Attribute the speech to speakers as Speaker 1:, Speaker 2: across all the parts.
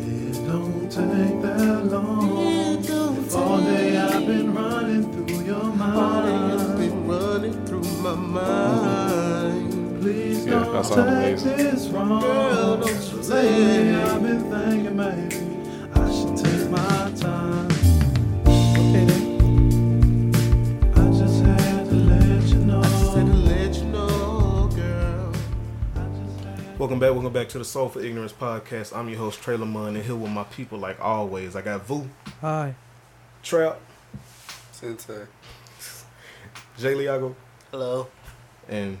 Speaker 1: don't take that long.
Speaker 2: It don't
Speaker 1: If all day I've been running through your
Speaker 2: It's
Speaker 1: mind.
Speaker 2: been running through my mind.
Speaker 1: Please
Speaker 3: Yeah,
Speaker 1: don't
Speaker 3: that
Speaker 1: take
Speaker 3: song amazing.
Speaker 1: this wrong.
Speaker 2: Girl, don't you
Speaker 1: Lately
Speaker 2: say.
Speaker 1: I've been thinking maybe I should take my time.
Speaker 2: Okay, then.
Speaker 1: I just had to let you know.
Speaker 2: Just had to let you know, girl.
Speaker 4: Welcome back, welcome back to the Soul for Ignorance podcast. I'm your host Trailer Munn, and here with my people, like always, I got Vu,
Speaker 5: Hi.
Speaker 4: Trap,
Speaker 6: Sensei.
Speaker 4: Jay Liago,
Speaker 2: Hello.
Speaker 4: and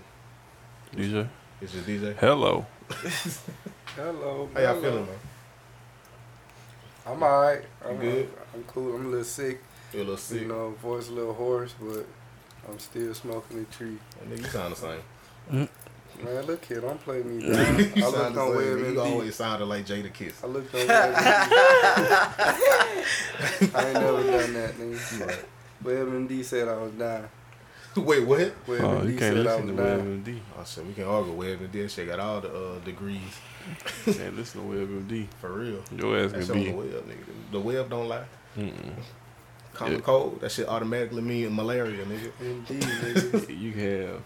Speaker 3: DJ.
Speaker 4: it's just DJ.
Speaker 3: Hello.
Speaker 6: Hello.
Speaker 4: How y'all
Speaker 6: hello.
Speaker 4: feeling, man?
Speaker 6: I'm alright. I'm
Speaker 4: You good?
Speaker 6: I'm cool. I'm a little sick.
Speaker 4: You a little sick?
Speaker 6: You know, voice a little hoarse, but I'm still smoking the tree.
Speaker 4: Nigga, you sound the same.
Speaker 6: Man, look here. Don't play me. down. I looked on
Speaker 4: You
Speaker 6: WebMD.
Speaker 4: always sounded like Jada Kiss.
Speaker 6: I looked on WebMD. I ain't never done that, nigga.
Speaker 4: Right.
Speaker 6: WebMD said I was dying.
Speaker 4: Wait, what?
Speaker 6: WebMD
Speaker 3: Oh, you can't
Speaker 6: said I
Speaker 3: listen to
Speaker 6: was dying.
Speaker 3: WebMD.
Speaker 4: I said we can argue with and then shit got all the uh, degrees
Speaker 3: You can't listen to WebMD.
Speaker 4: for real.
Speaker 3: Your ass
Speaker 4: That's
Speaker 3: can
Speaker 4: on the
Speaker 3: be.
Speaker 4: web, nigga. The web don't lie.
Speaker 3: Mm-mm.
Speaker 4: Common
Speaker 3: Yeah.
Speaker 4: cold, that shit automatically mean malaria, nigga.
Speaker 6: Indeed, nigga.
Speaker 3: You can have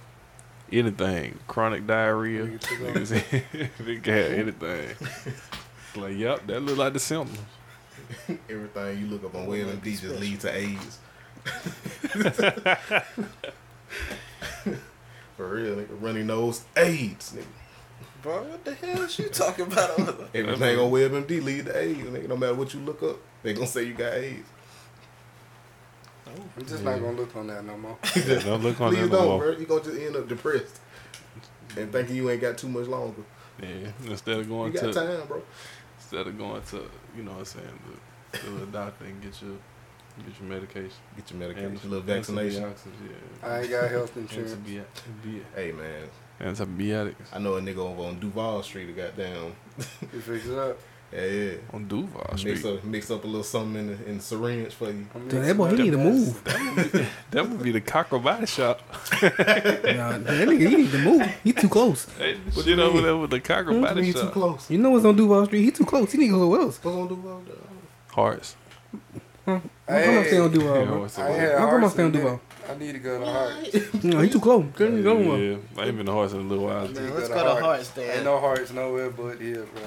Speaker 3: anything. Chronic diarrhea.
Speaker 6: Nigga took off.
Speaker 3: Niggas they can have anything. It's like, yep, that look like the symptoms.
Speaker 4: Everything you look up on WebMD just leads to AIDS. For real, nigga. Runny nose, AIDS, nigga.
Speaker 2: Bro, what the hell is you talking about? over there?
Speaker 4: Everything on WebMD lead to AIDS, nigga. No matter what you look up, they gonna say you got AIDS.
Speaker 6: I'm just not gonna look on that no more.
Speaker 3: Don't look on
Speaker 4: Please don't,
Speaker 3: that no more.
Speaker 4: bro. You gonna just end up depressed and thinking you ain't got too much longer.
Speaker 3: Yeah. Instead of
Speaker 4: You
Speaker 3: going
Speaker 4: got
Speaker 3: to
Speaker 4: time, bro.
Speaker 3: instead of going to you know what I'm saying the, to the doctor and get your get your medication.
Speaker 4: Get your medication,
Speaker 3: And
Speaker 4: your little vaccination.
Speaker 6: I ain't got health insurance.
Speaker 3: Antibiotics.
Speaker 4: Hey man,
Speaker 3: Antibiotics.
Speaker 4: I know a nigga over on Duval Street who got down.
Speaker 6: You fix it up.
Speaker 4: Yeah, yeah.
Speaker 3: On Duval
Speaker 4: Mix
Speaker 3: Street.
Speaker 4: up, mix up a little something in the, in the syringe for you.
Speaker 6: I'm
Speaker 5: Dude,
Speaker 6: mixing
Speaker 5: that boy, he
Speaker 6: up
Speaker 5: need to
Speaker 6: the
Speaker 5: move.
Speaker 3: That would be the cockle body shop.
Speaker 5: Nah, dude, that nigga, he need to move. He too close.
Speaker 3: Hey, the shit over there with the cockle
Speaker 4: What you
Speaker 3: body
Speaker 4: mean too
Speaker 3: shop.
Speaker 4: close?
Speaker 5: You know what's on Duval Street? He too close. He need to go somewhere else.
Speaker 4: What's on Duval?
Speaker 3: Hearts.
Speaker 5: My grandma
Speaker 6: Hey.
Speaker 5: stay on
Speaker 3: Yeah,
Speaker 5: Duval, uh, bro.
Speaker 3: hearts
Speaker 6: I
Speaker 3: over
Speaker 6: had
Speaker 3: there.
Speaker 5: My grandma
Speaker 6: hearts
Speaker 5: stay on
Speaker 6: in a
Speaker 5: Duval.
Speaker 6: minute. I need to go to hearts.
Speaker 5: No, he too close. Girl, he go somewhere.
Speaker 3: yeah, I ain't been to hearts in a little while.
Speaker 6: Yeah,
Speaker 2: Man, let's
Speaker 6: go to
Speaker 2: go to
Speaker 6: Hearts.
Speaker 2: Hearts then.
Speaker 6: Ain't no hearts nowhere but here, bro.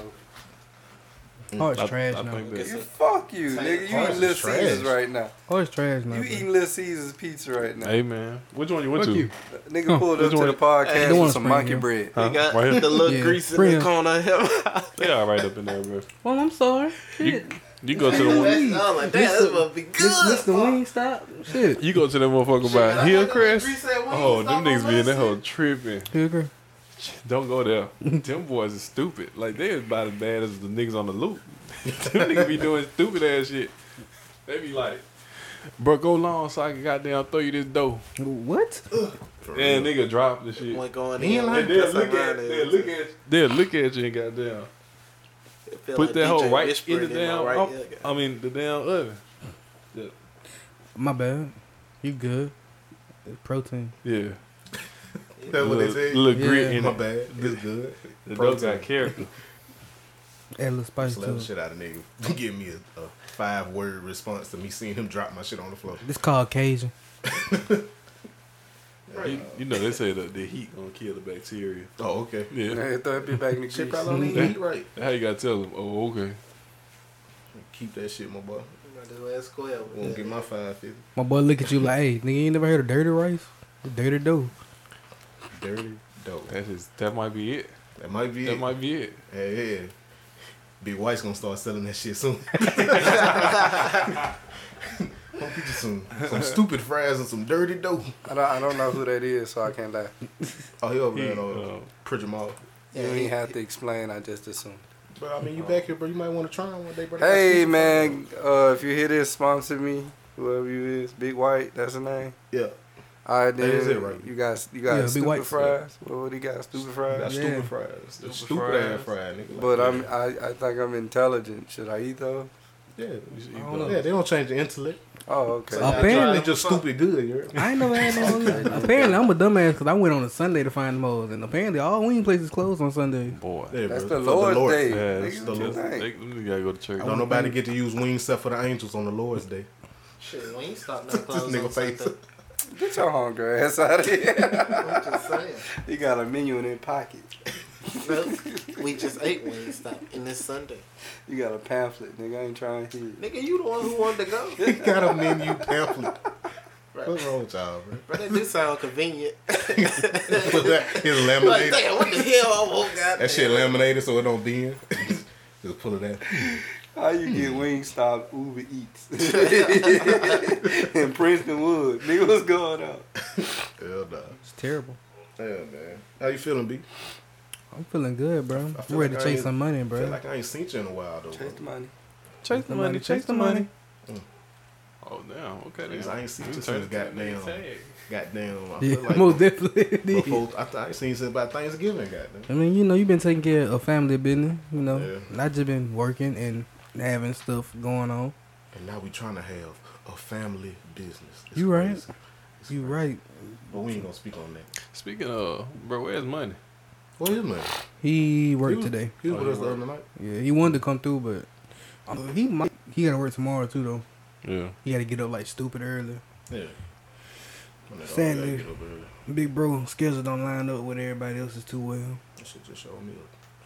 Speaker 5: Heart's
Speaker 3: I,
Speaker 5: Oh, trash
Speaker 3: I
Speaker 5: now.
Speaker 3: think that's
Speaker 6: You fuck you, nigga. You
Speaker 4: Hearts
Speaker 6: eating
Speaker 4: is
Speaker 6: Little
Speaker 4: trash.
Speaker 6: Caesars right now.
Speaker 5: Heart's Oh, trash now.
Speaker 6: You
Speaker 5: bro.
Speaker 6: eating Little Caesars pizza right now.
Speaker 3: Hey man, which one you went
Speaker 5: Fuck
Speaker 3: to?
Speaker 5: you.
Speaker 6: Nigga pulled up
Speaker 3: Which
Speaker 6: to
Speaker 3: one?
Speaker 6: the podcast
Speaker 5: Don't wanna
Speaker 6: with some
Speaker 5: spring
Speaker 6: monkey
Speaker 5: him.
Speaker 6: bread.
Speaker 3: Huh?
Speaker 2: You got
Speaker 3: Right here?
Speaker 2: the little
Speaker 5: Yeah,
Speaker 2: grease in
Speaker 5: friend.
Speaker 2: the corner.
Speaker 3: They all right up in there, bro.
Speaker 5: Well, I'm sorry.
Speaker 3: You,
Speaker 5: Shit.
Speaker 3: you go to the one.
Speaker 2: I'm like, damn, this must be good.
Speaker 5: This, this the wing stop. Shit.
Speaker 3: You go to that motherfucker by Hillcrest. Oh, them niggas be in that
Speaker 2: hole.
Speaker 3: hole tripping.
Speaker 5: Good girl.
Speaker 3: Don't go there. Them boys is stupid. Like they is about as bad as the niggas on the loop. Them niggas be doing stupid ass shit. They be like, bro, go long so I can goddamn throw you this dough.
Speaker 5: What?
Speaker 3: And nigga drop the shit.
Speaker 2: Went going
Speaker 4: He
Speaker 2: in.
Speaker 4: ain't
Speaker 2: like
Speaker 4: lying.
Speaker 3: And they'll
Speaker 2: this
Speaker 3: look
Speaker 2: around
Speaker 3: at
Speaker 2: it.
Speaker 3: they'll look at they'll look at you and goddamn
Speaker 2: It feel
Speaker 3: put
Speaker 2: like
Speaker 3: that
Speaker 2: DJ
Speaker 3: whole right in
Speaker 2: whispering
Speaker 3: the
Speaker 2: my
Speaker 3: damn
Speaker 2: right
Speaker 3: op-
Speaker 2: ear.
Speaker 3: I mean the damn oven.
Speaker 5: My bad. You good. It's protein.
Speaker 3: Yeah.
Speaker 4: That's what they
Speaker 3: Little-
Speaker 4: said.
Speaker 3: Little grit
Speaker 5: Yeah.
Speaker 3: in
Speaker 4: My
Speaker 3: it.
Speaker 4: bad. It's good.
Speaker 3: The dough
Speaker 4: Protein.
Speaker 3: got character.
Speaker 5: Add a little spice
Speaker 4: Slap
Speaker 5: to
Speaker 4: the
Speaker 5: it.
Speaker 4: shit out of nigga. Give me a, a five word response to me seeing him drop my shit on the floor.
Speaker 5: It's called Cajun.
Speaker 3: You, you know they say that the heat gonna kill the bacteria.
Speaker 4: Oh, okay.
Speaker 3: Yeah.
Speaker 6: Man, throw that bitch back in the
Speaker 4: Shit
Speaker 6: grease.
Speaker 4: probably don't even eat right.
Speaker 3: How you gotta tell them? Oh, okay.
Speaker 4: Keep that shit, my boy.
Speaker 2: I'm about to go ask Square
Speaker 4: I'm
Speaker 2: with
Speaker 4: gonna
Speaker 2: that.
Speaker 4: get my five fifty.
Speaker 5: My boy look at you like, hey, nigga, you ain't never heard of dirty rice? Dirty dough.
Speaker 4: Dirty dope.
Speaker 3: That is that might be it.
Speaker 4: That might be.
Speaker 3: That
Speaker 4: it.
Speaker 3: might be it.
Speaker 4: Hey, yeah. Big White's gonna start selling that shit soon. Gonna get you some, some stupid fries and some dirty dough.
Speaker 6: I don't, I don't know who that is, so I can't lie.
Speaker 4: Oh, he over there in uh,
Speaker 3: um,
Speaker 4: Pritchard Mall.
Speaker 6: You don't even have to explain. I just assumed.
Speaker 4: But I mean, you back here, bro. You might want to try him one day, bro.
Speaker 6: Hey, man. Uh, if you hear this, sponsor me. Whoever you is, Big White. That's the name.
Speaker 4: Yeah.
Speaker 6: All right, then.
Speaker 4: That is it, right?
Speaker 6: You got you got
Speaker 5: Yeah, Big
Speaker 6: stupid
Speaker 5: White.
Speaker 6: fries. What would he got? Stupid fries.
Speaker 4: That's
Speaker 5: Yeah.
Speaker 4: stupid fries. Stupid, stupid ass
Speaker 3: fries.
Speaker 4: fries, nigga.
Speaker 6: But
Speaker 4: Like,
Speaker 6: I'm I, I think I'm intelligent. Should I eat those?
Speaker 4: Yeah.
Speaker 3: You should eat
Speaker 5: I don't
Speaker 3: those.
Speaker 5: know.
Speaker 4: Yeah, they don't change the intellect.
Speaker 6: Oh, okay.
Speaker 5: Up
Speaker 4: They try-
Speaker 5: in.
Speaker 4: they just stupid good. You're
Speaker 5: I ain't never had no. apparently, I'm a dumbass because I went on a Sunday to find the moles, and apparently, all wing places closed on Sunday.
Speaker 3: Boy.
Speaker 4: Yeah,
Speaker 6: That's
Speaker 4: bro.
Speaker 6: the
Speaker 4: Fuck
Speaker 6: Lord's
Speaker 4: Lord.
Speaker 6: day.
Speaker 3: Yeah,
Speaker 6: Nigga,
Speaker 3: it's the
Speaker 6: what you
Speaker 3: Lord.
Speaker 6: think?
Speaker 3: They, them niggas gotta go to church.
Speaker 4: Don't nobody get to use wings except for the angels on the Lord's Day.
Speaker 7: Shit, Wingstop not
Speaker 4: This
Speaker 7: closed
Speaker 4: nigga
Speaker 7: on
Speaker 4: face.
Speaker 7: Sunday.
Speaker 6: Get your hungry ass out of here.
Speaker 7: I'm just saying.
Speaker 6: he got a menu in his pocket.
Speaker 7: Look, we just ate Wingstop, and it's Sunday.
Speaker 6: You got a pamphlet, nigga. I ain't trying to hear.
Speaker 7: Nigga, you the one who wanted to go.
Speaker 4: He got a menu pamphlet.
Speaker 7: Right.
Speaker 4: What's wrong with y'all, bro?
Speaker 7: Bro, that do sound convenient.
Speaker 4: Put that in
Speaker 7: like,
Speaker 4: laminated.
Speaker 7: damn, what the hell I want, goddamn.
Speaker 4: That shit laminated so it don't bend. Just pull it out.
Speaker 6: How you get Wingstop Uber Eats in Princeton Wood? Nigga, what's going on?
Speaker 4: Hell nah.
Speaker 5: It's terrible.
Speaker 4: Hell man. How you feeling, B?
Speaker 5: I'm feeling good, bro.
Speaker 4: I feel
Speaker 5: I'm ready
Speaker 4: like
Speaker 5: to
Speaker 4: I
Speaker 5: chase
Speaker 4: ain't-
Speaker 5: some money,
Speaker 4: I
Speaker 5: bro.
Speaker 4: feel like I ain't seen you in a while though.
Speaker 6: Chase the money.
Speaker 3: Chase the money, chase the money. Oh, damn. Okay,
Speaker 4: Jeez,
Speaker 3: then.
Speaker 4: I ain't seen
Speaker 3: You
Speaker 4: this
Speaker 3: turned
Speaker 4: since
Speaker 3: that nigga
Speaker 4: goddamn-
Speaker 3: tag.
Speaker 4: Goddamn. I
Speaker 5: Yeah,
Speaker 4: feel like
Speaker 5: most definitely. it is.
Speaker 4: before, I, th- I ain't seen you since about Thanksgiving, goddamn.
Speaker 5: I mean, you know, you've been taking care of family business, you know.
Speaker 4: Yeah.
Speaker 5: And I just been working and having stuff going on.
Speaker 4: And now we trying to have a family business. It's
Speaker 5: You right.
Speaker 4: crazy. It's
Speaker 5: You
Speaker 4: crazy.
Speaker 5: right.
Speaker 4: But we ain't gonna speak on that.
Speaker 3: Speaking of, bro, where's money?
Speaker 4: What is man?
Speaker 5: He
Speaker 4: He
Speaker 5: worked
Speaker 4: was-
Speaker 5: today.
Speaker 4: He was
Speaker 3: Oh,
Speaker 4: with
Speaker 3: he
Speaker 4: us the
Speaker 3: worked.
Speaker 4: other night.
Speaker 5: Yeah, he wanted to come through, but um, he might. He gotta work tomorrow too, though.
Speaker 3: Yeah.
Speaker 5: He gotta get up like stupid early.
Speaker 4: Yeah. I'm like, oh, we gotta
Speaker 5: Sadly.
Speaker 4: get up early.
Speaker 5: Big bro schedule don't line up with everybody else's too well.
Speaker 4: That shit just showed me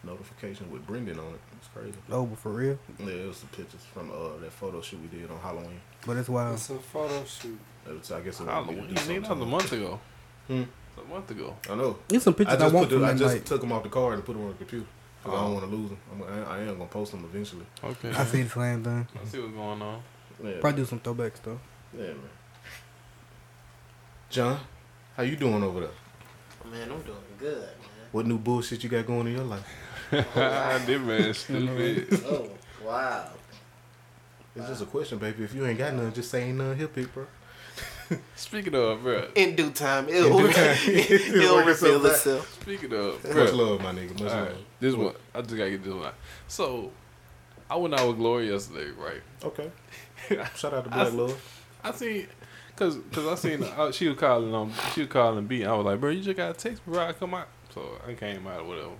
Speaker 4: a notification with Brendan on it. It's crazy.
Speaker 5: Oh, but for real.
Speaker 4: Yeah, it was the pictures from uh, that photo shoot we did on Halloween.
Speaker 5: But it's wild.
Speaker 6: It's a photo shoot.
Speaker 4: It was- I guess it was
Speaker 3: Halloween. Nigga, That was a month ago.
Speaker 4: Hmm.
Speaker 3: It's a month ago.
Speaker 4: I know.
Speaker 5: There's some
Speaker 4: I
Speaker 5: pictures I,
Speaker 4: just,
Speaker 5: want
Speaker 4: put
Speaker 5: from
Speaker 4: the, I
Speaker 5: that
Speaker 4: just
Speaker 5: night.
Speaker 4: took them off the card and put them on the computer. 'Cause I
Speaker 3: Oh.
Speaker 4: don't want to lose them. I'm, I, I am gonna post them eventually.
Speaker 3: Okay.
Speaker 5: I see the slam thing.
Speaker 3: I see what's going on.
Speaker 4: Yeah,
Speaker 5: Probably do some throwback stuff.
Speaker 4: yeah, man. John, how you doing over there?
Speaker 7: Man, I'm doing good, man.
Speaker 4: What new bullshit you got going in your life?
Speaker 3: this man stupid.
Speaker 7: Oh, wow.
Speaker 4: It's just a question, baby. If you ain't got none, just say ain't none here, people.
Speaker 3: Speaking of, bro.
Speaker 7: In due time,
Speaker 4: In
Speaker 7: it'll,
Speaker 4: due time, it'll
Speaker 7: it'll
Speaker 4: work itself
Speaker 7: reveal
Speaker 4: out.
Speaker 7: itself.
Speaker 3: Speaking of,
Speaker 4: Much
Speaker 3: bro.
Speaker 4: love, my nigga. Much
Speaker 3: All
Speaker 4: love.
Speaker 3: right, this one. I just gotta get this one. out. So, I went out with Glory yesterday, right?
Speaker 4: Okay. Shout out to Black
Speaker 3: I-
Speaker 4: Love.
Speaker 3: I seen, cause, cause I seen I, she was calling um she was calling B. I was like, bro, you just gotta text me, bro. I come out. So I came out or whatever.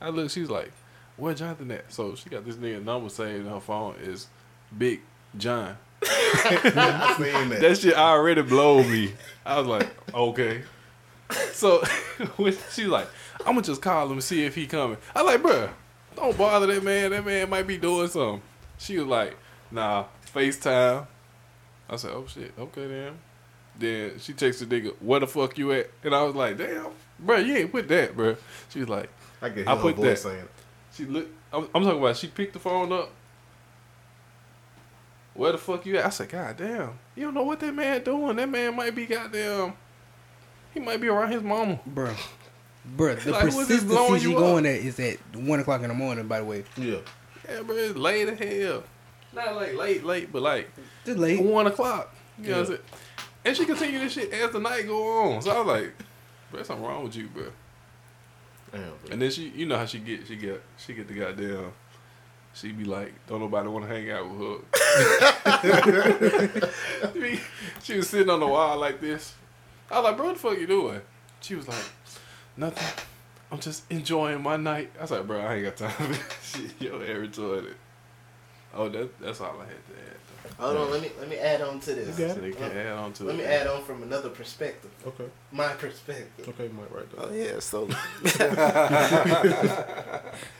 Speaker 3: I look, she's like, where Jonathan at? So she got this nigga number saved in her phone is Big John.
Speaker 4: I seen that.
Speaker 3: That shit already blowed me. I was like, okay. So when she like, I'm gonna just call him see if he coming. I like, bruh, don't bother that man. That man might be doing something. She was like, nah, FaceTime. I said, oh shit, okay then. Then she texts the nigga, where the fuck you at? And I was like, damn, bruh, you ain't put that, bruh. She was like,
Speaker 4: I can hear
Speaker 3: I
Speaker 4: her
Speaker 3: put
Speaker 4: voice
Speaker 3: that.
Speaker 4: saying,
Speaker 3: she look. I'm, I'm talking about. She picked the phone up. Where the fuck you at? I said, God damn. You don't know what that man doing. That man might be goddamn. He might be around his mama.
Speaker 5: Bruh. Bruh, the
Speaker 3: Like, what's this
Speaker 5: persistency
Speaker 3: blowing
Speaker 5: she
Speaker 3: you
Speaker 5: going at is at 1 o'clock in the morning, by the way.
Speaker 4: "Yeah,
Speaker 3: Yeah, bro, it's late as hell. Not like late, late, but like
Speaker 5: Just late.
Speaker 3: one o'clock. You know what
Speaker 4: Yeah.
Speaker 3: I'm saying? And she continued this shit as the night go on. So I was like, bro, something wrong with you, bro.
Speaker 4: damn." bro.
Speaker 3: And then she, you know how she get, she get, she get the goddamn. She be like, don't nobody want to hang out with her. she was sitting on the wall like this. I was like, bro, what the fuck you doing? She was like, nothing. I'm just enjoying my night. I was like, bro, I ain't got time for this shit. Yo, every toilet. Oh, that, that's all I had to
Speaker 7: Hold on, let me let me add on to this.
Speaker 4: You
Speaker 3: add. So they can
Speaker 7: Let-
Speaker 3: add on to
Speaker 7: Let
Speaker 3: it.
Speaker 7: me add on from another perspective.
Speaker 4: Okay,
Speaker 7: My perspective.
Speaker 4: okay, Mike, right there.
Speaker 7: Oh yeah, so,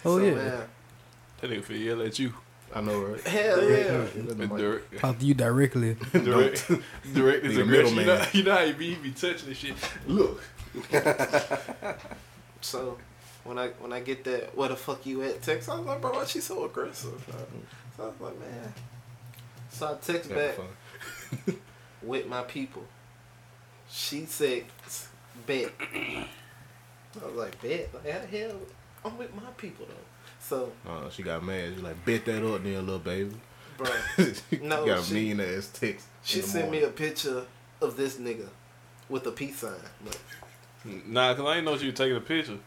Speaker 5: oh,
Speaker 7: so,
Speaker 5: yeah.
Speaker 7: man,
Speaker 3: That nigga feel yell at you.
Speaker 4: I know, right?
Speaker 7: hell yeah.
Speaker 4: Let the mic-
Speaker 3: Direct,
Speaker 5: Talk to you directly.
Speaker 3: direct, direct is
Speaker 4: Be the
Speaker 3: aggression. You know,
Speaker 4: middleman.
Speaker 3: you know how he be, he be touching this shit.
Speaker 4: Look,
Speaker 7: So when I when I get that where the fuck you at text, I was like, bro, why she so aggressive? bro?" So I was like, man. So I text
Speaker 4: Have
Speaker 7: back
Speaker 4: fun.
Speaker 7: with my people. She said, bet. I was like, bet? Like, how the hell? I'm with my people though. So,
Speaker 4: Uh, she got mad. She like bet that up, then little baby.
Speaker 7: bro,
Speaker 4: she
Speaker 7: No,
Speaker 4: got
Speaker 7: she-
Speaker 4: mean ass text.
Speaker 7: she sent me a picture of this nigga with a peace sign. Like,
Speaker 3: Nah, cause I didn't know she was taking a picture.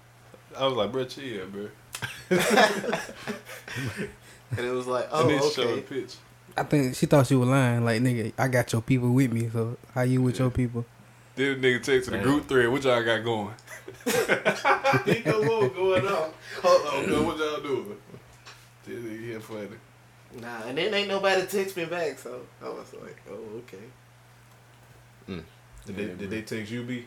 Speaker 3: I was like, bro, chill, bro.
Speaker 7: and it was like,
Speaker 3: and
Speaker 7: oh,
Speaker 3: then she showed a
Speaker 5: Oh,
Speaker 7: okay.
Speaker 3: picture.
Speaker 5: I think she thought she was lying. Like nigga, I got your people with me. So how you with your people?
Speaker 3: Then the nigga text to the
Speaker 8: Damn.
Speaker 3: group thread, what y'all got going? Ain't no more going on. Hold on, man, what y'all doing? This nigga here funny.
Speaker 7: Nah, and then ain't nobody text me back, so I was like, oh, okay.
Speaker 4: Did they, did they text you B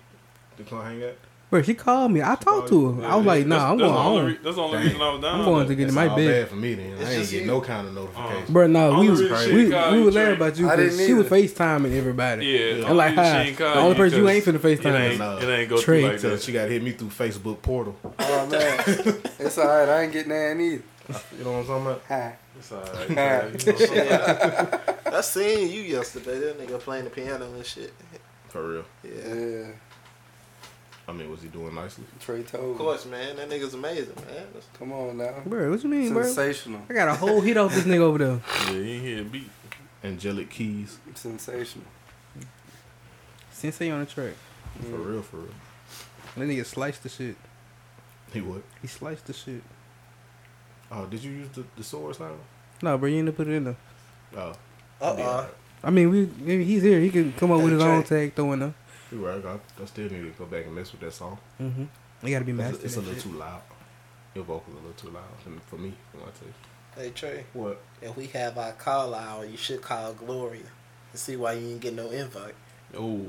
Speaker 4: to come hang out?
Speaker 5: Bro, she called me. I talked to her. I was
Speaker 3: That's-
Speaker 5: like, Nah, I'm
Speaker 3: that's
Speaker 5: going
Speaker 3: the only
Speaker 5: home.
Speaker 3: re- That's the only
Speaker 4: Damn.
Speaker 3: reason I was down.
Speaker 5: I'm going to get
Speaker 4: That's
Speaker 5: in my
Speaker 4: all
Speaker 5: bed.
Speaker 4: bad for me then.
Speaker 7: It's
Speaker 4: I ain't
Speaker 7: just
Speaker 4: get
Speaker 7: you.
Speaker 4: no kind of notification.
Speaker 5: Bro, no,
Speaker 3: Only
Speaker 5: we was
Speaker 3: reason she
Speaker 5: we,
Speaker 3: ain't call
Speaker 5: we
Speaker 3: you,
Speaker 5: was laughing
Speaker 3: Trey.
Speaker 5: about you.
Speaker 6: I
Speaker 5: 'cause
Speaker 6: didn't
Speaker 5: she was
Speaker 6: either.
Speaker 5: FaceTiming everybody.
Speaker 3: Yeah,
Speaker 5: I'm like,
Speaker 3: she
Speaker 5: hi.
Speaker 3: ain't call
Speaker 5: The only
Speaker 3: you
Speaker 5: person you
Speaker 3: 'cause
Speaker 5: ain't finna
Speaker 3: It ain't,
Speaker 5: FaceTime.
Speaker 4: Nah.
Speaker 3: it ain't go
Speaker 5: Trey.
Speaker 3: through like
Speaker 4: Tell her
Speaker 3: that.
Speaker 4: she got to hit me through Facebook portal.
Speaker 6: Oh man, it's all right. I ain't getting that either.
Speaker 4: You know what I'm talking about?
Speaker 6: Hi.
Speaker 3: It's all right. man. You know, some-
Speaker 7: Yeah. I seen you yesterday. That nigga playing the piano and shit.
Speaker 4: For real.
Speaker 7: Yeah.
Speaker 6: Yeah,
Speaker 4: I mean, was he doing nicely?
Speaker 6: Trey
Speaker 7: Of
Speaker 6: told. me.
Speaker 7: course, man. That nigga's amazing, man. That's-
Speaker 6: Come on now.
Speaker 5: Bro, what you mean, bro?
Speaker 6: Sensational.
Speaker 5: I got a whole hit off this nigga over there.
Speaker 3: yeah, you ain't hear a beat.
Speaker 4: Angelic Keys.
Speaker 6: Sensational.
Speaker 5: Sensei on the track.
Speaker 4: For
Speaker 7: Mm.
Speaker 4: real, for real.
Speaker 5: And that nigga sliced the shit.
Speaker 4: He what?
Speaker 5: He sliced the shit.
Speaker 4: Oh, did you use the, the sword now?
Speaker 5: No, bro, you ain't put it in there.
Speaker 4: Oh.
Speaker 7: Uh-uh.
Speaker 5: I mean, we maybe he's here. He can come up with his
Speaker 7: Hey,
Speaker 5: own tag throwing up.
Speaker 4: You right. I, I still need to go back and mess with that song.
Speaker 5: Mm-hmm. He gotta be
Speaker 4: It's
Speaker 5: mastered.
Speaker 4: a, it's a
Speaker 5: and
Speaker 4: little
Speaker 5: shit.
Speaker 4: too loud. Your vocals a little too loud than- for me, for my taste.
Speaker 7: Hey, Trey.
Speaker 4: What?
Speaker 7: If we have our call hour, you should call Gloria and see why you ain't get no invite.
Speaker 4: Oh.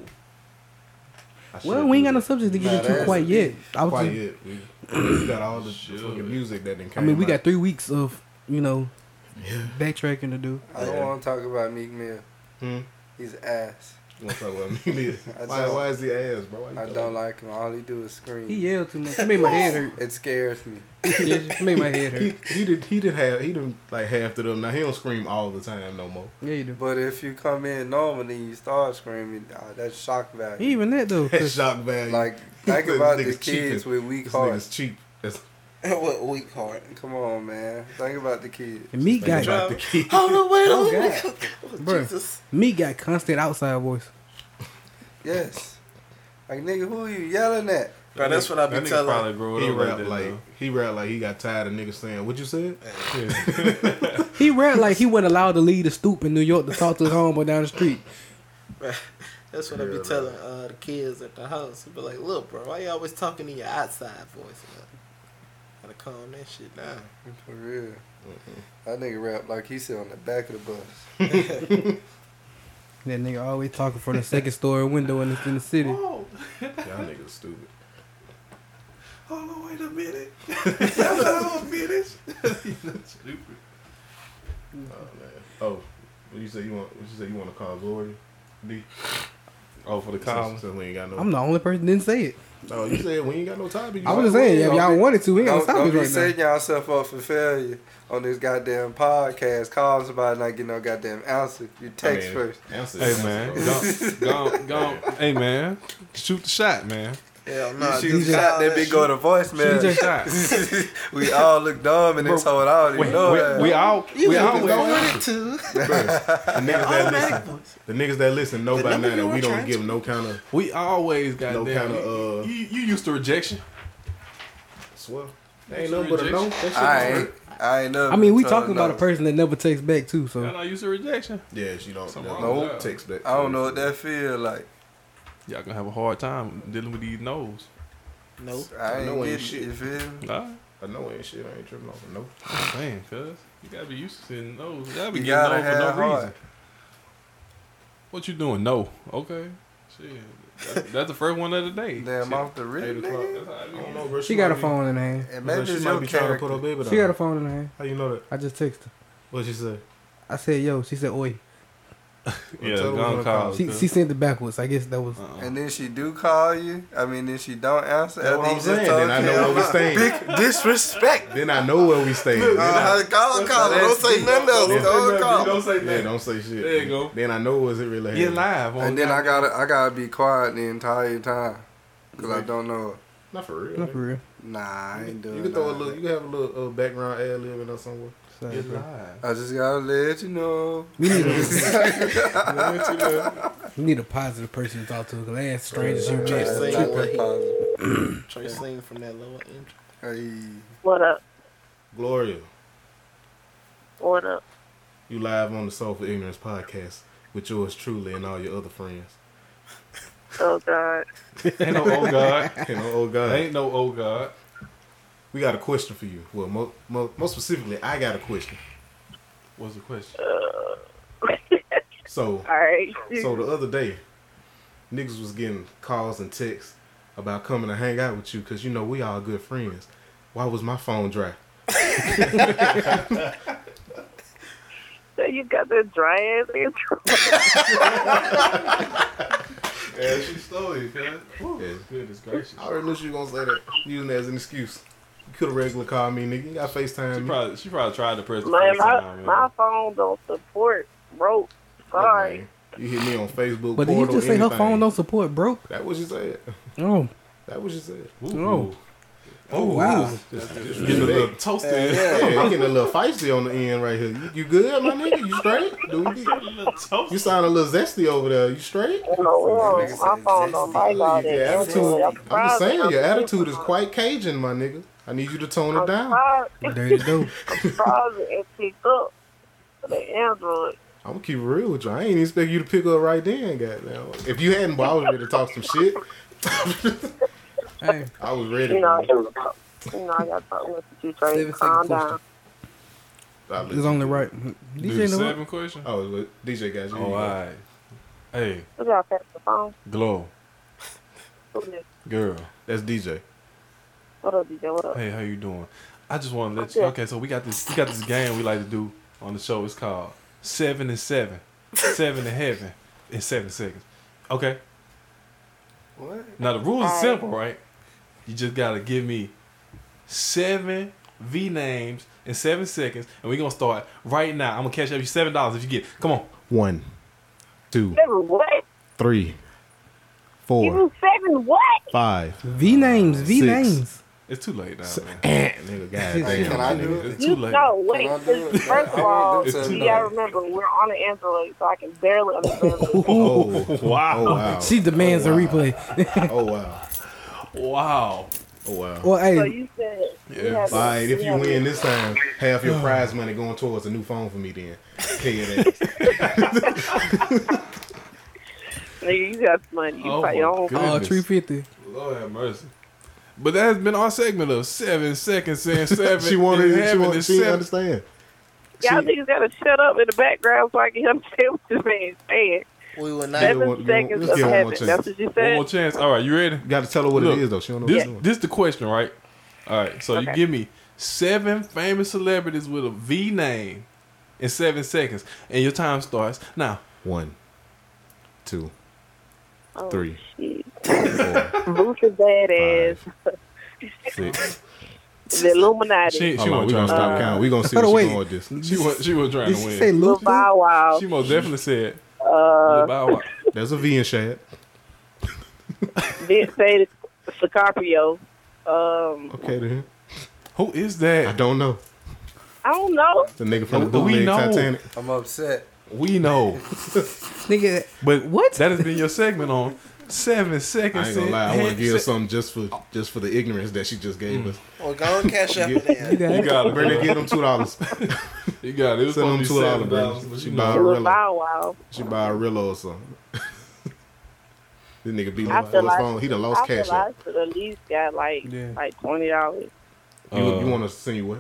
Speaker 5: Well, we ain't got no subject to get
Speaker 6: Nah,
Speaker 5: into
Speaker 6: that's
Speaker 5: quite yet. I was
Speaker 4: Quiet.
Speaker 5: just,
Speaker 4: We, we got all the
Speaker 3: Sure.
Speaker 4: fucking music that didn't
Speaker 5: I
Speaker 4: come
Speaker 5: mean, we got three weeks of you know
Speaker 4: Yeah.
Speaker 5: backtracking to do.
Speaker 6: I don't
Speaker 4: Yeah.
Speaker 6: want to talk about Meek Mill.
Speaker 4: Hmm?
Speaker 6: He's ass.
Speaker 4: You wanna talk about me?
Speaker 6: I
Speaker 4: why,
Speaker 6: don't-
Speaker 4: why is he ass, bro? Why you
Speaker 6: I don't like him. All he do is scream.
Speaker 5: He yelled too much. It made my head hurt.
Speaker 6: It scares me.
Speaker 5: It made my head
Speaker 4: He,
Speaker 5: hurt.
Speaker 4: he did. He did have. He didn't like half to them. Now he don't scream all the time no more.
Speaker 5: Yeah, you do.
Speaker 6: But if you come in normally, you start screaming. ah, that's shock value.
Speaker 5: Even that though.
Speaker 4: That
Speaker 5: 'cause
Speaker 4: shock value.
Speaker 6: Like think
Speaker 4: This
Speaker 6: about the
Speaker 4: nigga's
Speaker 6: kids
Speaker 4: cheating.
Speaker 6: with weak
Speaker 4: this
Speaker 6: hearts.
Speaker 4: nigga's cheap. That's
Speaker 7: what weak heart?
Speaker 6: Come on, man. Think about the kids.
Speaker 5: Meek
Speaker 4: think
Speaker 5: got
Speaker 4: about the key.
Speaker 7: Hold on, wait
Speaker 5: Oh,
Speaker 7: on.
Speaker 5: God.
Speaker 7: Oh,
Speaker 5: Bruh.
Speaker 7: Jesus.
Speaker 5: Meek got constant outside voice.
Speaker 6: Yes. Like nigga, who you yelling at?
Speaker 7: Bro, that's what I
Speaker 3: That
Speaker 7: be
Speaker 3: nigga
Speaker 7: telling.
Speaker 3: probably growing
Speaker 4: He
Speaker 3: up like
Speaker 4: rap
Speaker 3: that.
Speaker 4: like
Speaker 3: though.
Speaker 4: he rap like he got tired of niggas saying what you said.
Speaker 5: He read like he wasn't allowed to leave the stoop in New York to talk to his homeboy down the street.
Speaker 7: That's what I be telling uh, the kids at the house. Be like, look, bro, why you always talking in your outside voice? Man? Gotta calm that shit down.
Speaker 6: For real. That nigga rap like he sit on the back of the bus.
Speaker 5: That nigga always talking from the second story window in the, in the city.
Speaker 7: Oh,
Speaker 4: Y'all niggas stupid.
Speaker 7: hold on, wait a minute.
Speaker 3: Stupid.
Speaker 4: Oh man. Oh, what you say you want? What you say you want to call Gloria? D.
Speaker 3: Oh, for the
Speaker 4: Since,
Speaker 3: comments.
Speaker 4: since we ain't got no.
Speaker 5: I'm the only person that didn't say it.
Speaker 4: No, you said we ain't got no topic.
Speaker 5: I was just saying, if y'all wanted to, we ain't gonna
Speaker 6: Don't,
Speaker 5: stop
Speaker 6: don't
Speaker 5: it
Speaker 6: be
Speaker 5: right now.
Speaker 6: setting yourself up for failure on this goddamn podcast. Calling somebody not getting no goddamn answer. You text
Speaker 4: I mean,
Speaker 6: first.
Speaker 4: Answer,
Speaker 3: Hey man, go, go, go. Hey man, shoot the shot, man.
Speaker 7: Hell
Speaker 6: You
Speaker 7: no.
Speaker 6: shoot the shot, that bitch go to
Speaker 5: Shoot the
Speaker 6: voicemail.
Speaker 3: Shot.
Speaker 6: we all look dumb and it's whole. I already
Speaker 3: We,
Speaker 6: know
Speaker 3: we,
Speaker 6: that.
Speaker 3: we all,
Speaker 7: You
Speaker 3: we
Speaker 7: was
Speaker 3: always.
Speaker 7: going it too.
Speaker 4: The niggas that
Speaker 7: Automatic
Speaker 4: listen,
Speaker 7: voice.
Speaker 4: the niggas that listen know
Speaker 7: The
Speaker 4: by
Speaker 7: number
Speaker 4: now
Speaker 7: you
Speaker 4: that
Speaker 7: were
Speaker 4: we
Speaker 7: trying
Speaker 4: don't give
Speaker 7: to-
Speaker 4: no kind of
Speaker 3: We always got
Speaker 4: No
Speaker 3: damn.
Speaker 4: kinda, uh,
Speaker 3: you, you used to rejection.
Speaker 4: swell. That ain't nothing but a no. That shit
Speaker 6: I
Speaker 4: don't
Speaker 6: ain't.
Speaker 4: hurt.
Speaker 6: I ain't never.
Speaker 5: I mean, we
Speaker 6: told
Speaker 5: talking about a
Speaker 6: no.
Speaker 5: person that never takes back too.
Speaker 3: And
Speaker 5: So
Speaker 3: I used to rejection.
Speaker 4: Yeah, she don't.
Speaker 3: Something
Speaker 4: No,
Speaker 3: wrong with that.
Speaker 4: text that.
Speaker 6: I don't know what that feel like.
Speaker 3: Y'all gonna have a hard time dealing with these no's.
Speaker 7: No.
Speaker 6: I ain't
Speaker 4: No ain't
Speaker 6: getting
Speaker 4: shit.
Speaker 6: shit. You feel me?
Speaker 3: Nah,
Speaker 4: I know ain't shit. I ain't tripping off a no.
Speaker 3: man, cuz you gotta be used to seeing no's. You gotta be
Speaker 6: You
Speaker 3: getting
Speaker 6: gotta
Speaker 3: no for no
Speaker 6: have
Speaker 3: reason.
Speaker 6: heart.
Speaker 3: What you doing? No. Okay. Shit. That- that's the first one of the day.
Speaker 6: Damn,
Speaker 3: Shit.
Speaker 6: off the
Speaker 4: Eight
Speaker 6: rip,
Speaker 4: o'clock.
Speaker 6: nigga.
Speaker 3: That's how I
Speaker 4: I
Speaker 3: be.
Speaker 4: don't know, bro.
Speaker 5: she got a
Speaker 4: might be-
Speaker 5: phone in her hand.
Speaker 6: And
Speaker 4: She
Speaker 6: maybe
Speaker 4: might
Speaker 6: it's
Speaker 4: be
Speaker 6: your
Speaker 4: trying to put her
Speaker 6: character.
Speaker 4: baby down.
Speaker 5: She got a phone in her hand.
Speaker 4: How you know that?
Speaker 5: I just texted her.
Speaker 4: What she said?
Speaker 5: I said, "Yo," she said, "Oi."
Speaker 3: Yeah,
Speaker 4: Tell her we
Speaker 3: gone
Speaker 4: wanna call.
Speaker 3: call.
Speaker 5: She she sent it backwards. I guess that was.
Speaker 3: Uh-uh.
Speaker 6: And then she do call you. I mean, then she don't answer.
Speaker 4: That's
Speaker 6: After
Speaker 4: what
Speaker 6: you
Speaker 4: I'm
Speaker 6: just
Speaker 4: saying.
Speaker 6: told
Speaker 4: Then I
Speaker 6: you,
Speaker 4: know where we
Speaker 6: "I'm
Speaker 4: staying.
Speaker 6: not- Big disrespect.
Speaker 4: Then I know where we staying. Then I-
Speaker 6: Uh, call her, call her. Don't say nothing else.
Speaker 4: Don't say
Speaker 6: Call her, call her.
Speaker 3: Don't say
Speaker 4: Yeah,
Speaker 3: that.
Speaker 4: don't say shit.
Speaker 3: There you go.
Speaker 4: Then I know was it really
Speaker 3: Get
Speaker 4: happening.
Speaker 3: live. on
Speaker 6: And then I gotta, I gotta be quiet the entire time, cause I don't know. her.
Speaker 4: Not for real.
Speaker 5: Not for real.
Speaker 6: Nah, I ain't doing.
Speaker 4: You can throw a
Speaker 6: none of
Speaker 4: little. You can have a little uh, background ad lib in there somewhere.
Speaker 5: Sorry,
Speaker 3: Get
Speaker 5: bro.
Speaker 3: live.
Speaker 6: that. I just gotta let you know.
Speaker 5: We need a we need a positive person to talk to. The last strangers you
Speaker 7: Trey
Speaker 5: met.
Speaker 7: sing,
Speaker 6: Not that
Speaker 7: like,
Speaker 6: positive.
Speaker 7: Trey sing from that lower intro.
Speaker 6: Hey,
Speaker 9: What up?
Speaker 4: Gloria,
Speaker 9: What up?
Speaker 4: You live on the Soul for Ignorance podcast with yours truly and all your other friends.
Speaker 8: Oh God.
Speaker 3: Ain't no oh god.
Speaker 4: Okay, no, oh God.
Speaker 3: Ain't no oh god.
Speaker 4: We got a question for you. Well, mo- mo- most specifically, I got a question.
Speaker 3: What's the question?
Speaker 4: So,
Speaker 8: All right.
Speaker 4: so the other day, niggas was getting calls and texts about coming to hang out with you because you know we all good friends. Why was my phone dry?
Speaker 8: So you got the dry ass intro.
Speaker 3: Yeah, she stole it, cuz.
Speaker 4: Yeah.
Speaker 3: Goodness gracious.
Speaker 4: I already knew she was gonna say that, using that as an excuse. You could have regular called me, nigga. You got
Speaker 3: She
Speaker 4: FaceTime me.
Speaker 3: probably, she probably tried to press the
Speaker 8: Man,
Speaker 3: first
Speaker 8: my,
Speaker 3: time.
Speaker 8: my phone don't support broke. Sorry.
Speaker 4: You hit me on Facebook.
Speaker 5: But did you
Speaker 4: portal,
Speaker 5: just say her
Speaker 4: anything.
Speaker 5: phone don't support broke?
Speaker 4: That what she said.
Speaker 5: Oh,
Speaker 4: That what she said.
Speaker 5: oh,
Speaker 3: Oh,
Speaker 5: wow.
Speaker 3: Just getting a little toasted.
Speaker 4: Yeah, you getting a little feisty on the end right here. You, you good, my nigga? You straight? Dude, you, you sound a little zesty over there. You straight?
Speaker 8: I don't know why. my phone don't like all that.
Speaker 4: Your attitude.
Speaker 8: I'm
Speaker 4: I'm just
Speaker 8: surprised
Speaker 4: saying,
Speaker 8: I'm
Speaker 4: your attitude is quite Cajun, my nigga. I need you to tone it
Speaker 8: I'm
Speaker 4: down.
Speaker 8: surprised-
Speaker 5: dirty dope.
Speaker 8: I'm surprised it picked up for the Android.
Speaker 4: I'm gonna keep it real with you. I ain't even expect you to pick up right then, goddamn. If you hadn't, boy, I was ready to talk some shit.
Speaker 5: Hey,
Speaker 4: I was ready.
Speaker 8: You know, I
Speaker 4: bro.
Speaker 8: gotta talk- you know, I got to talk with you, Trey.
Speaker 5: Seven
Speaker 8: Calm
Speaker 5: second
Speaker 8: down.
Speaker 4: I was-
Speaker 5: it's only right.
Speaker 3: Do the
Speaker 5: DJ know what?
Speaker 3: seven question?
Speaker 4: Oh, look, DJ got you.
Speaker 3: Oh, all right. Hey,
Speaker 8: We got to pass the phone.
Speaker 3: Glow,
Speaker 8: Who this?
Speaker 3: girl.
Speaker 4: That's DJ.
Speaker 8: What up, DJ? What up?
Speaker 3: Hey, how you doing? I just want to let you. Okay, so we got this. We got this game we like to do on the show. It's called Seven and Seven, Seven to Heaven in seven seconds. Okay.
Speaker 6: What?
Speaker 3: Now the rules are simple, right? You just gotta give me seven V names in seven seconds, and we're gonna start right now. I'm gonna cash up you seven dollars if you get. It. Come on.
Speaker 4: One, two,
Speaker 8: Seven what?
Speaker 4: three,
Speaker 8: Give
Speaker 4: four,
Speaker 8: me seven what?
Speaker 4: five.
Speaker 5: V names, V
Speaker 4: Six.
Speaker 5: names.
Speaker 3: It's too late now. man.
Speaker 4: Nigga, goddamn.
Speaker 6: Can I do it?
Speaker 3: It's
Speaker 8: You
Speaker 3: too late.
Speaker 8: no, wait.
Speaker 6: Can I do it?
Speaker 8: First of
Speaker 6: I
Speaker 8: all,
Speaker 6: want
Speaker 8: you
Speaker 6: them to
Speaker 8: gotta remember we're on an Android, so I can barely understand. this.
Speaker 4: Oh,
Speaker 3: Wow.
Speaker 4: oh wow.
Speaker 5: She demands
Speaker 4: Oh,
Speaker 5: a
Speaker 4: wow.
Speaker 5: replay.
Speaker 4: Oh wow.
Speaker 3: Wow.
Speaker 4: Oh wow.
Speaker 5: Well,
Speaker 8: So
Speaker 5: hey,
Speaker 8: you said you
Speaker 3: Yeah.
Speaker 8: have
Speaker 4: All right, if
Speaker 8: you
Speaker 4: you
Speaker 8: have-
Speaker 4: win this time, half your prize money going towards a new phone for me. Then, Tell you that.
Speaker 8: nigga, you got money. You
Speaker 3: Oh,
Speaker 8: probably
Speaker 3: my
Speaker 8: don't.
Speaker 3: God.
Speaker 5: uh,
Speaker 3: goodness.
Speaker 5: three fifty.
Speaker 3: Lord have mercy. But that has been our segment of seven seconds saying seven.
Speaker 4: she wanted.
Speaker 3: in
Speaker 4: She
Speaker 3: heaven
Speaker 4: wanted.
Speaker 3: is
Speaker 4: She didn't
Speaker 3: seven.
Speaker 4: understand.
Speaker 8: Y'all niggas gotta shut up in the background so I can understand what this man saying.
Speaker 7: We will
Speaker 4: That-
Speaker 7: not.
Speaker 8: Seven
Speaker 4: one- give him-
Speaker 8: seconds
Speaker 4: let's
Speaker 8: of
Speaker 4: give him one
Speaker 8: heaven.
Speaker 4: more chance.
Speaker 8: That's what you
Speaker 3: One
Speaker 8: said.
Speaker 3: more chance. All right, you ready?
Speaker 4: Got to tell her what
Speaker 3: Look,
Speaker 4: it is though. She don't know.
Speaker 3: This
Speaker 4: what
Speaker 3: this the question, right? All right. So you
Speaker 8: Okay.
Speaker 3: give me seven famous celebrities with a V name in seven seconds, and your time starts now.
Speaker 4: One, two,
Speaker 8: Oh,
Speaker 4: three,
Speaker 8: shit.
Speaker 4: four,
Speaker 8: Lucia's bad ass.
Speaker 4: six.
Speaker 8: The Illuminati.
Speaker 3: She, she
Speaker 4: Hold on,
Speaker 3: wasn't
Speaker 4: we gonna
Speaker 3: trying to
Speaker 4: stop count. We gonna see
Speaker 5: Hold
Speaker 4: where
Speaker 5: on,
Speaker 4: she
Speaker 5: wait.
Speaker 4: going with this.
Speaker 3: win. She was she was trying
Speaker 5: Did
Speaker 3: to
Speaker 5: she
Speaker 3: win.
Speaker 5: say
Speaker 8: Lil
Speaker 5: Luca?
Speaker 8: Bow Wow.
Speaker 3: she most definitely said Lil
Speaker 8: Uh,
Speaker 3: Bow Wow.
Speaker 4: There's a V in Shad.
Speaker 8: Vince Sadie, Sicario. Um,
Speaker 4: Okay then.
Speaker 3: Who is
Speaker 4: I
Speaker 3: that?
Speaker 4: don't know.
Speaker 8: I don't know.
Speaker 4: The nigga from the
Speaker 3: Oh, we
Speaker 4: bootleg
Speaker 3: know.
Speaker 4: Titanic.
Speaker 6: I'm upset.
Speaker 3: We know,
Speaker 5: Nigga,
Speaker 3: but
Speaker 5: What?
Speaker 3: That has been your segment on seven
Speaker 4: I
Speaker 3: seconds.
Speaker 4: ain't gonna
Speaker 3: in
Speaker 4: lie. I want to
Speaker 3: heaven.
Speaker 4: give her something just for just for the ignorance that she just gave us.
Speaker 7: Well, go and cash up
Speaker 4: You-
Speaker 7: for that.
Speaker 5: you got
Speaker 3: Mm. You
Speaker 5: it.
Speaker 3: got it.
Speaker 4: Bring
Speaker 3: bro.
Speaker 4: her, give them two dollars.
Speaker 3: You got it. It was
Speaker 4: Send
Speaker 3: supposed
Speaker 4: them
Speaker 3: to be
Speaker 4: two
Speaker 3: seven
Speaker 4: dollars,
Speaker 3: dollars,
Speaker 4: man.
Speaker 3: but
Speaker 4: She
Speaker 3: you
Speaker 4: buy
Speaker 3: know.
Speaker 4: a
Speaker 8: Lil
Speaker 4: Rillo.
Speaker 8: Bow Wow.
Speaker 4: She buy a Rillo or something. this nigga beat him
Speaker 8: I
Speaker 4: up
Speaker 8: feel
Speaker 4: on his
Speaker 8: like-
Speaker 4: phone. He done lost
Speaker 8: I feel
Speaker 4: cash.
Speaker 8: like
Speaker 4: app.
Speaker 8: I should at least got like
Speaker 3: Yeah.
Speaker 8: like twenty dollars,
Speaker 4: You,
Speaker 3: Uh,
Speaker 4: you want to see what?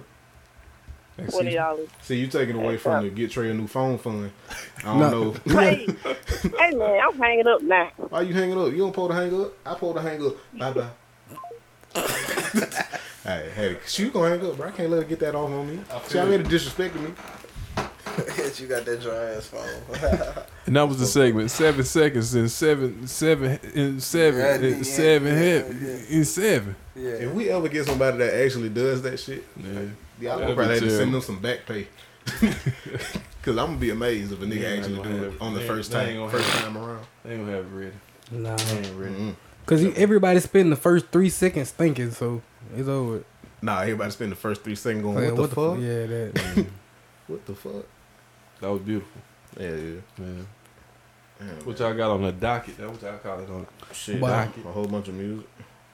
Speaker 8: twenty dollars.
Speaker 4: See, you taking away from the get Trey a new phone fund. I don't
Speaker 5: No.
Speaker 4: know.
Speaker 8: Hey, hey man, I'm hanging up now.
Speaker 4: Why you hanging up? You don't pull the hang up. I pull the hang up. Bye bye. hey, hey, she gonna hang up, bro. I can't let her get that off on me. She already disrespected me.
Speaker 7: you got that dry ass phone.
Speaker 3: And that was the segment. Seven seconds in seven, seven in seven,
Speaker 6: Yeah,
Speaker 3: in
Speaker 6: yeah,
Speaker 3: seven,
Speaker 6: yeah,
Speaker 3: heaven, in seven.
Speaker 6: Yeah.
Speaker 4: If we ever get somebody that actually does that shit, yeah, I'm
Speaker 3: That'd be
Speaker 4: gonna probably have to
Speaker 3: terrible.
Speaker 4: send them some back pay. Cause I'm gonna be amazed if a nigga
Speaker 3: Yeah,
Speaker 4: actually
Speaker 3: they
Speaker 4: do it
Speaker 3: gonna
Speaker 4: on the
Speaker 3: have-
Speaker 4: first
Speaker 3: they ain't
Speaker 4: time,
Speaker 3: gonna
Speaker 4: first Mm-hmm. time around.
Speaker 3: They ain't gonna have it ready.
Speaker 5: Nah,
Speaker 3: They ain't ready.
Speaker 4: Mm-mm.
Speaker 5: cause you, everybody spend the first three seconds thinking, so it's over.
Speaker 4: Nah, everybody spend the first three seconds going,
Speaker 5: Like,
Speaker 4: what, the, fuck?
Speaker 5: Yeah, that.
Speaker 4: What the fuck?
Speaker 3: Mm-hmm. That was beautiful,
Speaker 4: Yeah, yeah.
Speaker 3: man.
Speaker 4: Damn,
Speaker 3: What
Speaker 4: man.
Speaker 3: y'all got on the docket? That's what y'all call it on.
Speaker 4: Shit,
Speaker 5: Why?
Speaker 4: that- a whole bunch of music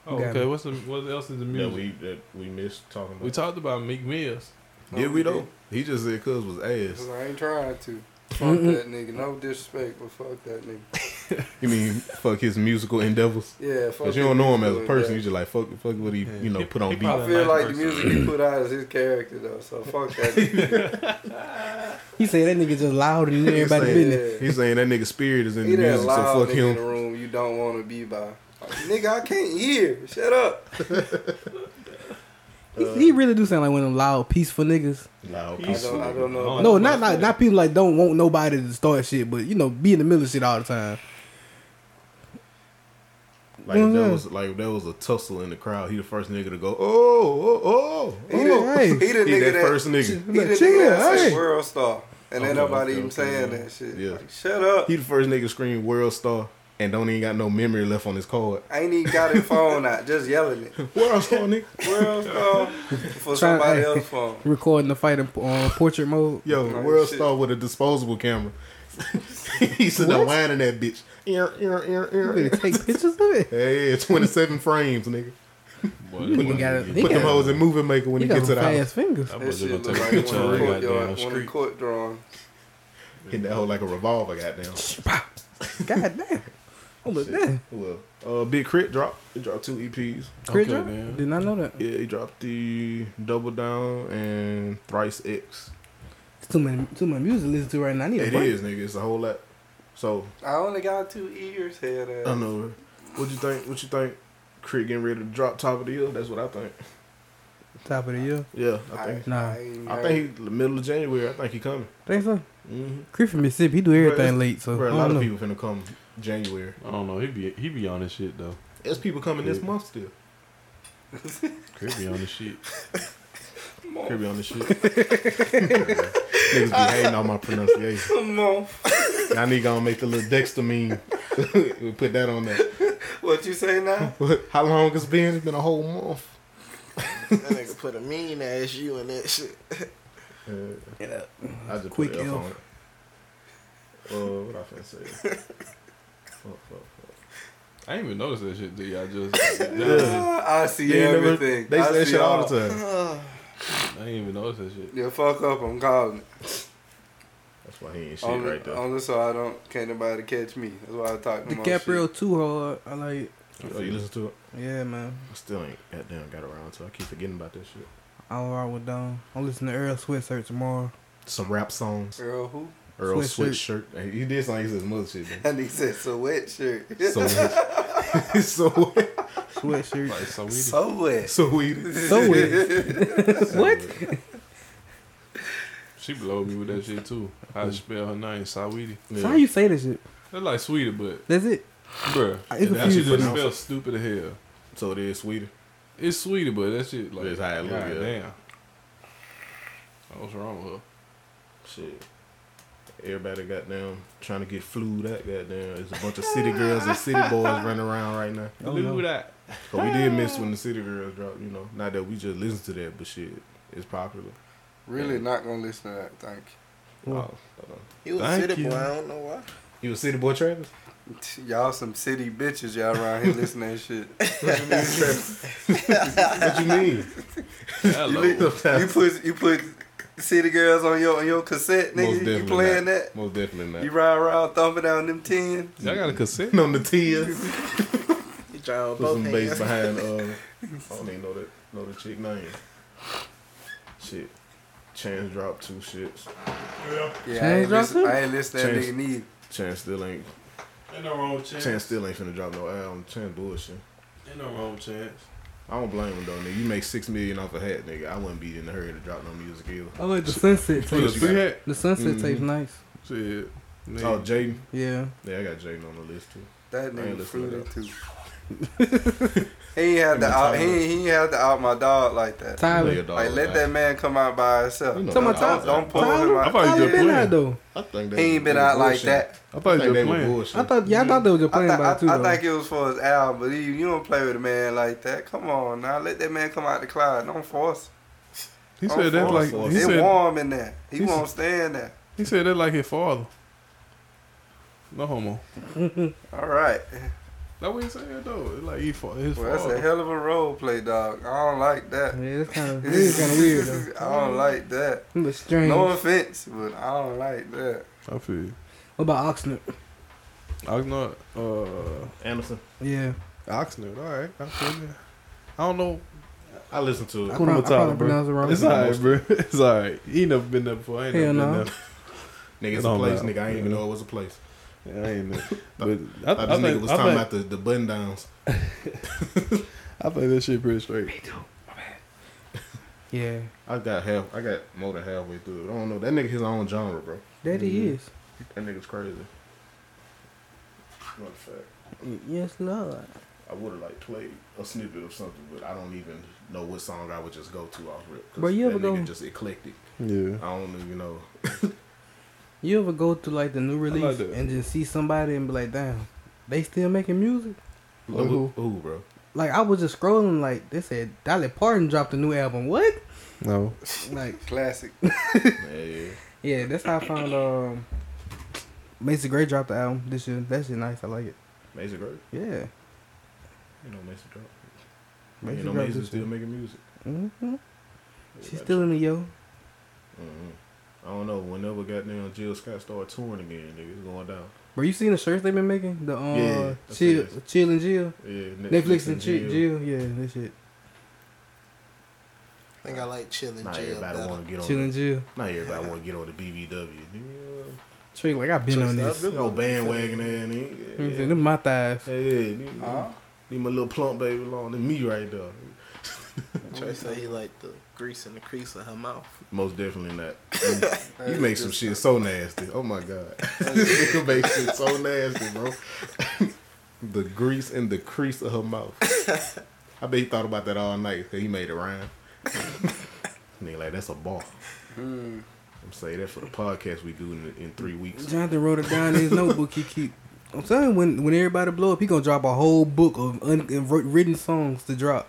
Speaker 3: Oh,
Speaker 5: Got
Speaker 3: okay.
Speaker 5: it.
Speaker 3: What's the what else is the music?
Speaker 4: that we that we missed talking about.
Speaker 3: we, talked about Meek Mills.
Speaker 4: Did we though? He just said cuz was ass.
Speaker 6: Cause I ain't trying to. Fuck that nigga. No disrespect, but fuck that nigga.
Speaker 4: You mean fuck his musical endeavors?
Speaker 6: Yeah, fuck.
Speaker 4: Cause you
Speaker 6: that
Speaker 4: don't know him
Speaker 6: nigga
Speaker 4: as a
Speaker 6: doing
Speaker 4: person. You
Speaker 6: that.
Speaker 4: just like fuck, fuck what he you know put on
Speaker 3: He
Speaker 4: beat.
Speaker 3: probably-
Speaker 6: I feel
Speaker 3: Like
Speaker 6: like the
Speaker 3: person.
Speaker 6: music he put out is his character though, so fuck that. nigga.
Speaker 5: He said that nigga just loud and
Speaker 4: He's
Speaker 5: everybody's
Speaker 4: saying-
Speaker 5: business.
Speaker 6: business.
Speaker 4: He's saying that nigga spirit is in
Speaker 6: He
Speaker 4: the
Speaker 6: that
Speaker 4: music,
Speaker 6: loud
Speaker 4: so fuck
Speaker 6: nigga in the
Speaker 4: him.
Speaker 6: room you don't want to be by. Like, nigga, I can't hear. Shut up.
Speaker 5: He, he really do sound like one of them loud, peaceful niggas.
Speaker 4: Loud
Speaker 6: I don't, I don't
Speaker 4: Oh,
Speaker 6: know.
Speaker 5: No, not like not people like don't want nobody to start shit, but you know, be in the middle of shit all the time.
Speaker 4: Like if
Speaker 3: Mm-hmm.
Speaker 5: Mhm.
Speaker 4: that was like if that was a tussle in the crowd, he the first nigga to go, oh, oh, oh.
Speaker 6: He
Speaker 5: Oh,
Speaker 6: the,
Speaker 5: hey.
Speaker 6: he the
Speaker 4: He
Speaker 6: nigga
Speaker 4: that
Speaker 6: that,
Speaker 4: first nigga.
Speaker 6: He the
Speaker 5: Chill,
Speaker 6: nigga that's
Speaker 5: hey.
Speaker 6: a world star, and then
Speaker 4: Okay, okay,
Speaker 6: nobody even
Speaker 4: okay,
Speaker 6: saying
Speaker 4: yeah.
Speaker 6: that shit.
Speaker 4: Yeah.
Speaker 6: Like, shut up.
Speaker 4: He the first nigga to scream world star and don't even got no memory left on his card.
Speaker 6: I ain't even got his phone out, just yelling it.
Speaker 4: World star nigga.
Speaker 6: World star for
Speaker 5: Trying-
Speaker 6: somebody else's phone.
Speaker 5: Recording the fight in uh, portrait mode.
Speaker 4: Yo,
Speaker 6: Like
Speaker 4: world
Speaker 6: shit.
Speaker 4: star with a disposable camera. he sitting there whining that bitch. Ear, ear, ear,
Speaker 5: You
Speaker 4: ear,
Speaker 5: better
Speaker 4: ear.
Speaker 5: take pictures of it.
Speaker 4: Hey, it's 27 frames, nigga.
Speaker 5: Nigga got a- he
Speaker 4: Put them
Speaker 5: got-
Speaker 4: hoes in movie maker when he
Speaker 5: He got
Speaker 4: gets to
Speaker 5: some
Speaker 4: the house.
Speaker 5: fast fingers.
Speaker 3: I'm
Speaker 6: That
Speaker 3: just
Speaker 6: shit
Speaker 3: gonna
Speaker 6: look
Speaker 3: take a
Speaker 6: like
Speaker 3: picture
Speaker 6: one
Speaker 3: of
Speaker 6: of
Speaker 3: the
Speaker 6: the
Speaker 3: goddamn
Speaker 6: courtyard, one of the
Speaker 3: street.
Speaker 6: court drawing.
Speaker 4: Hitting that hoe like a revolver, goddamn.
Speaker 5: God damn. Oh, look that.
Speaker 4: Well, uh, Big Crit dropped. He dropped two EPs.
Speaker 5: Chris
Speaker 3: Okay,
Speaker 5: Rock?
Speaker 3: man.
Speaker 5: Did not know that.
Speaker 4: Yeah, he dropped the Double Down and Thrice X.
Speaker 5: It's too many, too much music to listen to right now. I need a
Speaker 4: It
Speaker 5: break.
Speaker 4: is, nigga. It's a whole lot. So
Speaker 6: I only got two ears here.
Speaker 4: I don't know. What you think? What you think? Crit getting ready to drop top of the year. That's what I think.
Speaker 5: Top of the year.
Speaker 4: Yeah, I think.
Speaker 5: Nah.
Speaker 6: ain't
Speaker 4: I
Speaker 6: heard.
Speaker 4: think he the middle of January. I think he coming.
Speaker 5: Think so?
Speaker 4: Mm-hmm.
Speaker 5: Chris from Mississippi, he do everything
Speaker 4: it's-
Speaker 5: late, so
Speaker 4: Bro, a
Speaker 5: I
Speaker 4: lot
Speaker 5: don't
Speaker 4: of
Speaker 5: know.
Speaker 4: people finna come January.
Speaker 3: I don't know. He be he be on this shit though.
Speaker 4: There's people coming this
Speaker 3: Yeah.
Speaker 4: month still.
Speaker 3: Could be on this shit.
Speaker 4: Could be on this shit. Niggas be hating on my pronunciation.
Speaker 6: Come on.
Speaker 4: I need gonna make the little Dexter meme. we put that on there.
Speaker 6: What you say now?
Speaker 4: How long it's been? It's been a whole month.
Speaker 7: That nigga put a mean ass you in that shit.
Speaker 4: Uh, I just
Speaker 5: Quick
Speaker 4: put F
Speaker 5: F.
Speaker 4: on it. Uh, what I finna say? fuck, fuck, fuck.
Speaker 3: I ain't even noticed that shit. Did y'all just?
Speaker 6: I see
Speaker 4: They ain't never-
Speaker 6: everything.
Speaker 4: They
Speaker 6: I
Speaker 4: say that
Speaker 6: see
Speaker 4: shit all the time.
Speaker 3: I ain't even noticed that shit.
Speaker 6: Yeah, fuck up. I'm calling. it.
Speaker 4: That's why he ain't shit
Speaker 6: Only,
Speaker 4: right there.
Speaker 6: only so I don't can't nobody catch me. That's why I talk to my
Speaker 5: DiCaprio too hard. I like it.
Speaker 4: oh, you listen to it?
Speaker 5: Yeah, man.
Speaker 4: I still ain't goddamn got around to. it. I keep forgetting about this shit.
Speaker 5: I'll ride with Don. I'll listen to Earl Sweatshirt tomorrow.
Speaker 4: Some rap songs.
Speaker 6: shit. Girl, who?
Speaker 4: Earl Sweatshirt.
Speaker 5: Sweatshirt.
Speaker 4: Hey, He did something. He said mother shit. man.
Speaker 6: And he said sweat shirt.
Speaker 4: So so
Speaker 5: Sweatshirt.
Speaker 3: Like so we
Speaker 6: so wet.
Speaker 4: so weedy.
Speaker 5: so weird. What?
Speaker 3: she blowed me with that shit too. How to spell her name? Saweetie.
Speaker 5: So how you say this shit?
Speaker 3: That's like sweetie, but
Speaker 5: That's it.
Speaker 3: bruh,
Speaker 5: I- It's
Speaker 4: And
Speaker 3: that shit
Speaker 5: confusing.
Speaker 3: just
Speaker 4: pronounced-
Speaker 3: spell stupid as hell.
Speaker 4: So it is sweetie.
Speaker 3: It's sweetie, but that shit like
Speaker 4: It's how it look, yeah.
Speaker 3: goddamn. What's wrong with her?
Speaker 4: Shit. Everybody goddamn trying to get flued out. Goddamn, there's a bunch of city girls and city boys running around right now.
Speaker 5: Oh,
Speaker 3: Look
Speaker 5: no.
Speaker 3: at that.
Speaker 4: But we did miss when the City Girls dropped, you know. Not that we just listen to that, but shit, it's popular.
Speaker 6: Really not gonna listen to that. Thank
Speaker 5: Well,
Speaker 7: He was
Speaker 3: Thank
Speaker 7: city
Speaker 3: you.
Speaker 7: boy. I don't know why.
Speaker 4: Oh. You a City Boy Travis?
Speaker 6: you. Y'all some city bitches. Y'all around here listening to that shit.
Speaker 4: What you mean?
Speaker 3: Hello.
Speaker 6: You put you put city girls on your on your cassette, nigga. You playing
Speaker 4: not.
Speaker 6: that?
Speaker 4: Most definitely not.
Speaker 6: You ride around thumping down them ten.
Speaker 3: Y'all got a cassette?
Speaker 4: Sitting on the tears.
Speaker 7: He drove
Speaker 4: Put
Speaker 7: both
Speaker 4: some bass
Speaker 7: hands.
Speaker 4: behind. Uh, I don't even know that know the chick name. Shit, Chance dropped two shits.
Speaker 6: Yeah, I
Speaker 5: Change
Speaker 6: ain't,
Speaker 5: drop
Speaker 6: listen,
Speaker 5: too?
Speaker 6: I ain't listen to that
Speaker 4: Change.
Speaker 6: nigga need.
Speaker 4: Chance still ain't.
Speaker 3: Ain't no wrong chance.
Speaker 4: Chance still ain't finna drop no album. Chance bullshit.
Speaker 3: Ain't no wrong chance.
Speaker 4: I don't blame him though, nigga. You make six million off a hat, nigga. I wouldn't be in a hurry to drop no music either.
Speaker 5: I like the sunset
Speaker 4: What
Speaker 5: tape.
Speaker 4: you
Speaker 3: See
Speaker 4: got?
Speaker 3: that?
Speaker 5: The sunset
Speaker 4: Mhm.
Speaker 5: tape's nice.
Speaker 3: Shit.
Speaker 4: Oh,
Speaker 3: Nigga.
Speaker 4: Jaden.
Speaker 5: Yeah.
Speaker 4: Yeah, I got Jaden on the list too.
Speaker 6: That
Speaker 4: I ain't
Speaker 6: nigga
Speaker 4: listening to
Speaker 6: fruity too. he ain't had to out. He ain't, he ain't had to out my dog like that.
Speaker 5: Tyler.
Speaker 4: Lay a dog
Speaker 6: Like let
Speaker 4: down.
Speaker 6: that man come out by himself.
Speaker 4: You know
Speaker 5: Tell my
Speaker 4: that
Speaker 5: Tyler-
Speaker 4: dog
Speaker 6: Don't, don't
Speaker 4: down.
Speaker 6: pull him
Speaker 5: Tyler,
Speaker 6: out.
Speaker 3: I thought he
Speaker 5: Tyler
Speaker 3: just
Speaker 5: been
Speaker 3: playing.
Speaker 5: out though.
Speaker 4: I think
Speaker 6: He ain't been out like that.
Speaker 4: I
Speaker 3: thought
Speaker 4: thought
Speaker 3: he
Speaker 4: they
Speaker 3: just
Speaker 4: were
Speaker 3: playing.
Speaker 4: bullshit.
Speaker 5: I thought y'all thought they was just
Speaker 6: I,
Speaker 5: playing
Speaker 6: th- I,
Speaker 5: about it too.
Speaker 6: I
Speaker 5: though.
Speaker 6: think it was for his album, but he, you don't play with a man like that. Come on now, let that man come out the cloud. Don't force.
Speaker 3: He
Speaker 6: Don't
Speaker 3: said that
Speaker 6: force
Speaker 3: like
Speaker 10: Oh,
Speaker 6: him.
Speaker 3: he
Speaker 6: it
Speaker 3: said,
Speaker 6: warm in there. He,
Speaker 3: he said-
Speaker 6: won't stand there.
Speaker 3: he said that like his father. No homo.
Speaker 6: All right,
Speaker 3: That what he said though. It's like he fought his
Speaker 6: Well, that's
Speaker 3: father.
Speaker 6: a hell of a role play, dog. I don't like that.
Speaker 5: Yeah, it's kind of it's kind of weird though. Mm-hmm.
Speaker 6: I don't like that.
Speaker 5: It was strange.
Speaker 6: No offense, but I don't like that.
Speaker 3: I feel. you.
Speaker 5: What about Oxnard?
Speaker 3: Oxnard. Uh,
Speaker 4: Anderson.
Speaker 5: Yeah,
Speaker 3: Oxnard. All right. I feel you. I don't know.
Speaker 4: I listened to it.
Speaker 5: Cool, I, I
Speaker 3: Kumataru,
Speaker 5: probably
Speaker 3: bro.
Speaker 5: pronounced it wrong.
Speaker 3: It's all right, bro. It's all right. He ain't never been there before. I ain't
Speaker 5: Hell
Speaker 3: never
Speaker 5: no.
Speaker 3: been
Speaker 4: Nigga, it's a
Speaker 3: Don't
Speaker 4: place,
Speaker 3: matter.
Speaker 4: nigga. I didn't even know it was a place.
Speaker 3: there. I ain't there. But I,
Speaker 4: I,
Speaker 3: I,
Speaker 4: this nigga
Speaker 3: think,
Speaker 4: was
Speaker 3: I,
Speaker 4: talking
Speaker 3: think,
Speaker 4: about the, the button downs.
Speaker 3: I think that shit pretty straight.
Speaker 5: Yeah,
Speaker 4: I got half. I got more than halfway through it. I don't know. That nigga his own genre, bro.
Speaker 5: that he is.
Speaker 4: That nigga's crazy. Matter of fact,
Speaker 5: Yes, Lord.
Speaker 4: I would have like played a snippet of something, but I don't even know what song I would just go to off rip. 'cause
Speaker 5: Bro, you
Speaker 4: that
Speaker 5: ever
Speaker 4: nigga
Speaker 5: go-
Speaker 4: just eclectic.
Speaker 3: Yeah.
Speaker 4: I don't even know.
Speaker 5: You ever go to like the new
Speaker 3: like
Speaker 5: release
Speaker 3: that.
Speaker 5: and just see somebody and be like, damn, they still making music?
Speaker 3: Like who?
Speaker 4: Ooh, bro.
Speaker 5: Like I was just scrolling, like they said Dolly Parton dropped a new album. What?
Speaker 3: No.
Speaker 5: Like
Speaker 6: Classic.
Speaker 4: Yeah, yeah.
Speaker 5: yeah, that's how I found um Mason Gray dropped the album this year. That shit nice. I like it.
Speaker 4: Mason Gray.
Speaker 5: Yeah.
Speaker 4: You know Mason Gray.
Speaker 5: Mason
Speaker 4: You know
Speaker 5: Gray
Speaker 4: Mason
Speaker 5: this
Speaker 4: still
Speaker 5: year.
Speaker 4: making music.
Speaker 5: Mm-hmm. She's still in the yo.
Speaker 4: hmm I don't know. Whenever goddamn Jill Scott started touring again, nigga, it's going down.
Speaker 5: Bro, you seen the shirts they been making? The um
Speaker 4: Yeah, that's
Speaker 5: chill,
Speaker 4: it.
Speaker 5: chill and Jill,
Speaker 4: Yeah,
Speaker 5: Netflix and Chill, Jill. Yeah, that shit.
Speaker 7: I think I like chilling
Speaker 4: Not
Speaker 7: jail
Speaker 4: everybody
Speaker 7: better.
Speaker 4: want to get on.
Speaker 5: Chill and Jill.
Speaker 4: Not everybody want to get on the BBW. nigga.
Speaker 5: Trey, like I've been on this.
Speaker 4: Big old bandwagon ass nigga.
Speaker 5: You know what I'm saying? Them my thighs.
Speaker 4: Yeah, yeah. Leave, leave my little plump baby alone. That's me right there.
Speaker 7: Trey say he like the grease in the crease of her mouth.
Speaker 4: Most definitely not. You- you make some shit so nasty. Oh my god, this nigga makes shit so nasty, bro. the grease in the crease of her mouth. I bet he thought about that all night. 'cause He made it rhyme. nigga, like that's a bar. I'm saying that for the podcast we do in, in three weeks.
Speaker 5: Jonathan wrote it down in his notebook. He keep. I'm telling you, when when everybody blow up, he gonna drop a whole book of un- and wr- written songs to drop.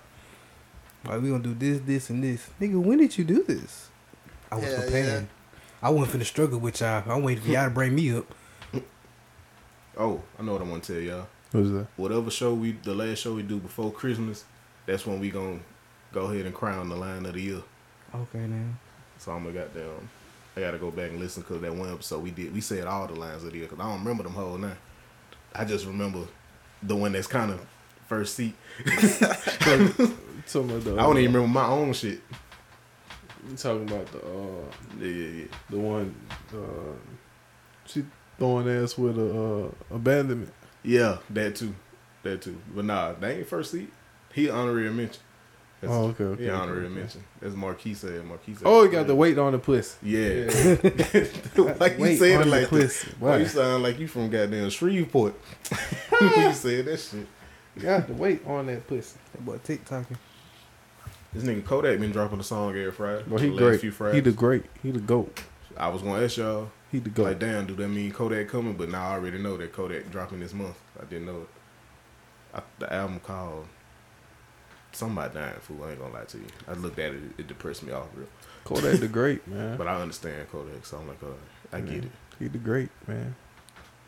Speaker 5: Like we gonna do this, this, and this, nigga. When did you do this? I was
Speaker 7: Yeah,
Speaker 5: preparing.
Speaker 7: yeah.
Speaker 5: I wasn't finna struggle with y'all. I'm waiting for y'all to bring me up.
Speaker 4: Oh, I know what I want to tell y'all.
Speaker 3: What's that?
Speaker 4: Whatever show we, the last show we do before Christmas, that's when we gonna go ahead and crown the line of the year.
Speaker 5: Okay, now.
Speaker 4: So I'm gonna goddamn. I gotta go back and listen because that one episode we did, we said all the lines of the because I don't remember them whole now. I just remember the one that's kind of first seat.
Speaker 3: Talking about the, uh,
Speaker 4: I don't even remember my own shit.
Speaker 3: You talking about the uh,
Speaker 4: Yeah, yeah, yeah.
Speaker 3: the one uh, she throwing ass with a uh, abandonment.
Speaker 4: Yeah, that too, that too. But nah, they ain't first seat. He honorary mention. That's,
Speaker 3: Oh, okay, okay,
Speaker 4: He
Speaker 3: okay,
Speaker 4: honorary
Speaker 3: okay.
Speaker 4: mention. That's Marquis said. Marquis said.
Speaker 3: Oh, he got the weight on the pussy.
Speaker 4: Yeah.
Speaker 3: Yeah.
Speaker 4: like you
Speaker 3: Wait,
Speaker 4: said
Speaker 3: on
Speaker 4: it
Speaker 3: the
Speaker 4: like this.
Speaker 3: pussy.
Speaker 4: Why
Speaker 3: Why?
Speaker 4: Oh, you sound like you from goddamn Shreveport? when you said that shit.
Speaker 3: got the weight on that pussy.
Speaker 5: That boy TikToking.
Speaker 4: This nigga Kodak been dropping a song every Friday.
Speaker 3: But he
Speaker 4: the
Speaker 3: great.
Speaker 4: Last few Fridays.
Speaker 3: He the great. He the goat.
Speaker 4: I was gonna ask y'all,
Speaker 3: He the goat.
Speaker 4: like, damn, do that mean Kodak coming? But now I already know that Kodak dropping this month. I didn't know it. I, the album called Somebody Dying Fool. I ain't gonna lie to you. I looked at it, it depressed me off real.
Speaker 3: Kodak the great man.
Speaker 4: But I understand Kodak, so I'm like, all right, I get it.
Speaker 3: He the great man.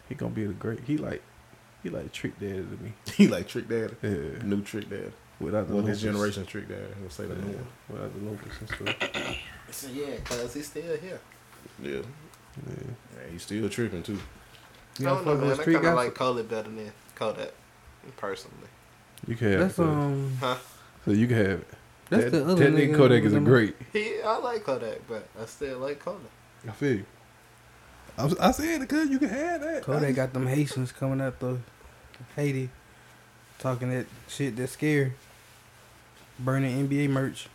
Speaker 3: He gonna be the great. He like he like trick daddy to me.
Speaker 4: he like Trick Daddy,
Speaker 3: Yeah.
Speaker 4: new Trick Daddy.
Speaker 3: Without the
Speaker 4: Well, his
Speaker 3: locals.
Speaker 4: generation Trick Daddy. We'll say the
Speaker 3: Yeah.
Speaker 4: new one.
Speaker 3: Without the locals and stuff.
Speaker 7: So yeah, cause he's still here.
Speaker 4: Yeah.
Speaker 3: Yeah.
Speaker 4: Man, he's still tripping too.
Speaker 5: You
Speaker 7: I
Speaker 5: don't
Speaker 7: don't know,
Speaker 5: fuck with
Speaker 7: man. I
Speaker 5: street
Speaker 7: kind of
Speaker 5: gossip.
Speaker 7: like Kodak better than Kodak, personally.
Speaker 3: You can have
Speaker 5: that's
Speaker 3: it.
Speaker 5: um.
Speaker 7: Huh?
Speaker 3: so you can have it.
Speaker 5: That's
Speaker 3: that,
Speaker 5: the other
Speaker 3: that nigga
Speaker 5: nigga
Speaker 3: Kodak is a
Speaker 5: with the-
Speaker 3: great.
Speaker 7: He, I like Kodak, but I still like Kodak.
Speaker 3: I feel you. I, was, I said it cause you can have that.
Speaker 5: Kodak got them Haitians coming out the Haiti, talking that shit that's scary. Burning NBA merch.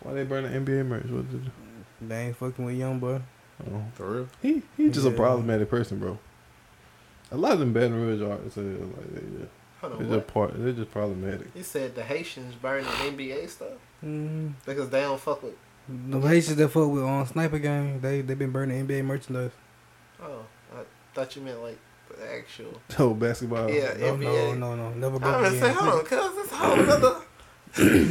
Speaker 3: Why they burn the NBA merch? What did,
Speaker 5: They ain't fucking with young boy.
Speaker 3: oh.
Speaker 4: For real?
Speaker 3: He he just a
Speaker 5: Yeah.
Speaker 3: problematic person, bro. A lot of them Baton Rouge artists, uh, like they just,
Speaker 7: Hold
Speaker 3: they
Speaker 7: on,
Speaker 3: just
Speaker 7: what?
Speaker 3: part, they're just problematic.
Speaker 7: He said the Haitians burning NBA stuff
Speaker 5: Mm.
Speaker 7: because they don't fuck with.
Speaker 5: The Haitians that fuck with on Sniper Gang, they they been burning NBA merchandise.
Speaker 7: Oh, I thought you meant like the actual.
Speaker 3: Oh, basketball.
Speaker 4: Uh,
Speaker 7: yeah,
Speaker 5: No, no,
Speaker 7: NBA.
Speaker 5: no, no, never
Speaker 7: I'm
Speaker 5: broke
Speaker 7: gonna say, hold on,
Speaker 5: again.
Speaker 7: cause it's a whole nother.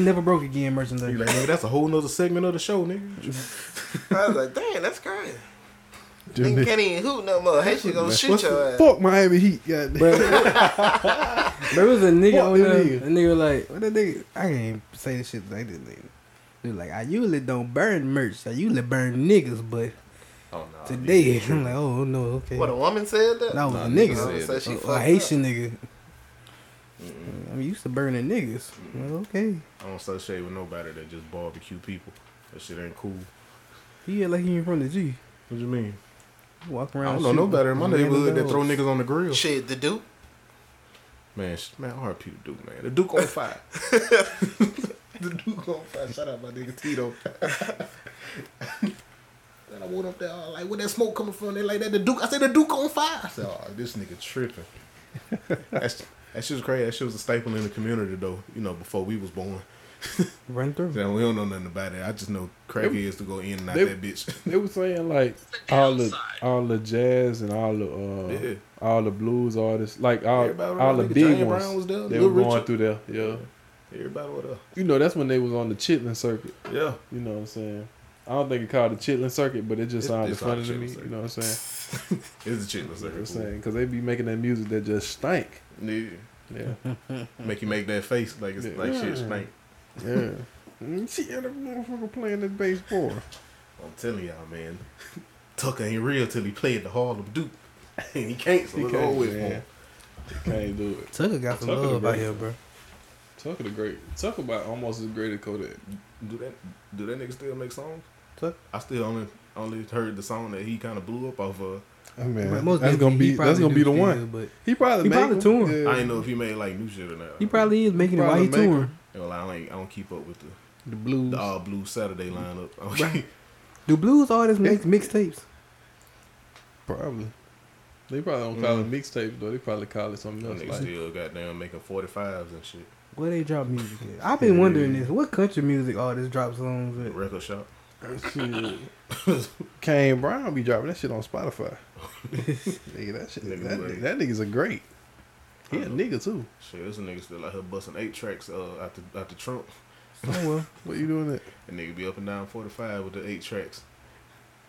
Speaker 5: never broke again merchandise.
Speaker 4: You like, nigga, that's a whole nother segment of the show, nigga.
Speaker 7: I was like, dang, that's crazy. Them niggas can't even hoot no more. Hey, she gonna shoot
Speaker 4: What's
Speaker 7: your
Speaker 4: the
Speaker 7: ass.
Speaker 4: fuck Miami Heat? God damn.
Speaker 5: Bro, there was a nigga
Speaker 4: Fuck
Speaker 5: on
Speaker 4: them
Speaker 5: there.
Speaker 4: niggas.
Speaker 5: A nigga like, what that nigga? I can't even say this shit like this nigga. He was like, "Ah, I usually don't burn merch. I usually burn niggas, but
Speaker 11: Oh no.
Speaker 5: today I'm like, oh no, okay.
Speaker 7: What a woman said that.
Speaker 5: That was
Speaker 11: Nah,
Speaker 5: a
Speaker 11: nigga
Speaker 5: nigga.
Speaker 11: said
Speaker 7: So she
Speaker 5: a, a
Speaker 7: fucked up.
Speaker 5: Haitian nigga. I'm used to burning niggas. Well, okay.
Speaker 4: I don't associate with nobody that just barbecue people. That shit ain't cool.
Speaker 5: He act like he ain't from the G.
Speaker 4: What you mean?
Speaker 5: Walk
Speaker 4: I
Speaker 5: around.
Speaker 4: don't know no
Speaker 5: shooting
Speaker 4: better in my
Speaker 5: random
Speaker 4: neighborhood that
Speaker 5: dogs.
Speaker 4: throw niggas on the grill.
Speaker 7: Shit, the dude.
Speaker 4: Man, sh- man, RP the Duke, man. The Duke on fire. the Duke on fire. Shout out my nigga Tito. Then I went up there, I was like, where that smoke coming from? They like that the Duke. I said the Duke on fire. I said, oh, this nigga tripping. That's, that shit was crazy. That shit was a staple in the community though. You know, before we was born.
Speaker 5: Run through.
Speaker 4: So we don't know nothing about it. I just know crackheads to go in and out
Speaker 10: They-
Speaker 4: that bitch.
Speaker 10: They were saying like all the all the jazz and all the uh,
Speaker 4: Yeah.
Speaker 10: all the blues artists, like all
Speaker 4: Everybody was
Speaker 10: all the
Speaker 4: like,
Speaker 10: big
Speaker 4: James
Speaker 10: ones.
Speaker 4: Brown was there,
Speaker 10: they
Speaker 4: Lil
Speaker 10: were going
Speaker 4: Richard.
Speaker 10: through there. Yeah,
Speaker 4: Everybody what up?
Speaker 10: you know that's when they was on the Chitlin circuit.
Speaker 4: Yeah.
Speaker 10: You know what I'm saying? I don't think it called the Chitlin circuit, but it just
Speaker 4: It-
Speaker 10: sounded
Speaker 4: it's
Speaker 10: funny
Speaker 4: called the
Speaker 10: to me.
Speaker 4: Chitlin circuit.
Speaker 10: You know what I'm saying?
Speaker 4: It's the chick that's
Speaker 10: You know what I'm
Speaker 4: like,
Speaker 10: saying? Because they be making that music that just stank. Yeah,
Speaker 4: Make you make that face like it's
Speaker 10: Yeah.
Speaker 4: like shit stink.
Speaker 10: yeah. Mm, She ended up motherfucker playing this baseball.
Speaker 4: I'm telling y'all, man. Tucker ain't real till he played the Harlem Duke. And he can't, so
Speaker 10: He
Speaker 4: it's
Speaker 10: can't,
Speaker 4: always
Speaker 10: man.
Speaker 4: man.
Speaker 10: Can't do it.
Speaker 5: Tucker got some
Speaker 10: Tucker the
Speaker 5: love out
Speaker 10: great.
Speaker 5: here, bro.
Speaker 10: Tucker the Great. Tucker about almost as great as Kodak.
Speaker 4: Do that do that nigga still make songs?
Speaker 5: Tucker?
Speaker 4: I still only only heard the song that he kinda blew up off of.
Speaker 10: Oh, man,
Speaker 5: Most
Speaker 10: that's
Speaker 5: definitely,
Speaker 10: gonna
Speaker 5: he
Speaker 10: be that's
Speaker 5: probably
Speaker 10: gonna be
Speaker 5: do
Speaker 10: the
Speaker 5: still,
Speaker 10: one.
Speaker 5: But
Speaker 10: He probably
Speaker 5: He
Speaker 10: made
Speaker 5: probably
Speaker 10: them.
Speaker 5: touring.
Speaker 10: Yeah.
Speaker 4: I ain't know if he made like new shit or not.
Speaker 5: he probably is making it while
Speaker 10: Probably
Speaker 5: he
Speaker 10: make
Speaker 5: touring.
Speaker 10: them.
Speaker 4: You know, like, I ain't I don't keep up with the,
Speaker 10: the blues.
Speaker 4: the all blue Saturday lineup. Okay.
Speaker 5: Do blues artists make mixtapes?
Speaker 10: Probably. They probably don't call it mixtapes though. They probably call it something
Speaker 4: Them
Speaker 10: else.
Speaker 4: niggas
Speaker 10: Like,
Speaker 4: still goddamn making forty fives and shit.
Speaker 5: Where they drop music at? I've been wondering this. What country music artists drop songs at?
Speaker 4: Record shop.
Speaker 10: shit. Kane Brown be dropping that shit on Spotify. nigga, Uh-huh. that shit.
Speaker 4: Nigga
Speaker 10: that,
Speaker 4: great.
Speaker 10: that nigga's a great. He
Speaker 4: I
Speaker 10: a
Speaker 4: know.
Speaker 10: nigga too.
Speaker 4: Shit, this nigga still out here busting eight tracks uh out the out the trunk.
Speaker 5: Oh well.
Speaker 10: What you doing that?
Speaker 4: And nigga be up and down forty five with the eight tracks.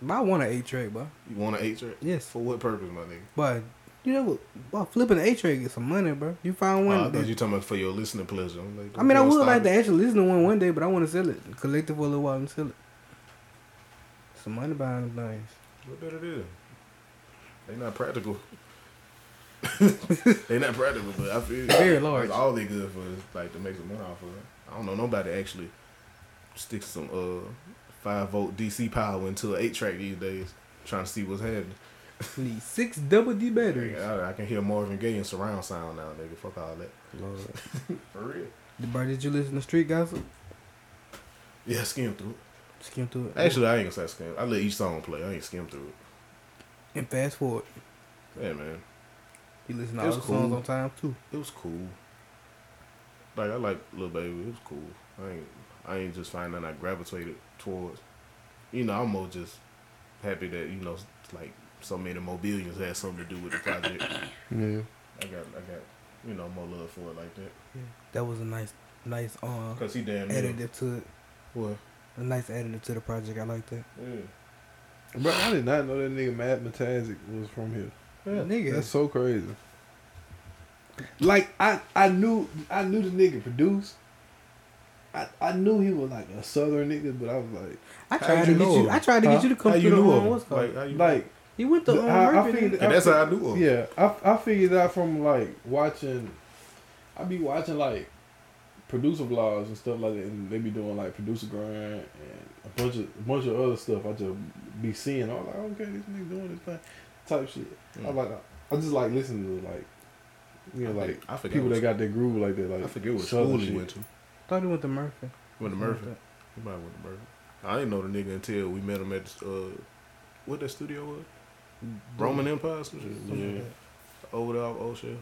Speaker 5: But I want an eight track, bro.
Speaker 4: You want an eight track?
Speaker 5: Yes.
Speaker 4: For what purpose, my nigga?
Speaker 5: But you know what? Well, flipping an eight track get some money, bro. You find one.
Speaker 4: Oh, I thought
Speaker 5: that-
Speaker 4: you talking about for your listening pleasure. I'm like,
Speaker 5: I mean, I
Speaker 4: don't
Speaker 5: would
Speaker 4: stop
Speaker 5: like
Speaker 4: it.
Speaker 5: to actually listen to one one day, but I want to sell it, collect it for a little while, and sell it. Some money behind the things.
Speaker 4: What better do? They not practical. they not practical, but I feel
Speaker 5: Very large.
Speaker 4: That's all they good for is like to make some money off of. I don't know nobody actually sticks some uh five volt DC power into an eight track these days, trying to see what's happening.
Speaker 5: Need six double D batteries.
Speaker 4: I, I can hear Marvin Gaye in surround sound now, nigga. Fuck all that.
Speaker 5: Lord.
Speaker 4: For real.
Speaker 5: Bro, did you listen to Street Gossip?
Speaker 4: Yeah, skim through it.
Speaker 5: Skim through it.
Speaker 4: Actually, I ain't gonna say skim. I let each song play. I ain't skim through
Speaker 5: and fast forward.
Speaker 4: it. Yeah, man.
Speaker 5: You listen to
Speaker 4: It
Speaker 5: all
Speaker 4: was
Speaker 5: the songs
Speaker 4: cool.
Speaker 5: on time too.
Speaker 4: It was cool. Like I like Lil Baby, it was cool. I ain't I ain't just find that I gravitated towards. You know, I'm more just happy that you know, like so many more billions had something to do with the project. I
Speaker 10: Yeah.
Speaker 4: got I got you know more love for it like that
Speaker 5: That was a nice, nice uh,
Speaker 4: because he damn near
Speaker 5: additive to it.
Speaker 4: what
Speaker 5: A nice additive to the project. I like that.
Speaker 4: yeah.
Speaker 10: Bro, I did not know that nigga Matt Metazic was from here.
Speaker 5: Nigga,
Speaker 10: That's so crazy. Like I, I knew I knew the nigga produced. I, I knew he was like a southern nigga, but I was like,
Speaker 5: I
Speaker 4: How'd
Speaker 5: tried to
Speaker 4: you
Speaker 5: get
Speaker 4: know
Speaker 5: you.
Speaker 4: him?
Speaker 5: I tried to
Speaker 10: Huh?
Speaker 5: get you to come
Speaker 4: How you
Speaker 5: through the
Speaker 4: knew
Speaker 5: room.
Speaker 4: him?
Speaker 5: What's it
Speaker 4: Like
Speaker 5: called?
Speaker 4: how you
Speaker 10: like
Speaker 5: You went to
Speaker 10: The-
Speaker 5: um,
Speaker 10: I- I
Speaker 5: Riverdale.
Speaker 10: figured-
Speaker 4: and that's how I knew him.
Speaker 10: Yeah, I I figured out from like watching. I be watching like producer vlogs and stuff like that, and they be doing like producer grind and a bunch of a bunch of other stuff. I just be seeing. I was like, okay, this nigga doing this thing, type shit.
Speaker 4: Mm.
Speaker 10: I like. I just like listening to like, you know,
Speaker 4: I
Speaker 10: like
Speaker 4: think- I forget
Speaker 10: people
Speaker 4: what
Speaker 10: that
Speaker 4: school-
Speaker 10: got their groove like that. Like
Speaker 4: I forget what
Speaker 10: southern
Speaker 4: school he
Speaker 10: shit.
Speaker 4: went to.
Speaker 5: thought you went to Murphy.
Speaker 4: Went to Murphy. He might went to Murphy. I didn't know the nigga until we met him at uh, what that studio was. Roman Empire, or some shit.
Speaker 10: Yeah.
Speaker 4: over there off O'Shea.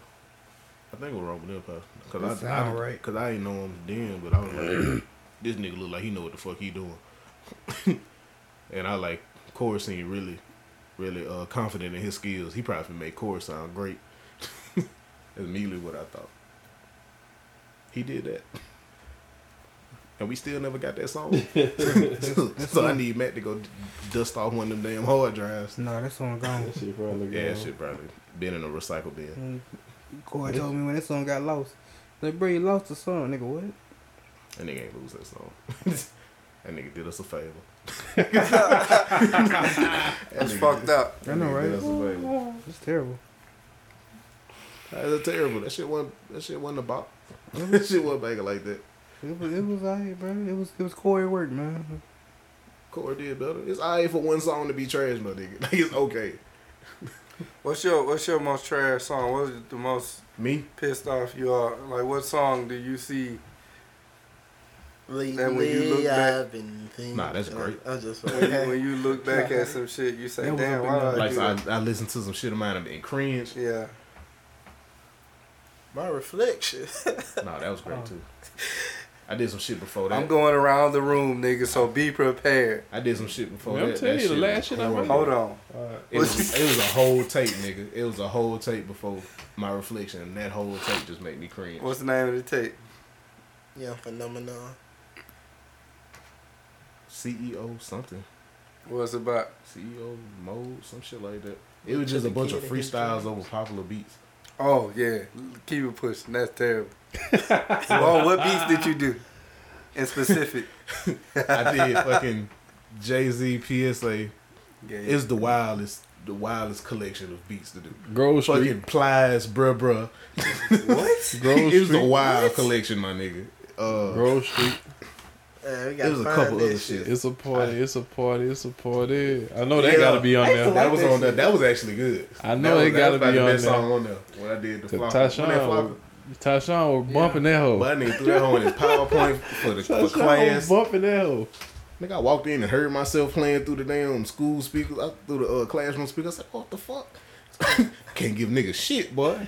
Speaker 4: I think it was Roman Empire. Cause
Speaker 5: That
Speaker 4: I,
Speaker 5: sound
Speaker 4: I,
Speaker 5: right.
Speaker 4: Cause I ain't know him then, but I was like, this nigga look like he know what the fuck he doing. and I like Corey seemed really, really uh, confident in his skills. He probably made Corey sound great. That's immediately what I thought. He did that. and we still never got that song. so I need Matt to go d- dust off one of them damn hard drives.
Speaker 5: Nah, that song gone.
Speaker 3: That shit probably
Speaker 4: Yeah,
Speaker 3: gone.
Speaker 4: that shit probably been in a recycle bin.
Speaker 5: Mm, Corey told me when that song got lost. Like, bro, you lost the song, nigga. What?
Speaker 4: That nigga ain't lose that song. that nigga did us a favor.
Speaker 6: That's fucked up.
Speaker 5: I know, right?
Speaker 4: That's, amazing.
Speaker 5: It's terrible.
Speaker 4: That's terrible. That shit wasn't. That shit wasn't a bop. that shit wasn't banging like that.
Speaker 5: It was, it was alright, bro. It was, it was Corey work, man.
Speaker 4: Corey did better. It's alright for one song to be trash, my nigga. Like it's okay.
Speaker 6: What's your What's your most trash song? What's the most
Speaker 4: Me,
Speaker 6: pissed off you are? Like, what song do you see?
Speaker 7: Lately,
Speaker 6: And when you look
Speaker 7: I've been thinking.
Speaker 4: Nah, that's great.
Speaker 7: I, I just
Speaker 6: When you,
Speaker 7: okay.
Speaker 6: when you look back at some shit, you say,
Speaker 5: That was
Speaker 6: "Damn,
Speaker 5: up in
Speaker 6: why
Speaker 5: there.
Speaker 6: did I
Speaker 4: like
Speaker 6: do
Speaker 4: so I,
Speaker 6: that?"
Speaker 4: I listened to some shit of mine and cringe.
Speaker 6: Yeah,
Speaker 7: my reflection.
Speaker 4: No, that was great too. I did some shit before that.
Speaker 6: I'm going around the room, nigga. So be prepared.
Speaker 4: I did some shit before
Speaker 3: Man, I'm
Speaker 4: that.
Speaker 3: telling
Speaker 4: That
Speaker 3: you, the
Speaker 4: shit
Speaker 3: last
Speaker 4: was
Speaker 3: shit I
Speaker 4: horrible.
Speaker 6: Hold on.
Speaker 4: It was, it was a whole tape, nigga. It was a whole tape before my reflection, and that whole tape just made me cringe.
Speaker 6: What's the name of the tape?
Speaker 7: yeah, phenomenon.
Speaker 4: CEO E something,
Speaker 6: What's it about?
Speaker 4: CEO mode, some shit like that. It was just a bunch of freestyles over popular beats.
Speaker 6: Oh yeah, keep it pushing. That's terrible. oh, what beats did you do? In specific.
Speaker 4: I did fucking Jay Z, PSA.
Speaker 6: Yeah, yeah.
Speaker 4: It's the wildest, the wildest collection of beats to do.
Speaker 3: Grove Street.
Speaker 4: Fucking plies, bruh, bruh.
Speaker 6: what?
Speaker 3: Grove
Speaker 4: it was a
Speaker 3: Street.
Speaker 4: wild collection, my nigga. Uh,
Speaker 3: Grove Street.
Speaker 7: Uh, we
Speaker 4: it was a couple other shit. Oh,
Speaker 3: It's a party. It's a party. It's a party. I know that
Speaker 4: Yeah.
Speaker 3: got to be on
Speaker 7: I used to
Speaker 3: there.
Speaker 7: like-
Speaker 4: That was on there. That was actually good.
Speaker 3: I know
Speaker 4: that
Speaker 3: it
Speaker 4: was- that
Speaker 3: gotta
Speaker 4: was about
Speaker 3: be
Speaker 4: the
Speaker 3: on
Speaker 4: best
Speaker 3: there.
Speaker 4: song on there. When I did the flop, when
Speaker 3: 'Cause
Speaker 4: that
Speaker 3: Tyshawn,
Speaker 4: flop,
Speaker 3: was- Tyshawn was bumping that hoe.
Speaker 4: but I nigga threw that hoe in his PowerPoint for the for
Speaker 3: Tyshawn was
Speaker 4: class.
Speaker 3: bumping that hoe.
Speaker 4: Nigga, I walked in and heard myself playing through the damn school speakers, I, through the uh, classroom speakers. I said, "What the fuck? Can't give niggas shit, boy."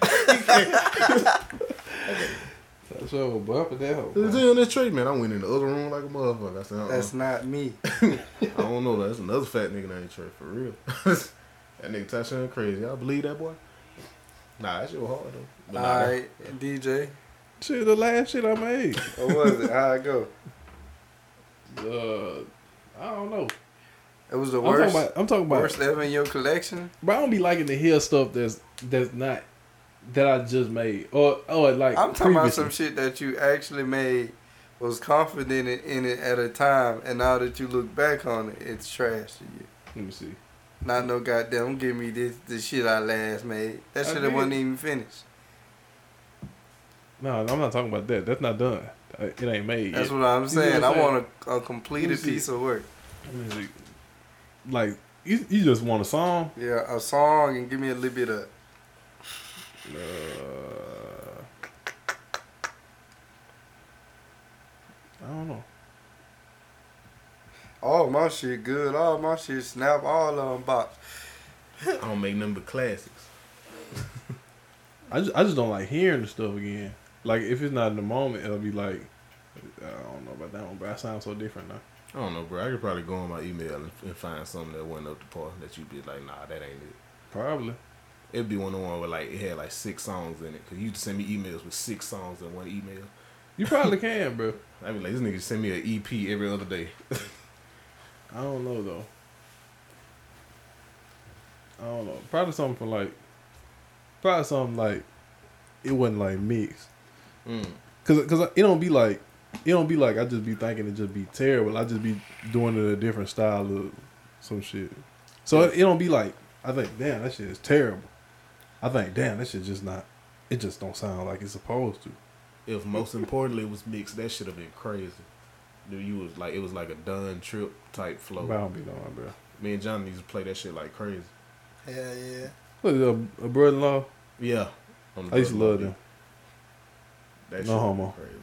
Speaker 3: Tyshawn was bumping that hoe.
Speaker 4: It was
Speaker 3: man.
Speaker 4: in this tree, man. I went in the other room like a motherfucker. I said, uh-uh.
Speaker 6: That's not me.
Speaker 4: I don't know. That's another fat nigga named Trey for real. that nigga Tyshawn crazy. Y'all believe that boy? Nah, that shit was hard though. But nah,
Speaker 6: All
Speaker 4: that-
Speaker 6: right, DJ.
Speaker 3: Shit, the last shit I made.
Speaker 6: What was it? How it go?
Speaker 3: Uh, I don't know.
Speaker 6: It was the
Speaker 3: I'm talking
Speaker 6: worst.
Speaker 3: about. I'm talking about.
Speaker 6: worst ever in your collection.
Speaker 3: But I don't be liking to hear stuff that's that's not that I just made or or like.
Speaker 6: I'm talking about
Speaker 3: previously.
Speaker 6: some shit that you actually made, was confident in, in it at a time, and now that you look back on it, it's trash to you.
Speaker 3: Let me see.
Speaker 6: Not no goddamn give me this the shit I last made. That
Speaker 3: I
Speaker 6: shit
Speaker 3: did.
Speaker 6: wasn't even finished.
Speaker 3: No, I'm not talking about that. That's not done. Uh, It ain't made.
Speaker 6: That's
Speaker 3: yet.
Speaker 6: what I'm
Speaker 3: see what
Speaker 6: saying.
Speaker 3: I'm
Speaker 6: I
Speaker 3: saying?
Speaker 6: want a, a completed
Speaker 3: Let me see.
Speaker 6: piece of work.
Speaker 3: Let me see. Like you, you just want a song.
Speaker 6: Yeah, a song and give me a little bit of.
Speaker 3: Uh, I don't know.
Speaker 6: All my shit good. All my shit snap. All of them box.
Speaker 4: I don't make nothing but classics.
Speaker 3: I just, I just don't like hearing the stuff again. Like if it's not in the moment, it'll be like I don't know about that one, but I sound so different now.
Speaker 4: I don't know, bro. I could probably go on my email and, and find something that wasn't up to par that you'd be like, nah, that ain't it.
Speaker 3: Probably.
Speaker 4: It'd be one of the one where like it had like six songs in it because you send me emails with six songs in one email.
Speaker 3: You probably can, bro.
Speaker 4: I'd be like, this nigga send me an EP every other day.
Speaker 3: I don't know though. I don't know. Probably something for like, probably something like, it wasn't like mixed.
Speaker 4: Mm.
Speaker 3: Cause, cause it don't be like, it don't be like I just be thinking it just be terrible. I just be doing it a different style of some shit. So it, it don't be like I think damn that shit is terrible. I think damn that shit just not. It just don't sound like it's supposed to.
Speaker 4: If most importantly it was mixed, that should have been crazy. Dude, you was like it was like a done trip type flow.
Speaker 3: But I don't be knowing, bro.
Speaker 4: Me and John used to play that shit like crazy.
Speaker 7: Hell yeah.
Speaker 3: Look, a, a brother-in-law.
Speaker 4: Yeah. On the
Speaker 3: I used to
Speaker 4: Brother Love
Speaker 3: love them.
Speaker 4: That
Speaker 3: No homo.
Speaker 4: Crazy.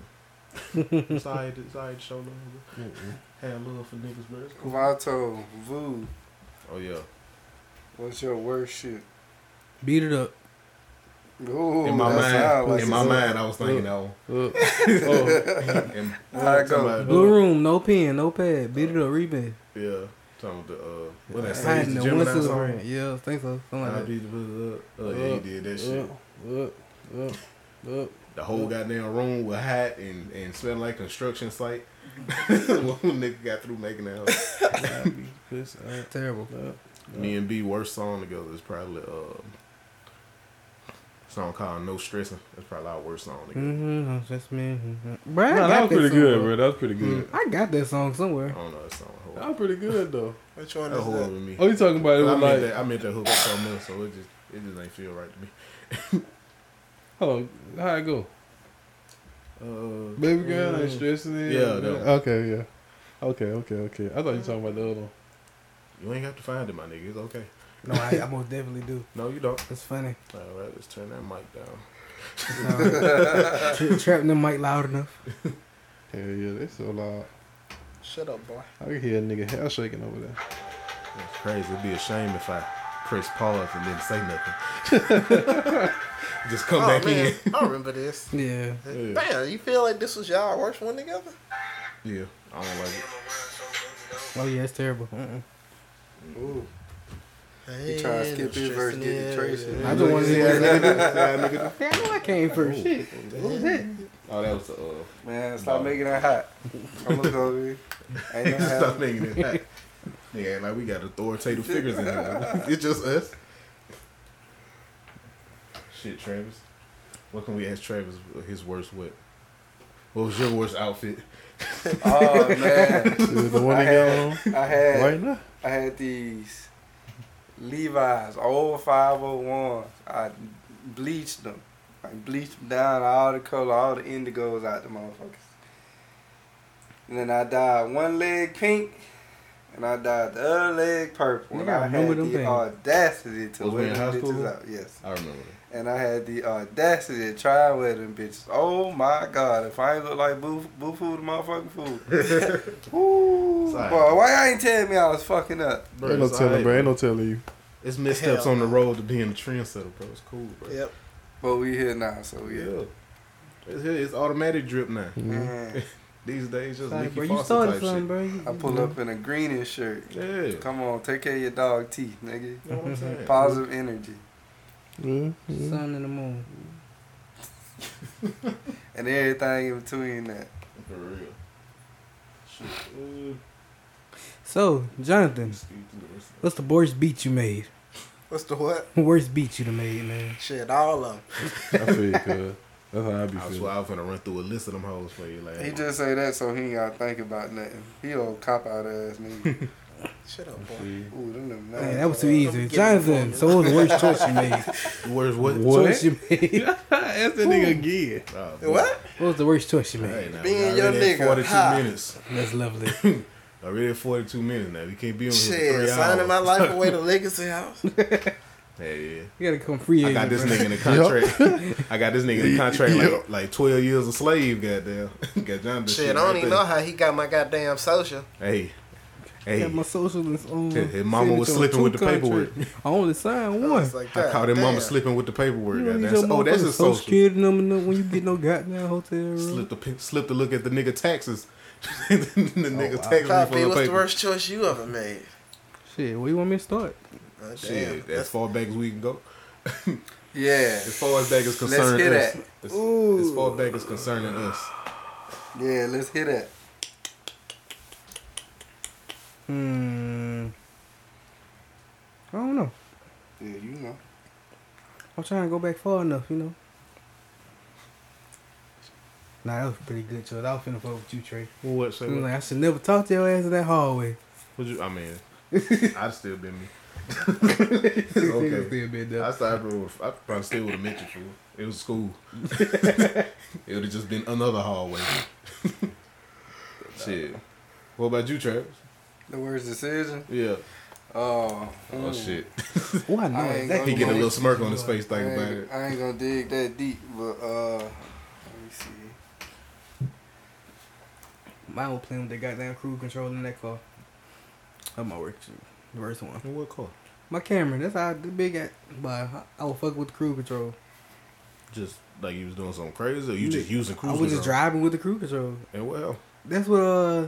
Speaker 4: it's alright, it's alright to show love. bro. Have love for niggas, bro. It's cool.
Speaker 6: Vato, Voo,
Speaker 4: Oh yeah.
Speaker 6: what's your worst shit?
Speaker 5: Beat it up.
Speaker 6: Ooh,
Speaker 4: in my
Speaker 6: that sound
Speaker 4: mind,
Speaker 6: like
Speaker 4: in my
Speaker 6: it's-
Speaker 4: mind, I was thinking that one.
Speaker 3: Look. Oh,
Speaker 4: And,
Speaker 6: Alright, go.
Speaker 4: talking about,
Speaker 5: Blue
Speaker 4: uh,
Speaker 5: room, no pen, no pad. Beat it up, rebound.
Speaker 4: Yeah, talking about the uh, what that
Speaker 5: I
Speaker 4: song,
Speaker 5: had
Speaker 4: the
Speaker 5: no
Speaker 4: Gemini
Speaker 5: whistle
Speaker 4: song.
Speaker 5: around. Yeah, I think so. Something
Speaker 4: I
Speaker 5: like that.
Speaker 4: beat the buzzer up. Oh yeah, he did that shit.
Speaker 3: Up, up, up, up.
Speaker 4: The whole goddamn room was hot and, and smelled like construction site.
Speaker 3: Mm-hmm.
Speaker 4: One nigga got through making out.
Speaker 5: It's uh, terrible.
Speaker 4: Me and B worst song together is probably uh song called No Stressing. That's probably our worst song together.
Speaker 5: Mm-hmm, that's me. Bro, I
Speaker 3: Nah,
Speaker 5: got
Speaker 3: that was pretty
Speaker 5: somewhere.
Speaker 3: good, bro. That was pretty good.
Speaker 5: I got that song somewhere.
Speaker 3: Mm-hmm.
Speaker 4: I don't know that song. Hold
Speaker 3: That
Speaker 4: on.
Speaker 3: was pretty good though.
Speaker 2: Which one
Speaker 4: That
Speaker 2: is
Speaker 4: hold
Speaker 2: that?
Speaker 4: over me.
Speaker 3: Oh, you talking about it
Speaker 4: But I meant
Speaker 3: was like
Speaker 4: that I meant that hook up so much, so it just it just ain't feel right to me.
Speaker 3: Hold on, how it go?
Speaker 4: Uh,
Speaker 3: Baby girl ain't stressing it.
Speaker 4: Yeah, that one.
Speaker 3: Okay, Mm. yeah. Okay, okay, okay. I thought you were talking about the other one.
Speaker 4: you ain't got to find it, my nigga. It's okay.
Speaker 5: No, I, I most definitely do.
Speaker 4: No, you don't.
Speaker 5: It's funny.
Speaker 4: All right, let's turn that mic down.
Speaker 5: Uh, tra- trapping them mic loud enough.
Speaker 3: Hell yeah, they so loud.
Speaker 2: Shut up, boy.
Speaker 3: I can hear a nigga hair shaking over there.
Speaker 4: That's crazy. It'd be a shame if I press pause and didn't say nothing. just come
Speaker 2: Oh,
Speaker 4: back
Speaker 2: man. I remember this.
Speaker 5: Yeah.
Speaker 4: in. Yeah.
Speaker 2: Man, you feel like this was y'all worst one together?
Speaker 4: yeah, I don't like it.
Speaker 5: Oh yeah, it's terrible. Mm-mm.
Speaker 6: Ooh.
Speaker 2: Hey,
Speaker 6: trying to skip his verse, get the Tracy.
Speaker 5: I just want to
Speaker 4: See how
Speaker 5: hear.
Speaker 4: nigga do? See how nigga
Speaker 5: Yeah, I know I came first. Shit.
Speaker 4: do? Oh, that was the. Uh,
Speaker 6: Man, stop making it hot. I'm gonna go over here. Ain't no
Speaker 4: Stop
Speaker 6: happening.
Speaker 4: making it that. Yeah, like we got authoritative figures in here. It's just us. Shit, Travis. What can we ask Travis his worst what? What was your worst outfit?
Speaker 6: Oh man,
Speaker 3: the one
Speaker 6: I
Speaker 3: they got
Speaker 6: had, I
Speaker 3: on
Speaker 6: had,
Speaker 3: right now.
Speaker 6: I had these Levi's old 501s. I bleached them. I bleached them down all the color, all the indigos out the motherfuckers. And then I dyed one leg pink, and I dyed the other leg purple. And
Speaker 5: Nigga, I
Speaker 6: I
Speaker 5: remember
Speaker 6: had
Speaker 5: them
Speaker 6: the
Speaker 5: things.
Speaker 6: audacity to
Speaker 4: Was we
Speaker 6: wear
Speaker 4: in
Speaker 6: them
Speaker 4: high school?
Speaker 6: bitches out. Yes.
Speaker 4: I remember that.
Speaker 6: And I had the audacity to try with them bitches. Oh my god, if I ain't look like boo boo food the motherfucking food. Ooh,
Speaker 4: Sorry.
Speaker 6: boy, why y'all ain't telling me I was fucking up?
Speaker 4: Bro,
Speaker 3: ain't no
Speaker 4: it's
Speaker 3: telling,
Speaker 4: alright,
Speaker 3: bro. Ain't no telling you.
Speaker 4: It's missteps
Speaker 2: Hell
Speaker 4: on the road to being a trendsetter, bro. It's cool, bro.
Speaker 2: Yep.
Speaker 6: But we here now, so yeah.
Speaker 4: It's, here, it's automatic drip now.
Speaker 5: Mm-hmm.
Speaker 6: Man,
Speaker 4: These days, just
Speaker 5: Sorry,
Speaker 4: leaky
Speaker 5: bro, you
Speaker 4: faucet
Speaker 5: started
Speaker 4: type
Speaker 5: something, bro. You-
Speaker 6: I pull up in a greenish shirt.
Speaker 4: shit. Yeah. You
Speaker 6: Come on, take care of your dog teeth, nigga.
Speaker 4: know what I'm saying?
Speaker 6: Positive energy.
Speaker 3: Yeah, yeah.
Speaker 5: Sun and the moon.
Speaker 6: And everything in between that.
Speaker 4: For real. Shit. Uh,
Speaker 5: So, Jonathan, what's the worst beat you made?
Speaker 2: What's the what?
Speaker 5: Worst beat you done made, man.
Speaker 2: Shit, all of them.
Speaker 3: I feel you, cuz. That's how I be
Speaker 4: I was,
Speaker 3: feeling.
Speaker 4: I was gonna run through a list of them hoes for you, like
Speaker 6: He just say that so he ain't gotta think about nothing. He old cop out ass nigga.
Speaker 2: Shut up, boy.
Speaker 3: Shit.
Speaker 6: Ooh, them them
Speaker 4: Uh,
Speaker 5: Man,
Speaker 6: nice.
Speaker 5: that was too
Speaker 2: Let me
Speaker 5: easy.
Speaker 2: get it
Speaker 5: Jonathan,
Speaker 2: for
Speaker 5: so what was the worst choice you made?
Speaker 4: Where's what?
Speaker 3: What?
Speaker 5: Choice you made.
Speaker 3: Ask that nigga again.
Speaker 4: Oh,
Speaker 2: What?
Speaker 5: What was the worst choice you
Speaker 4: Hey,
Speaker 5: made?
Speaker 4: now,
Speaker 2: Being
Speaker 4: we
Speaker 2: your
Speaker 4: already at
Speaker 2: nigga,
Speaker 4: 42
Speaker 2: ha.
Speaker 4: minutes.
Speaker 5: That's lovely.
Speaker 4: Already at 42 minutes now. We can't be on here for three
Speaker 2: Shit, signing
Speaker 4: hours.
Speaker 2: my life away to Legacy House.
Speaker 4: Yeah, yeah.
Speaker 5: You gotta come free
Speaker 4: I
Speaker 5: agent.
Speaker 4: got this
Speaker 5: bro.
Speaker 4: nigga in the contract. I got this nigga in the contract like, like 12 years a slave, goddamn. got John this
Speaker 2: Shit, I
Speaker 4: right
Speaker 2: don't even
Speaker 4: there.
Speaker 2: know how he got my goddamn social.
Speaker 4: Hey.
Speaker 5: Yeah,
Speaker 4: Hey.
Speaker 5: my um, socialist on.
Speaker 4: His- his mama was slipping with the paperwork.
Speaker 5: I only signed one.
Speaker 2: It's like,
Speaker 4: I
Speaker 2: God
Speaker 4: caught him mama
Speaker 2: damn.
Speaker 4: slipping with the paperwork.
Speaker 5: You don't need
Speaker 4: goddamn.
Speaker 5: your
Speaker 4: Oh, that's
Speaker 5: motherfucking
Speaker 4: his
Speaker 5: social
Speaker 4: social.
Speaker 5: security number no- when you get no goddamn hotel room.
Speaker 4: Slipped the pi- slipped the look at the nigga taxes. the nigga tax
Speaker 2: Top B,
Speaker 4: refund
Speaker 2: what's the
Speaker 4: paper.
Speaker 2: worst choice you ever made?
Speaker 5: Shit, where you want me to start?
Speaker 2: Oh, damn.
Speaker 4: Shit, as
Speaker 2: That's
Speaker 4: far back as we can go.
Speaker 6: Yeah.
Speaker 4: As far as back is concerned,
Speaker 6: hear
Speaker 4: us,
Speaker 6: that.
Speaker 4: As, as far back as concerning us,
Speaker 6: Yeah, let's hit that.
Speaker 5: Hmm. I don't know.
Speaker 6: Yeah, you know.
Speaker 5: I'm trying to go back far enough, you know. Nah, that was pretty good, choice. I was finna fuck with you, Trey.
Speaker 4: what? Say
Speaker 5: I'm like, I should never talk to your ass in that hallway.
Speaker 4: Would you? I mean, I'd still been me.
Speaker 5: Niggas
Speaker 4: okay.
Speaker 5: still been
Speaker 4: I
Speaker 5: there.
Speaker 4: probably, I probably still would have met you fool. It was school. it would have just been another hallway. Shit. What about you, Travis?
Speaker 6: The worst decision.
Speaker 4: Yeah.
Speaker 6: Oh,
Speaker 4: Oh
Speaker 6: mm.
Speaker 4: shit.
Speaker 5: Oh, I know
Speaker 6: I ain't
Speaker 5: exactly.
Speaker 4: He
Speaker 5: what
Speaker 4: get a little
Speaker 5: it-
Speaker 4: smirk on his face
Speaker 6: I
Speaker 4: thinking about it.
Speaker 6: ain't, I ain't gonna dig that deep, but uh, let me see.
Speaker 5: Mine was playing with the goddamn crew controlling that car. That might work too. The first one.
Speaker 4: And what car?
Speaker 5: My camera, that's how the big at. But I, I will fuck with the crew control.
Speaker 4: Just like you was doing something crazy, or you just using cruise
Speaker 5: I was just
Speaker 4: control?
Speaker 5: driving with the crew control.
Speaker 4: And well,
Speaker 5: That's what uh,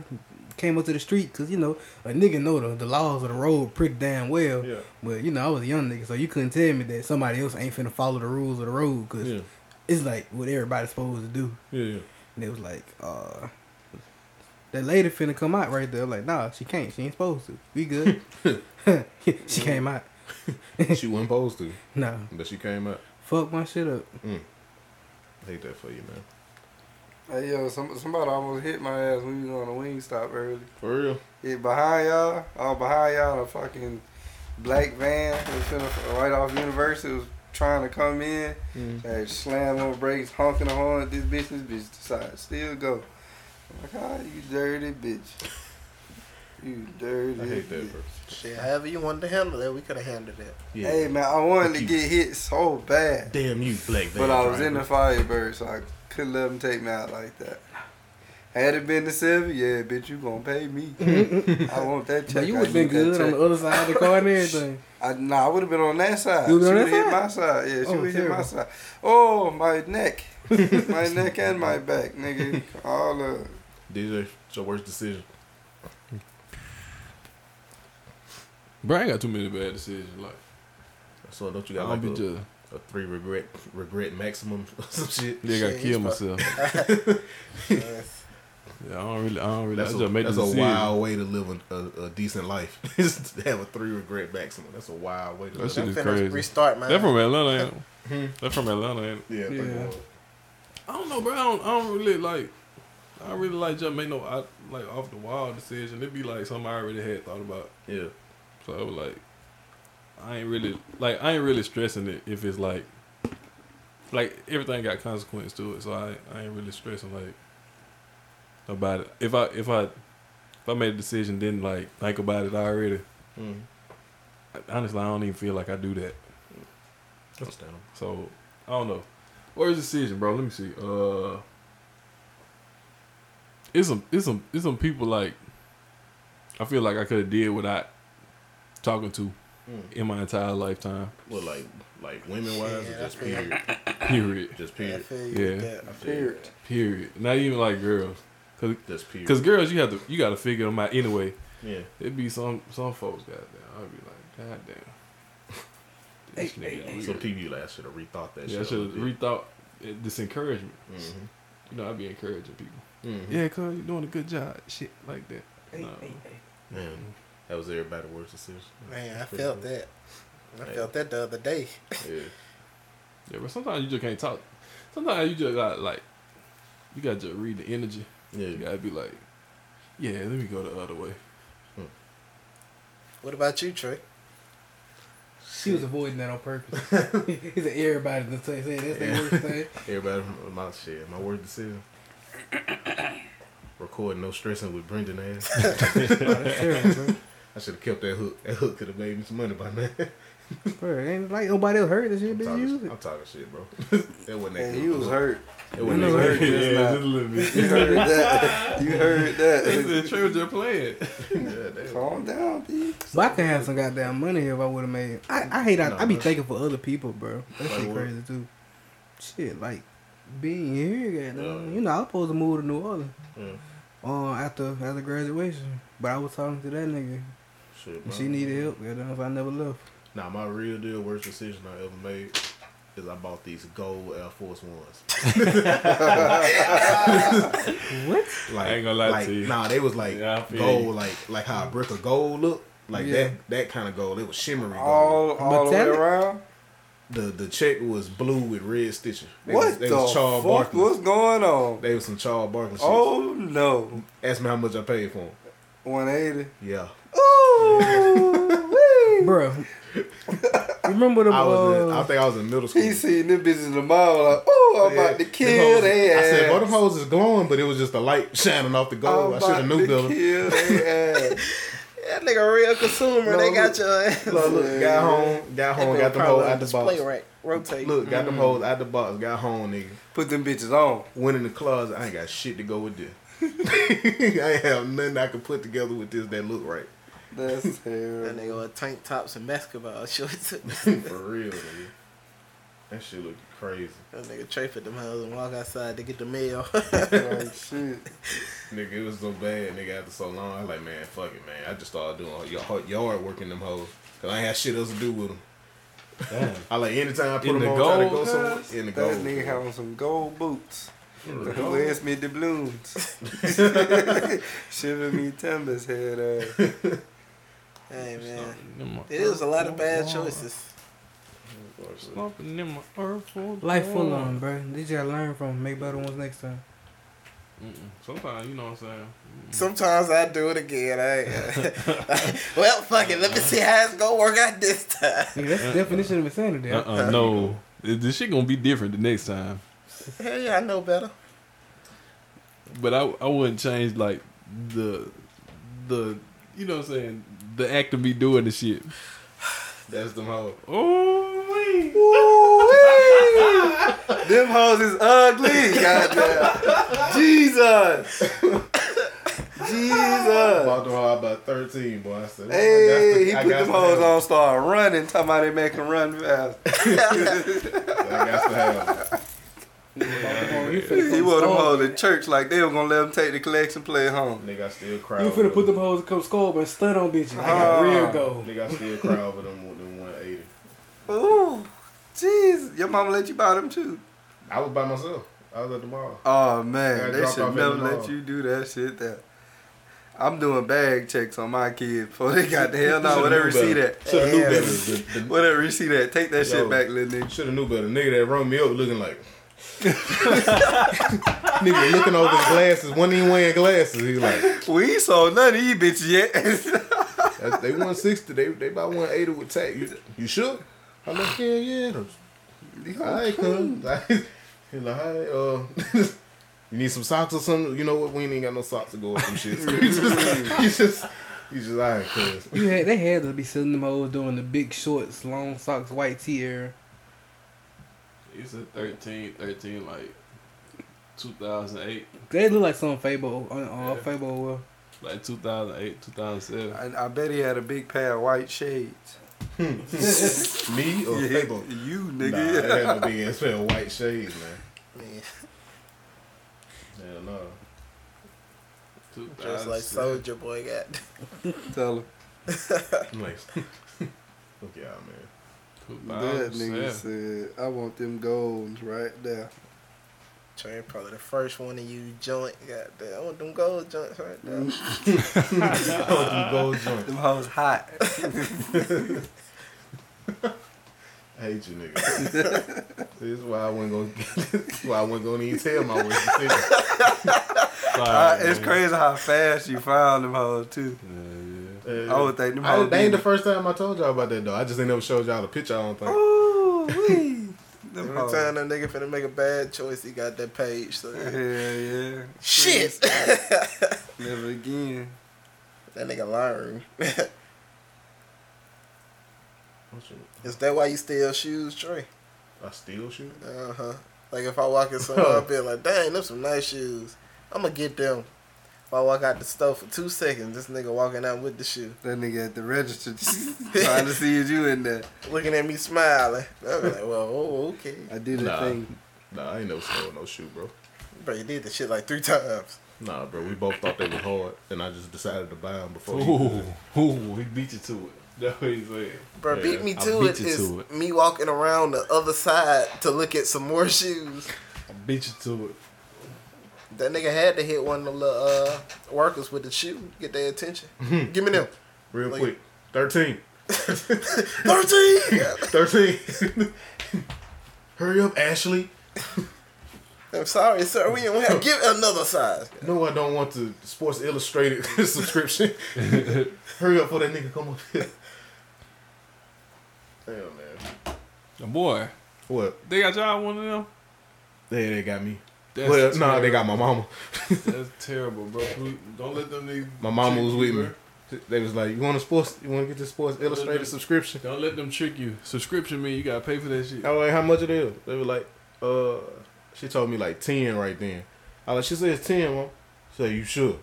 Speaker 5: came up to the street, cause you know a nigga know the, the laws of the road pretty damn well.
Speaker 4: yeah,
Speaker 5: But you know I was a young nigga, so you couldn't tell me that somebody else ain't finna follow the rules of the road, cause
Speaker 4: yeah.
Speaker 5: it's like what everybody's supposed to do.
Speaker 4: Yeah, yeah.
Speaker 5: And it was like, uh, that lady finna come out right there. Like, nah, she can't. She ain't supposed to. We good. she came out.
Speaker 4: she wasn't supposed to,
Speaker 5: Nah,
Speaker 4: but she came up.
Speaker 5: fuck my shit up.
Speaker 4: Hate that for you, man.
Speaker 6: Hey, yo, some, somebody almost hit my ass when we was on a wing stop early.
Speaker 4: For real.
Speaker 6: Yeah, behind y'all, all behind y'all, a fucking black van was finna, right off University was trying to come in. They slammed on brakes, honking the horn at this bitch. This bitch decided to still go. I'm like, ah, you dirty bitch. You dirty.
Speaker 4: I hate that
Speaker 6: bitch."
Speaker 4: person.
Speaker 7: Shit, however you wanted to handle that, we could have handled it.
Speaker 4: Yeah.
Speaker 6: Hey man, I wanted to
Speaker 4: Fuck you.
Speaker 6: get hit so bad,
Speaker 4: Damn you, black.
Speaker 6: but
Speaker 4: van
Speaker 6: I was in the
Speaker 4: driver.
Speaker 6: Firebird, so I couldn't let them take me out like that. Had it been the seven, yeah, bitch, you gonna pay me. I want that check.
Speaker 5: But you
Speaker 6: I
Speaker 5: would have been
Speaker 6: need that
Speaker 5: good on
Speaker 6: check.
Speaker 5: the other side of the car and everything.
Speaker 6: I, nah, I would have been on that side.
Speaker 5: You would've
Speaker 6: she
Speaker 5: been on
Speaker 6: would
Speaker 5: that
Speaker 6: hit my side. Yeah, she
Speaker 5: Oh,
Speaker 6: would hit my
Speaker 5: terrible.
Speaker 6: side. Oh, my neck. my neck and my back, nigga. All of
Speaker 4: DJ, it's your worst decision.
Speaker 3: Bro, I ain't got too many bad decisions. Like,
Speaker 4: So don't you got
Speaker 3: I don't
Speaker 4: like
Speaker 3: be
Speaker 4: a,
Speaker 3: just.
Speaker 4: a three regret regret maximum or some shit?
Speaker 3: Yeah, I gotta
Speaker 7: Shit,
Speaker 3: kill
Speaker 7: he's
Speaker 3: myself. Yeah, I don't really. I don't really.
Speaker 4: That's,
Speaker 3: I
Speaker 4: a,
Speaker 3: just make
Speaker 4: that's
Speaker 3: the
Speaker 4: a
Speaker 3: decision.
Speaker 4: wild way to live a, a, a decent life. Is to have a three regret maximum. That's a wild way to
Speaker 3: That
Speaker 4: live.
Speaker 3: shit
Speaker 7: I'm
Speaker 3: is
Speaker 7: finna
Speaker 3: crazy.
Speaker 7: restart mine.
Speaker 3: That from Atlanta. Ain't it? that from Atlanta. Ain't it?
Speaker 4: yeah,
Speaker 5: Yeah.
Speaker 4: yeah.
Speaker 3: Hmm. I don't know, bro. I don't, I don't really like. I don't really like just make no I, like off the wall decision. It'd be like something I already had thought about.
Speaker 4: yeah.
Speaker 3: So I was like, I ain't really like I ain't really stressing it if it's like, like everything got consequence to it. So I I ain't really stressing like about it. If I if I if I made a decision, didn't like think about it already.
Speaker 4: Mm.
Speaker 3: Honestly, I don't even feel like I do that.
Speaker 4: Understandable.
Speaker 3: So I don't know. Where's the decision, bro? Let me see. Uh, it's some, it's some, it's some people like. I feel like I could have did without talking to
Speaker 4: Mm.
Speaker 3: in my entire lifetime.
Speaker 4: Well, like like women wise,
Speaker 7: Yeah,
Speaker 4: or just
Speaker 7: I feel-
Speaker 4: period,
Speaker 3: Period.
Speaker 4: just
Speaker 7: I
Speaker 4: period,
Speaker 7: feel you with
Speaker 3: Yeah.
Speaker 7: that.
Speaker 4: I
Speaker 6: it.
Speaker 4: feel you.
Speaker 6: Period.
Speaker 3: Period. Not even like girls, cause,
Speaker 4: just period.
Speaker 3: 'cause girls you have to you got to figure them out anyway.
Speaker 4: yeah,
Speaker 3: It'd be some some folks goddamn. I'd be like goddamn. This nigga weird.
Speaker 4: some people you like, I should have rethought that.
Speaker 3: yeah, I
Speaker 4: shit
Speaker 3: should have rethought uh, this encouragement.
Speaker 4: Mm-hmm.
Speaker 3: You know, I'd be encouraging people.
Speaker 4: Mm-hmm.
Speaker 3: Yeah, cuz you're doing a good job. Shit like that. No.
Speaker 4: Man, that was everybody's worst decision.
Speaker 7: Man, I felt that. I felt that the other day.
Speaker 4: Yeah.
Speaker 3: Yeah, but sometimes you just can't talk. Sometimes you just got like you gotta just read the energy. You
Speaker 4: Yeah.
Speaker 3: gotta be like, Yeah, let me go the other way.
Speaker 7: What about you, Trey?
Speaker 5: She was avoiding that on purpose. He said everybody's the same. Saying that's
Speaker 4: Yeah.
Speaker 5: the worst thing.
Speaker 4: Everybody, my shit, my worst decision. Recording no stressing with Brendan ass.
Speaker 5: Oh, that's terrible, bro.
Speaker 4: I should have kept that hook. That hook could have made me some money by now.
Speaker 5: bro. it Ain't like nobody else heard this shit.
Speaker 4: I'm,
Speaker 5: Bitch, use
Speaker 4: talking,
Speaker 5: it.
Speaker 4: I'm talking shit, bro. that wasn't that
Speaker 6: And
Speaker 4: good.
Speaker 6: you was hurt.
Speaker 4: That wasn't
Speaker 5: You
Speaker 4: that
Speaker 6: was
Speaker 4: good.
Speaker 6: hurt. just now.
Speaker 3: a little bit.
Speaker 6: You heard that. You heard
Speaker 3: the
Speaker 6: that.
Speaker 3: tree was just playing.
Speaker 4: Yeah, that-
Speaker 6: Calm down, B.
Speaker 5: But I could have some goddamn money if I would have made. it. I, I hate. I,
Speaker 4: No,
Speaker 5: I be
Speaker 4: that's-
Speaker 5: thinking for other people, bro. That
Speaker 4: Like
Speaker 5: shit
Speaker 4: what?
Speaker 5: crazy too. Shit, like being here, goddamn.
Speaker 4: Yeah.
Speaker 5: You know, I was supposed to move to New Orleans.
Speaker 4: Mm.
Speaker 5: Uh, after after graduation, but I was talking to that nigga.
Speaker 4: Shit,
Speaker 5: And
Speaker 4: bro.
Speaker 5: she needed help, goddamn. So I never left.
Speaker 4: Nah, my real deal worst decision I ever made is I bought these gold Air Force Ones.
Speaker 5: What?
Speaker 4: Like,
Speaker 3: I ain't gonna lie
Speaker 4: like,
Speaker 3: to you.
Speaker 4: Nah, they was like
Speaker 3: Yeah, I feel
Speaker 4: gold,
Speaker 3: you.
Speaker 4: like like how a brick of gold look, like
Speaker 5: Yeah.
Speaker 4: that that kind of gold. It was shimmery gold.
Speaker 6: All, all the way
Speaker 5: Metallic?
Speaker 6: around.
Speaker 4: The the check was blue with red stitching. They
Speaker 6: What
Speaker 4: was, they
Speaker 6: the
Speaker 4: was Charles
Speaker 6: fuck?
Speaker 4: Barkley.
Speaker 6: What's going on?
Speaker 4: They was some Charles Barkley. Shit.
Speaker 6: Oh no,
Speaker 4: Ask me how much I paid for them.
Speaker 6: 180.
Speaker 4: Yeah,
Speaker 6: Ooh, wee.
Speaker 5: Bruh. Remember the
Speaker 4: I was. In, I
Speaker 5: uh,
Speaker 4: think I was in middle school.
Speaker 6: Oh. He seen them bitches in the mall like, oh, I'm
Speaker 4: Yeah,
Speaker 6: about to
Speaker 4: them
Speaker 6: kill
Speaker 4: hoes-
Speaker 6: they ass.
Speaker 4: I said, "Well, them hoes is glowing, but it was just the light shining off the gold." i should have knew better.
Speaker 6: Kill their ass.
Speaker 7: That nigga real consumer. they
Speaker 4: No,
Speaker 7: got your ass.
Speaker 4: Look, look, got home, got home, got them hoes out the box.
Speaker 7: Display rack, rotate.
Speaker 4: Look, got them hoes out the box, got home, nigga.
Speaker 6: Put them bitches on.
Speaker 4: Went in the closet. I ain't got shit to go with this. I ain't have nothing I could put together with this that look right.
Speaker 6: That's
Speaker 7: That
Speaker 6: terrible.
Speaker 7: nigga with tank tops and basketball shorts. that
Speaker 4: For real, nigga. That shit look crazy,
Speaker 7: nigga Trey put them hoes and walk outside to get the mail.
Speaker 6: like shit.
Speaker 4: nigga. It was so bad, nigga. After so long, I was like, man, fuck it, man. I just started doing yard yard work in them hoes, cause I ain't had shit else to do with them.
Speaker 3: Damn.
Speaker 4: I like anytime I put
Speaker 3: In
Speaker 4: them
Speaker 3: the
Speaker 4: on, try to go
Speaker 3: gold,
Speaker 4: somewhere. In the
Speaker 6: That
Speaker 4: gold.
Speaker 6: nigga had on some gold boots.
Speaker 3: Where's-
Speaker 6: Where's me doubloons? Shiver me timbers head up.
Speaker 7: Hey man,
Speaker 3: in my
Speaker 7: it is a lot of bad
Speaker 3: earth.
Speaker 7: choices.
Speaker 3: Slumping in my earth full of
Speaker 5: Life full
Speaker 3: water.
Speaker 5: on, bro. Did you gotta learn from? 'em. Make better ones next time.
Speaker 3: Mm-mm. Sometimes you know what I'm saying.
Speaker 7: Sometimes I do it again. I well, fuck it. Let me see how it's gonna work out this time.
Speaker 5: Nigga, that's the definition of insanity.
Speaker 3: Uh uh no. This shit gonna be different the next time.
Speaker 7: Hell yeah, I know better.
Speaker 3: But I I wouldn't change like the the you know what I'm saying the act of me doing the shit.
Speaker 4: That's them hoes.
Speaker 3: Oh wait.
Speaker 6: Them hoes is ugly. Goddamn. Jesus. Jesus.
Speaker 4: Bought them all about thirteen, boy. I said, well,
Speaker 6: Hey, he
Speaker 4: Oh, I
Speaker 6: put
Speaker 4: got
Speaker 6: them
Speaker 4: to
Speaker 6: hoes
Speaker 4: have
Speaker 6: on, start running, talking about they make 'em run fast.
Speaker 4: it. I got to have it.
Speaker 6: He wore them hoes in church like they were gonna let him take the collection play home.
Speaker 4: Nigga, I still cry.
Speaker 5: You
Speaker 4: over
Speaker 5: finna put them hoes come scope and stun on bitches. I
Speaker 6: Ah.
Speaker 5: got real gold.
Speaker 4: Nigga, I still cry over them with them one eighty.
Speaker 6: Ooh, Jesus! Your mama let you buy them too.
Speaker 4: I was by myself. I was at the mall.
Speaker 6: Oh
Speaker 4: Yeah,
Speaker 6: man, they
Speaker 4: drop off
Speaker 6: should
Speaker 4: in
Speaker 6: never
Speaker 4: the mall.
Speaker 6: let you do that shit. That I'm doing bag checks on my kids before they got the hell no.
Speaker 4: Shoulda
Speaker 6: Whatever you
Speaker 4: knew
Speaker 6: see
Speaker 4: better.
Speaker 6: that,
Speaker 4: Should have knew
Speaker 7: Yeah.
Speaker 4: better. The,
Speaker 6: whatever you see that, take that
Speaker 4: Yo.
Speaker 6: shit back, little nigga.
Speaker 4: should have knew better. Nigga that rung me up looking like. nigga looking over his glasses. One ain't wearing glasses. He's like,
Speaker 6: We ain't sold none of you bitches yet.
Speaker 4: That's, they one sixty. They they about one eighty with tax. You, you sure? I'm like, yeah, yeah. All right, cuz. He's like, all right, uh, you need some socks or something? You know what? We ain't got no socks to go with some shit. So you just, you just, you just, all right, cuz.
Speaker 5: You had they had to be selling them hoes doing the big shorts, long socks, white tee era.
Speaker 3: It's a 13, 13 like 2008,
Speaker 5: They look like some Fable on uh,
Speaker 3: Yeah.
Speaker 5: Fable well.
Speaker 3: like 2008, 2007.
Speaker 6: I, I bet he had a big pair of white shades.
Speaker 4: Me or Oh,
Speaker 6: Yeah,
Speaker 4: Fable?
Speaker 6: you
Speaker 4: Nah, it
Speaker 6: nigga.
Speaker 4: had to be it's been white shades, man.
Speaker 7: Man,
Speaker 4: Hell no.
Speaker 7: just
Speaker 3: 2007.
Speaker 7: like Soldier Boy got.
Speaker 6: Tell him.
Speaker 4: I'm like, look y'all, man.
Speaker 6: That nigga
Speaker 3: 2007.
Speaker 6: said, I want them golds right there.
Speaker 7: Train probably the first one to you joint. Got that. I want them gold joints right there.
Speaker 6: Uh,
Speaker 4: Gold joint.
Speaker 6: Them hoes hot.
Speaker 4: I hate you, nigga. this is why I wasn't gonna. this is why I wasn't gonna even tell my wife. to sit.
Speaker 3: Sorry,
Speaker 6: Uh, it's
Speaker 3: man.
Speaker 6: crazy how fast you found them hoes too.
Speaker 3: Yeah,
Speaker 4: Uh,
Speaker 6: I would think them
Speaker 4: I-
Speaker 6: hoes.
Speaker 4: that ain't
Speaker 6: be-
Speaker 4: the first time I told y'all about that though. I just ain't never showed y'all the picture. I don't
Speaker 6: Oh.
Speaker 4: think.
Speaker 6: Ooh, wee. Them
Speaker 7: Every
Speaker 6: hoes.
Speaker 7: time that nigga finna make a bad choice, he got that page. So
Speaker 6: Hell yeah.
Speaker 7: shit,
Speaker 6: Never again.
Speaker 7: that nigga lying. Is that why you steal shoes, Trey?
Speaker 4: Oh, I still shoot.
Speaker 7: Uh huh. Like if I walk in somewhere, I'll be like, dang, them some nice shoes. I'm gonna get them. If I walk out the store for two seconds, this nigga walking out with the shoe,
Speaker 6: That nigga at the register trying to see if you in there.
Speaker 7: looking at me smiling. I'm like, well, oh, okay.
Speaker 6: I did a
Speaker 4: Nah.
Speaker 6: thing.
Speaker 4: Nah, I ain't never stole no shoe, bro.
Speaker 7: Bro, you did the shit like three times.
Speaker 4: Nah, bro. We both thought they was hard, and I just decided to buy them before. you-
Speaker 3: Ooh, ooh, he beat you to it. That's what he said.
Speaker 7: Bro,
Speaker 4: Yeah,
Speaker 7: beat me
Speaker 3: I
Speaker 7: to
Speaker 3: beat
Speaker 7: it
Speaker 3: you
Speaker 7: is
Speaker 3: to it.
Speaker 7: me walking around the other side to look at some more shoes.
Speaker 3: I beat you to it.
Speaker 7: That nigga had to hit one of the little, uh, workers with the shoe to get their attention. Give me them.
Speaker 4: Real
Speaker 7: Like-
Speaker 4: quick, thirteen.
Speaker 7: 13!
Speaker 4: Thirteen. Hurry up, Ashley.
Speaker 7: I'm sorry, sir. We don't have. Give another size.
Speaker 4: No, I don't want the Sports Illustrated subscription. Hurry up for that nigga come up here. Damn man.
Speaker 3: The boy,
Speaker 4: What?
Speaker 3: they got y'all one of them.
Speaker 4: They they got me.
Speaker 3: That's
Speaker 4: well, nah, they
Speaker 3: terrible.
Speaker 4: got my mama.
Speaker 3: That's terrible, bro. Please, don't let them niggas.
Speaker 4: My mama
Speaker 3: trick
Speaker 4: was
Speaker 3: you,
Speaker 4: with
Speaker 3: bro.
Speaker 4: me. They was like, "You want a sports? You want to get the Sports Illustrated subscription?"
Speaker 3: Don't let them trick you. Subscription mean you gotta pay for that shit.
Speaker 4: I was like, "How much it is?" They were like, "Uh," she told me like ten right then. I was like, "She said it's ten, mom." She said, "You sure?"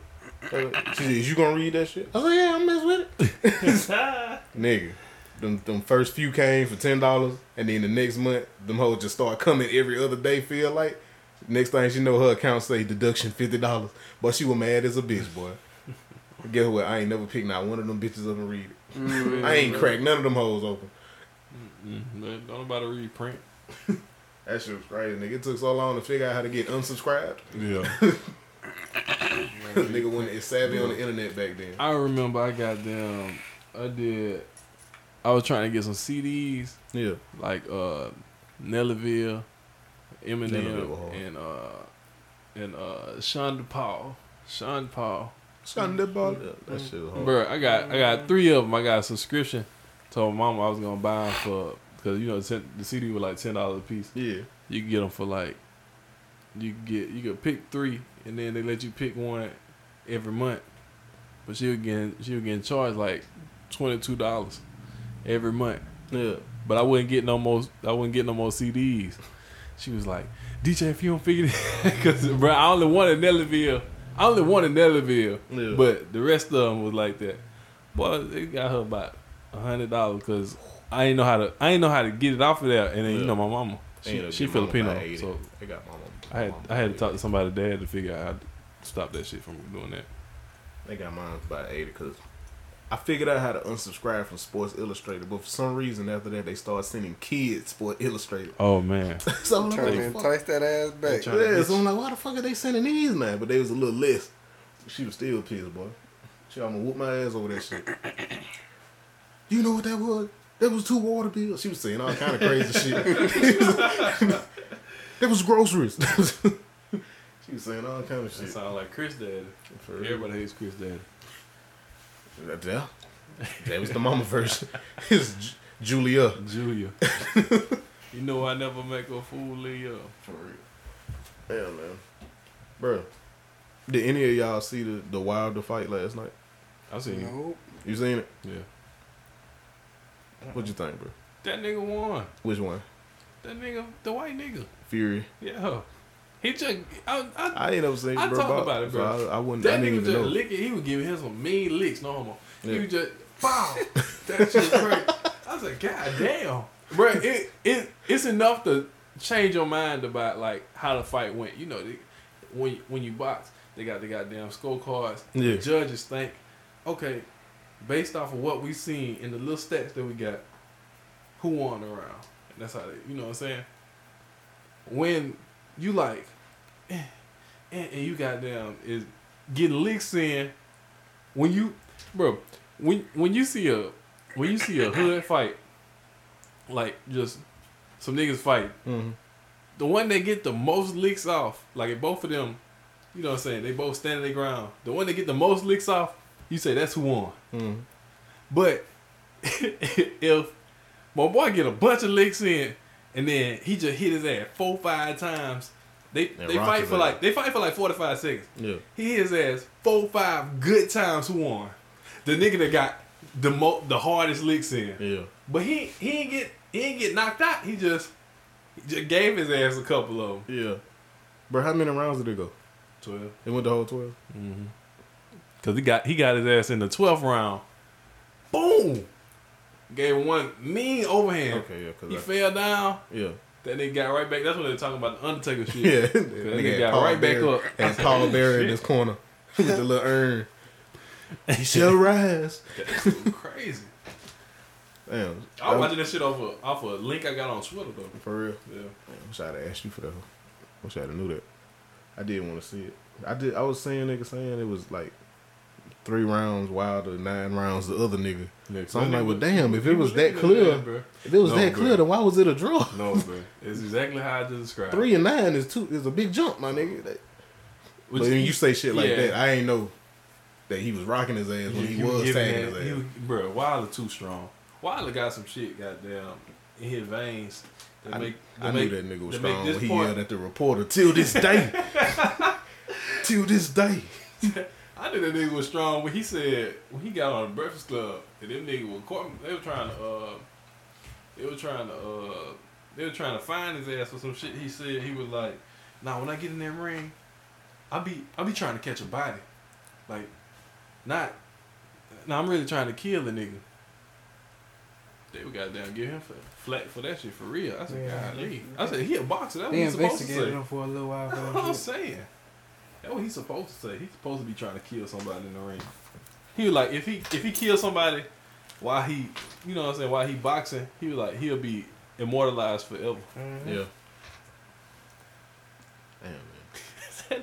Speaker 4: I was like- She said, "Is you gonna read that shit?" I was like, "Yeah, I'm mess with it." Nigga, them them first few came for ten dollars, and then the next month, them hoes just start coming every other day. Feel like next thing she know, her account say deduction fifty dollars, but she was mad as a bitch, boy. Guess what? I ain't never picked not one of them bitches up and read it. I ain't cracked none of them hoes open.
Speaker 10: Mm, man, don't nobody read print.
Speaker 4: That shit was crazy, nigga. It took so long to figure out how to get unsubscribed.
Speaker 10: Yeah.
Speaker 4: nigga wasn't as savvy on the internet back then.
Speaker 10: I remember I got them. I did. I was trying to get some CDs
Speaker 4: Yeah.
Speaker 10: like uh Nellaville, Eminem,
Speaker 4: Nellaville was hard.
Speaker 10: and uh and uh Sean Paul. Sean Paul.
Speaker 4: Sunday ball. That shit was hard.
Speaker 10: Bro, I got I got three of them. I got a subscription. Told my mama I was gonna buy them for because you know ten, the CD was like ten dollars a piece.
Speaker 4: Yeah.
Speaker 10: You can get them for like you can get you could pick three and then they let you pick one every month. But she was getting she was getting charged like twenty two dollars every month.
Speaker 4: Yeah.
Speaker 10: But I wouldn't get no more. I wouldn't get no more CDs. She was like, DJ, if you don't figure it, because bro, I only wanted Nellyville. I only wanted Nellyville,
Speaker 4: Yeah.
Speaker 10: but the rest of them was like that. Boy, it got her about a hundred dollars because I ain't know how to. I ain't know how to get it off of there. And then you
Speaker 4: Yeah.
Speaker 10: know my mama, she, she Filipino, so
Speaker 4: they got mama.
Speaker 10: I had I had to talk to somebody dad to figure out how to stop that shit from doing that.
Speaker 4: They got mine by eighty because I figured out how to unsubscribe from Sports Illustrated, but for some reason after that they started sending kids Sports Illustrated.
Speaker 10: Oh man,
Speaker 4: so I'm
Speaker 6: Turn
Speaker 4: like,
Speaker 6: and
Speaker 4: what
Speaker 6: place that ass
Speaker 4: the
Speaker 6: back.
Speaker 4: fuck? Yeah, so I'm like, why the fuck are they sending these now? But they was a little less. She was still pissed, boy. She almost whooped my ass over that shit. you know what that was? That was two water bills. She was saying all kind of crazy shit. that was groceries. she was saying all kind of
Speaker 10: that
Speaker 4: shit.
Speaker 10: sound like Chris dad.
Speaker 4: For real.
Speaker 10: Everybody hates Chris dad.
Speaker 4: Yeah. That was the mama version. It's Ju- Julia.
Speaker 10: Julia. you know I never make a fool of you.
Speaker 4: For real. Yeah, man. Bro, did any of y'all see the, the Wilder fight last night?
Speaker 10: I seen him.
Speaker 6: Nope.
Speaker 4: You seen it?
Speaker 10: Yeah.
Speaker 4: What you think, bro?
Speaker 10: That nigga won.
Speaker 4: Which one?
Speaker 10: That nigga, the white nigga.
Speaker 4: Fury.
Speaker 10: Yeah. He just, I, I,
Speaker 4: I ain't never seen.
Speaker 10: I
Speaker 4: bro,
Speaker 10: talked
Speaker 4: Bob,
Speaker 10: about it,
Speaker 4: so
Speaker 10: bro.
Speaker 4: I, I wouldn't.
Speaker 10: that nigga
Speaker 4: I didn't
Speaker 10: just
Speaker 4: even know.
Speaker 10: licking. He was giving him some mean licks, no homo. He
Speaker 4: Yeah.
Speaker 10: was just, pow. that shit crazy. I was like, God damn. Bro, it, it, it's enough to change your mind about, like, how the fight went. You know, they, when, you- when you box, they got the goddamn scorecards.
Speaker 4: Yeah.
Speaker 10: The judges think, okay, based off of what we seen and the little stats that we got, who won the round? And that's how they, you know what I'm saying? When you like, eh, and, and you goddamn is getting licks in, when you, bro, when when you see a when you see a hood fight, like just some niggas fight,
Speaker 4: Mhm.
Speaker 10: the one that get the most licks off, like if both of them, you know what I'm saying, they both stand their ground. The one that get the most licks off, you say that's who won.
Speaker 4: Mhm.
Speaker 10: But if my boy get a bunch of licks in and then he just hit his ass four five times, they they
Speaker 4: rock
Speaker 10: fight
Speaker 4: his
Speaker 10: for
Speaker 4: ass.
Speaker 10: like they fight for like forty five seconds.
Speaker 4: Yeah.
Speaker 10: He hit his ass four five good times who won. The nigga that got the mo- the hardest licks in.
Speaker 4: Yeah.
Speaker 10: But he he ain't get he ain't get knocked out. He just he just gave his ass a couple of them.
Speaker 4: Yeah. Bro, how many rounds did it go?
Speaker 10: Twelve.
Speaker 4: It went the whole twelve.
Speaker 10: Cause he got he got his ass in the twelfth round. Boom. Gave one mean overhand.
Speaker 4: Okay. Yeah. Cause
Speaker 10: He
Speaker 4: I-
Speaker 10: fell down.
Speaker 4: yeah.
Speaker 10: That nigga got right back. That's what they're talking about the Undertaker shit.
Speaker 4: Yeah.
Speaker 10: That nigga got right back up.
Speaker 4: And Paul Bear in his corner with the little urn. He shall rise.
Speaker 10: That's crazy.
Speaker 4: Damn.
Speaker 10: I was watching that shit off of off of a link I got on Twitter though.
Speaker 4: For real.
Speaker 10: Yeah.
Speaker 4: I wish I'd have asked you for that. Wish I'd have knew that. I did want to see it. I did. I was seeing niggas saying it was like three rounds Wilder, nine rounds the other nigga. So I'm like, well, damn. If it was that clear,
Speaker 10: bro.
Speaker 4: if it was
Speaker 10: No,
Speaker 4: that
Speaker 10: bro.
Speaker 4: clear, then why was it a draw?
Speaker 10: No, bro. It's exactly how I just described.
Speaker 4: Three and nine is two is a big jump, my nigga. That-
Speaker 10: Which
Speaker 4: But when you say shit like
Speaker 10: yeah.
Speaker 4: that, I ain't know that he was rocking his ass when he,
Speaker 10: You- you
Speaker 4: was
Speaker 10: giving
Speaker 4: tagging his
Speaker 10: that-
Speaker 4: ass.
Speaker 10: you- bro, Wilder too strong. Wilder got some shit, goddamn, in his veins. That
Speaker 4: I,
Speaker 10: make,
Speaker 4: I
Speaker 10: that
Speaker 4: knew
Speaker 10: make-
Speaker 4: that nigga was
Speaker 10: that make
Speaker 4: strong
Speaker 10: this
Speaker 4: when he
Speaker 10: part-
Speaker 4: yelled at the reporter. Till this day, till this day.
Speaker 10: I knew that nigga was strong when he said when he got on the Breakfast Club and them nigga were caught, they were trying to uh they were trying to uh they were trying to find his ass for some shit he said he was like, nah when I get in that ring, I be I be trying to catch a body. Like not now I'm really trying to kill the nigga. They would goddamn give him for, flat for that shit for real. I said,
Speaker 5: Yeah.
Speaker 10: golly. I said he a boxer, that's what
Speaker 5: They
Speaker 10: he's supposed to say.
Speaker 5: investigated him for a little while.
Speaker 10: That's what I'm
Speaker 5: but-
Speaker 10: saying. That's what he's supposed to say. He's supposed to be trying to kill somebody in the ring. He was like, if he if he kills somebody,
Speaker 3: while he, you know what I'm saying, while he boxing, he was like, he'll be immortalized forever.
Speaker 10: Mm-hmm.
Speaker 4: Yeah.
Speaker 7: Damn, man.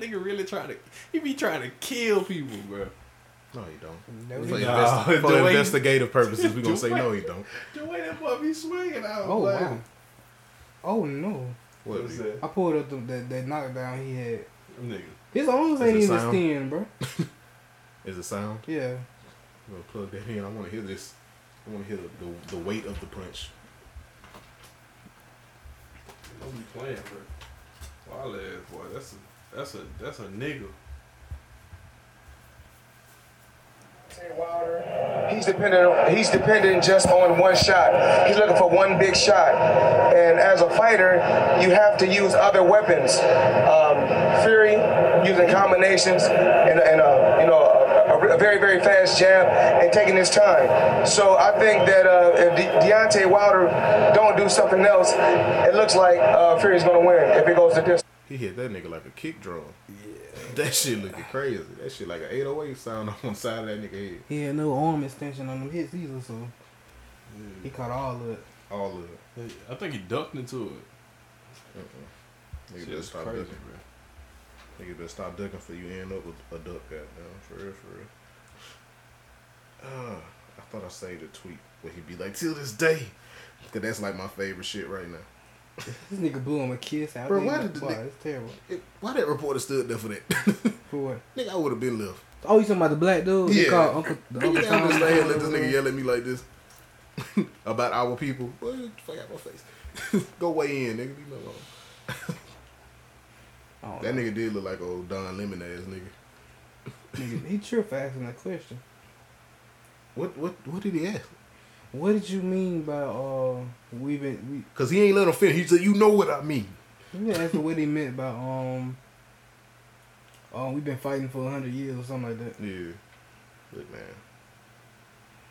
Speaker 3: that nigga really trying to, he be trying to kill people, bro.
Speaker 4: No, you don't.
Speaker 6: No,
Speaker 4: For,
Speaker 6: he-
Speaker 4: investi-
Speaker 3: the
Speaker 4: for
Speaker 3: way he-
Speaker 4: investigative purposes, we're gonna say
Speaker 3: The
Speaker 4: no,
Speaker 3: way-
Speaker 4: you don't.
Speaker 3: The way that boy be swinging, I was
Speaker 5: Oh
Speaker 3: like,
Speaker 5: wow. Oh no.
Speaker 3: what
Speaker 4: What?
Speaker 3: was
Speaker 4: Nigga?
Speaker 3: that?
Speaker 5: I pulled up the, that that knockdown he had.
Speaker 3: Nigga.
Speaker 5: His arms
Speaker 4: Does
Speaker 5: ain't
Speaker 4: it
Speaker 5: even
Speaker 4: sound?
Speaker 5: thin, bro.
Speaker 4: Is it sound?
Speaker 5: Yeah.
Speaker 4: I'm gonna plug that in. I want to hear this. I want to hear the, the, the weight of the punch.
Speaker 3: Don't be playing, bro. Wild ass boy. That's a that's a that's a nigga.
Speaker 9: Wilder, He's dependent. He's dependent just on one shot. He's looking for one big shot. And as a fighter, you have to use other weapons. Um, Fury using combinations and, and uh, you know a, a- a very very fast jab and taking his time. So I think that uh, if De- Deontay Wilder don't do something else, it looks like uh, Fury's going to win if it goes to distance.
Speaker 4: He hit that nigga like a kick drum. Yeah. That shit looking crazy. That shit like an 808 sound on one side of that nigga head.
Speaker 5: He had no arm extension on them hits either, so he caught all of it.
Speaker 4: All of it.
Speaker 3: Hey, I think he ducked into it.
Speaker 4: Nigga
Speaker 3: Shit
Speaker 4: better
Speaker 3: was
Speaker 4: stop
Speaker 3: crazy,
Speaker 4: ducking.
Speaker 3: bro.
Speaker 4: Nigga better stop ducking for you end up with a duck goddamn. For real, for real. Uh, I thought I saved a tweet where he'd be like, till this day. Cause that's like my favorite shit right now.
Speaker 5: This nigga blew him a kiss out
Speaker 4: Bro,
Speaker 5: there.
Speaker 4: why did the
Speaker 5: Wow,
Speaker 4: nigga-
Speaker 5: That's terrible.
Speaker 4: It, why that reporter stood there for that?
Speaker 5: For what?
Speaker 4: Nigga, I would have been left.
Speaker 5: Oh, you talking about the black dude? They
Speaker 4: Yeah.
Speaker 5: called Uncle, the
Speaker 4: Nigga,
Speaker 5: Uncle
Speaker 4: I'm
Speaker 5: Tom.
Speaker 4: just laying here, let this nigga yell at me like this about our people. Boy, get the fuck out my face. Go weigh in, nigga. Leave me alone.
Speaker 5: I don't
Speaker 4: That
Speaker 5: know.
Speaker 4: nigga did look like old Don Lemon ass nigga.
Speaker 5: Nigga, He tripped for asking that question.
Speaker 4: What what what did he ask?
Speaker 5: What did you mean by uh we been
Speaker 4: Cause he ain't let him finish. He said, "You know what I mean."
Speaker 5: we we been asking what he meant by um um we've been fighting for hundred years or something like that.
Speaker 4: Yeah. Look, man.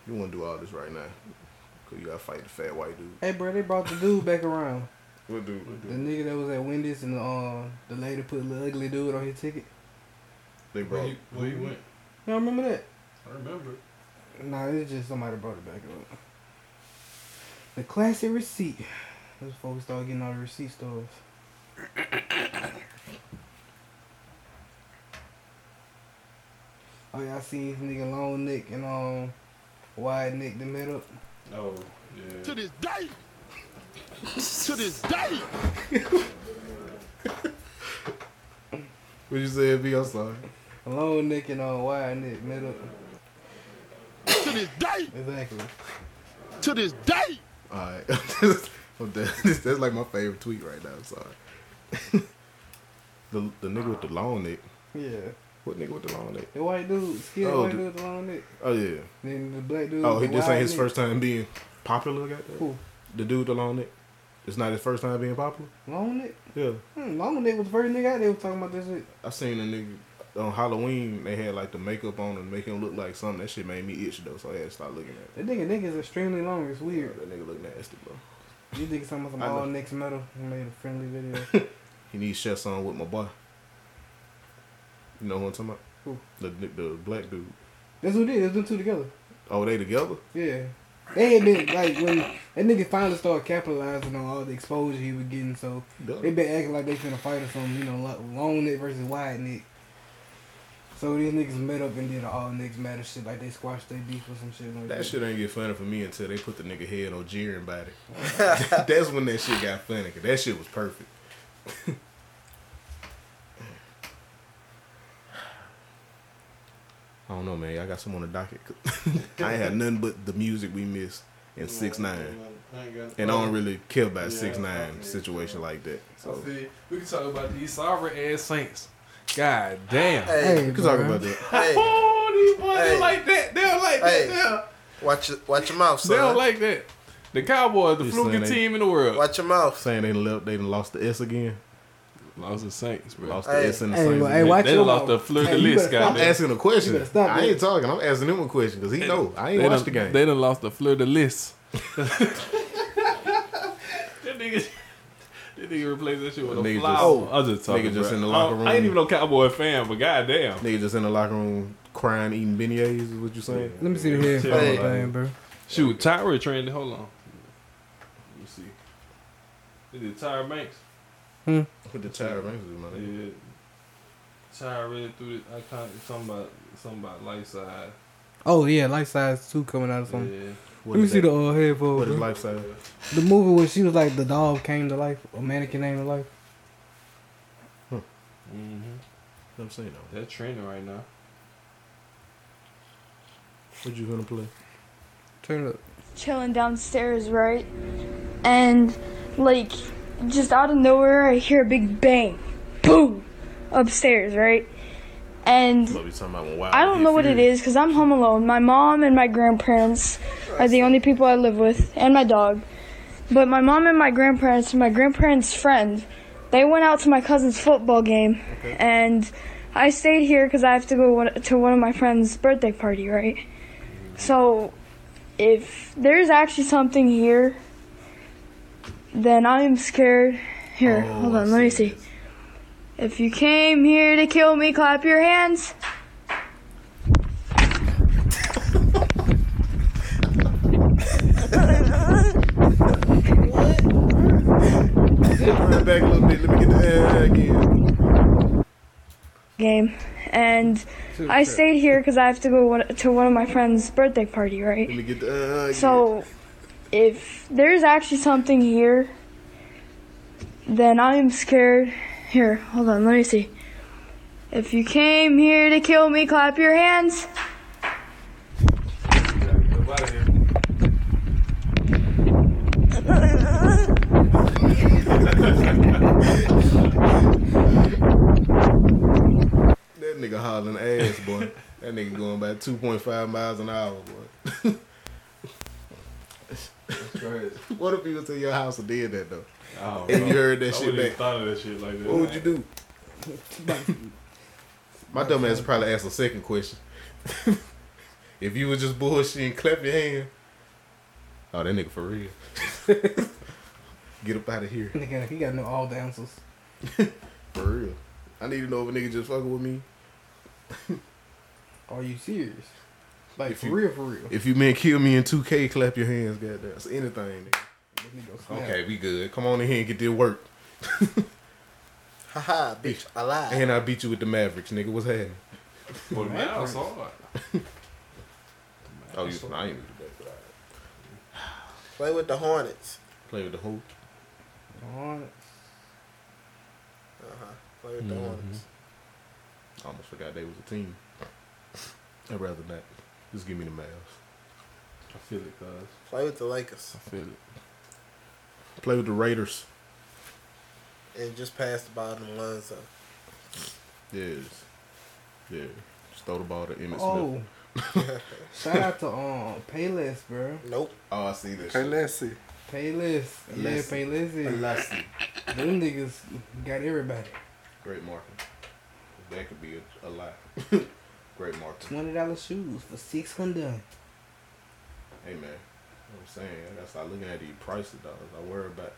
Speaker 4: You want to do all this right now? Cause you gotta fight the fat white dude.
Speaker 5: Hey bro, they brought the dude back around.
Speaker 4: What dude?
Speaker 5: The nigga that was at Wendy's and uh the lady put a little ugly dude on his ticket.
Speaker 4: They
Speaker 3: Where
Speaker 4: brought.
Speaker 3: he, where he went.
Speaker 5: Y'all remember that?
Speaker 3: I remember. it.
Speaker 5: Nah, it's just somebody brought it back up. The classic receipt. That's before we start getting all the receipt stores. oh y'all seen this nigga long neck and um wide neck the middle.
Speaker 3: Oh yeah.
Speaker 2: To this day. to this day.
Speaker 4: What you said, B? I'm sorry.
Speaker 5: Long neck and uh wide neck middle.
Speaker 2: To this day.
Speaker 5: Exactly.
Speaker 2: To this day.
Speaker 4: All right. I'm done. This- That's like my favorite tweet right now. I'm sorry. the the nigga with the long neck.
Speaker 5: Yeah.
Speaker 4: What nigga with the long neck?
Speaker 5: The white dude, skinny
Speaker 4: Oh,
Speaker 5: white
Speaker 4: the-
Speaker 5: dude with the long neck.
Speaker 4: Oh yeah.
Speaker 5: Then the black dude.
Speaker 4: Oh,
Speaker 5: with
Speaker 4: he,
Speaker 5: the
Speaker 4: this
Speaker 5: wide
Speaker 4: ain't his
Speaker 5: neck.
Speaker 4: first time being popular. Goddamn.
Speaker 5: Who?
Speaker 4: The dude with the long neck. It's not his first time being popular.
Speaker 5: Long neck?
Speaker 4: Yeah.
Speaker 5: Hmm, long neck was the first nigga out there was talking about this shit.
Speaker 4: I seen a nigga on Halloween. They had like the makeup on and make him look like something. That shit made me itch though, so I had to stop looking at.
Speaker 5: That nigga neck is extremely long, it's
Speaker 4: it.
Speaker 5: weird.
Speaker 4: That nigga look nasty, bro.
Speaker 5: You think some of some
Speaker 4: I know.
Speaker 5: all next metal He made a friendly video.
Speaker 4: He needs chefs on with my boy. You know who I'm talking about?
Speaker 5: Who?
Speaker 4: The, the the black dude.
Speaker 5: That's who did. It's them two together.
Speaker 4: Oh, they together?
Speaker 5: Yeah. They had been like when that nigga finally started capitalizing on all the exposure he was getting, so
Speaker 4: Duh.
Speaker 5: they been acting like they finna fight or something, you know, like long neck versus wide neck. So these niggas met up and did an all necks matter shit, like they squashed their beef or some shit like that.
Speaker 4: That shit ain't get funny for me until they put the nigga head on Jiren body. That's when that shit got funny. 'cause that shit was perfect. I don't know, man. I got some on the docket. I ain't had nothing but the music we missed in six nine,
Speaker 3: I ain't got-
Speaker 4: and I don't really care about
Speaker 3: Yeah,
Speaker 4: six
Speaker 3: I feel
Speaker 4: nine
Speaker 3: you.
Speaker 4: situation like that. So
Speaker 3: I see. We can talk about these sovereign ass saints. God damn.
Speaker 7: Hey,
Speaker 4: we can talk about that.
Speaker 7: hey,
Speaker 3: Oh, these boys
Speaker 7: Hey.
Speaker 3: don't like that. They don't like
Speaker 7: Hey.
Speaker 3: that.
Speaker 7: watch your, watch your mouth,
Speaker 3: They don't, they don't
Speaker 7: son.
Speaker 3: like that. The Cowboys, the
Speaker 4: Just saying
Speaker 3: fluky
Speaker 4: they-
Speaker 3: team in the world.
Speaker 7: Watch your mouth.
Speaker 4: Saying they done left, they done lost the S again.
Speaker 3: Lost the Saints, bro.
Speaker 4: Lost
Speaker 7: Hey.
Speaker 4: the S and the
Speaker 5: Hey,
Speaker 4: Saints
Speaker 5: well,
Speaker 4: again.
Speaker 5: hey, watch
Speaker 3: They
Speaker 5: your
Speaker 3: lost
Speaker 5: mouth.
Speaker 3: the flirt
Speaker 5: Hey,
Speaker 3: the
Speaker 5: you
Speaker 3: list,
Speaker 5: better stop
Speaker 4: I'm
Speaker 3: goddamn.
Speaker 4: asking a question.
Speaker 5: better stop
Speaker 4: I
Speaker 5: that.
Speaker 4: ain't talking. I'm asking him a question because he know. I ain't
Speaker 3: They
Speaker 4: watched
Speaker 3: done,
Speaker 4: the game.
Speaker 3: they done lost the fleur de lis. that nigga, that nigga replaced that shit with a
Speaker 4: Nigga just-
Speaker 3: flower.
Speaker 4: oh,
Speaker 3: I was just
Speaker 4: nigga just
Speaker 3: bro.
Speaker 4: in the locker
Speaker 3: I, don't- I ain't
Speaker 4: room.
Speaker 3: even no cowboy fan, but goddamn,
Speaker 4: Nigga just in the locker room crying, eating beignets. Is what you saying?
Speaker 5: Let me see the head
Speaker 3: Yeah.
Speaker 5: phone
Speaker 7: Hey.
Speaker 5: thing, bro.
Speaker 3: Shoot, Tyra trended. Hold on. Let me see. Is it Tyra Banks?
Speaker 4: With the Tyra Banks is my nigga.
Speaker 3: Yeah. Tyra read through the iconic something about something about life size.
Speaker 5: Oh yeah, life size two coming out of something.
Speaker 3: Yeah.
Speaker 4: What
Speaker 5: Let me
Speaker 4: is
Speaker 5: see
Speaker 4: that?
Speaker 5: the uh, head for
Speaker 4: What is life size?
Speaker 5: the movie when she was like the dog came to life, a mannequin came to life.
Speaker 3: Mm-hmm.
Speaker 4: I'm saying that.
Speaker 3: That's trending right now.
Speaker 4: What you gonna play?
Speaker 5: Turn it up.
Speaker 12: chilling downstairs, right? And like just out of nowhere I hear a big bang. Boom upstairs, right? And
Speaker 4: What we talking about? Wow.
Speaker 12: I don't know what it is cuz I'm home alone. My mom and my grandparents are the only people I live with and my dog. But my mom and my grandparents and my grandparents' friend, they went out to my cousin's football game and I stayed here cuz I have to go one- to one of my friend's birthday party, right? So if there's actually something here, then I am scared. Here, hold on, let me Oh, see. If you came here to kill me, clap your hands.
Speaker 4: Run back a little bit. Let me get the uh, again.
Speaker 12: game, and I stayed here because I have to go one- to one of my friend's birthday party,
Speaker 4: Let
Speaker 12: right?
Speaker 4: me get the uh, again.
Speaker 12: So, if there's actually something here, then I am scared. Here, hold on, let me see. If you came here to kill me, clap your hands.
Speaker 4: that nigga hollering ass, boy. that nigga going about 2.5 miles an hour, boy. what if he was in your house and did that though?
Speaker 3: Oh,
Speaker 4: And you heard that
Speaker 3: I
Speaker 4: shit
Speaker 3: wouldn't even
Speaker 4: back.
Speaker 3: thought of that shit like that.
Speaker 4: What would you do? My dumb ass would probably asked a second question. if you was just bullshit and clap your hand. Oh, that nigga for real. Get up out of here.
Speaker 5: Nigga, he got no all the answers.
Speaker 4: For real. I need to know if a nigga just fucking with me.
Speaker 5: Are you serious? Like
Speaker 4: If
Speaker 5: for
Speaker 4: you-
Speaker 5: real, for real.
Speaker 4: If you men kill me in 2K, clap your hands, goddamn. It's anything, nigga.
Speaker 5: This nigga snap.
Speaker 4: Okay, we good. Come on in here and get this work.
Speaker 7: Haha, bitch, alive.
Speaker 4: And I beat you with the Mavericks, nigga. What's happening?
Speaker 3: Well, the man, was hard.
Speaker 4: Oh, you I ain't do that.
Speaker 7: Play with the Hornets.
Speaker 4: Play with the hoop.
Speaker 5: Alright.
Speaker 7: Play with
Speaker 3: Mm-hmm.
Speaker 7: the Hornets.
Speaker 4: I almost forgot they was a team. I'd rather not. Just give me the Mavs.
Speaker 3: I feel it, cuz.
Speaker 7: Play with the Lakers.
Speaker 3: I feel it.
Speaker 4: Play with the Raiders.
Speaker 7: And just pass the ball to Lonzo.
Speaker 4: Yes. Yeah. Just throw the ball to Emmitt
Speaker 5: Oh,
Speaker 4: Smith.
Speaker 5: shout out to um Payless, bro.
Speaker 7: Nope.
Speaker 4: Oh, I see this.
Speaker 6: Okay, let's see.
Speaker 5: Payless, yeah,
Speaker 4: Payless.
Speaker 5: Payless. is-
Speaker 4: Lassie.
Speaker 5: Them niggas got everybody.
Speaker 4: Great marketing. That could be a, a lie. Great marketing.
Speaker 5: Twenty dollars shoes for six hundred.
Speaker 4: Hey, man. I'm saying, I gotta start looking at these prices, dollars. I worry about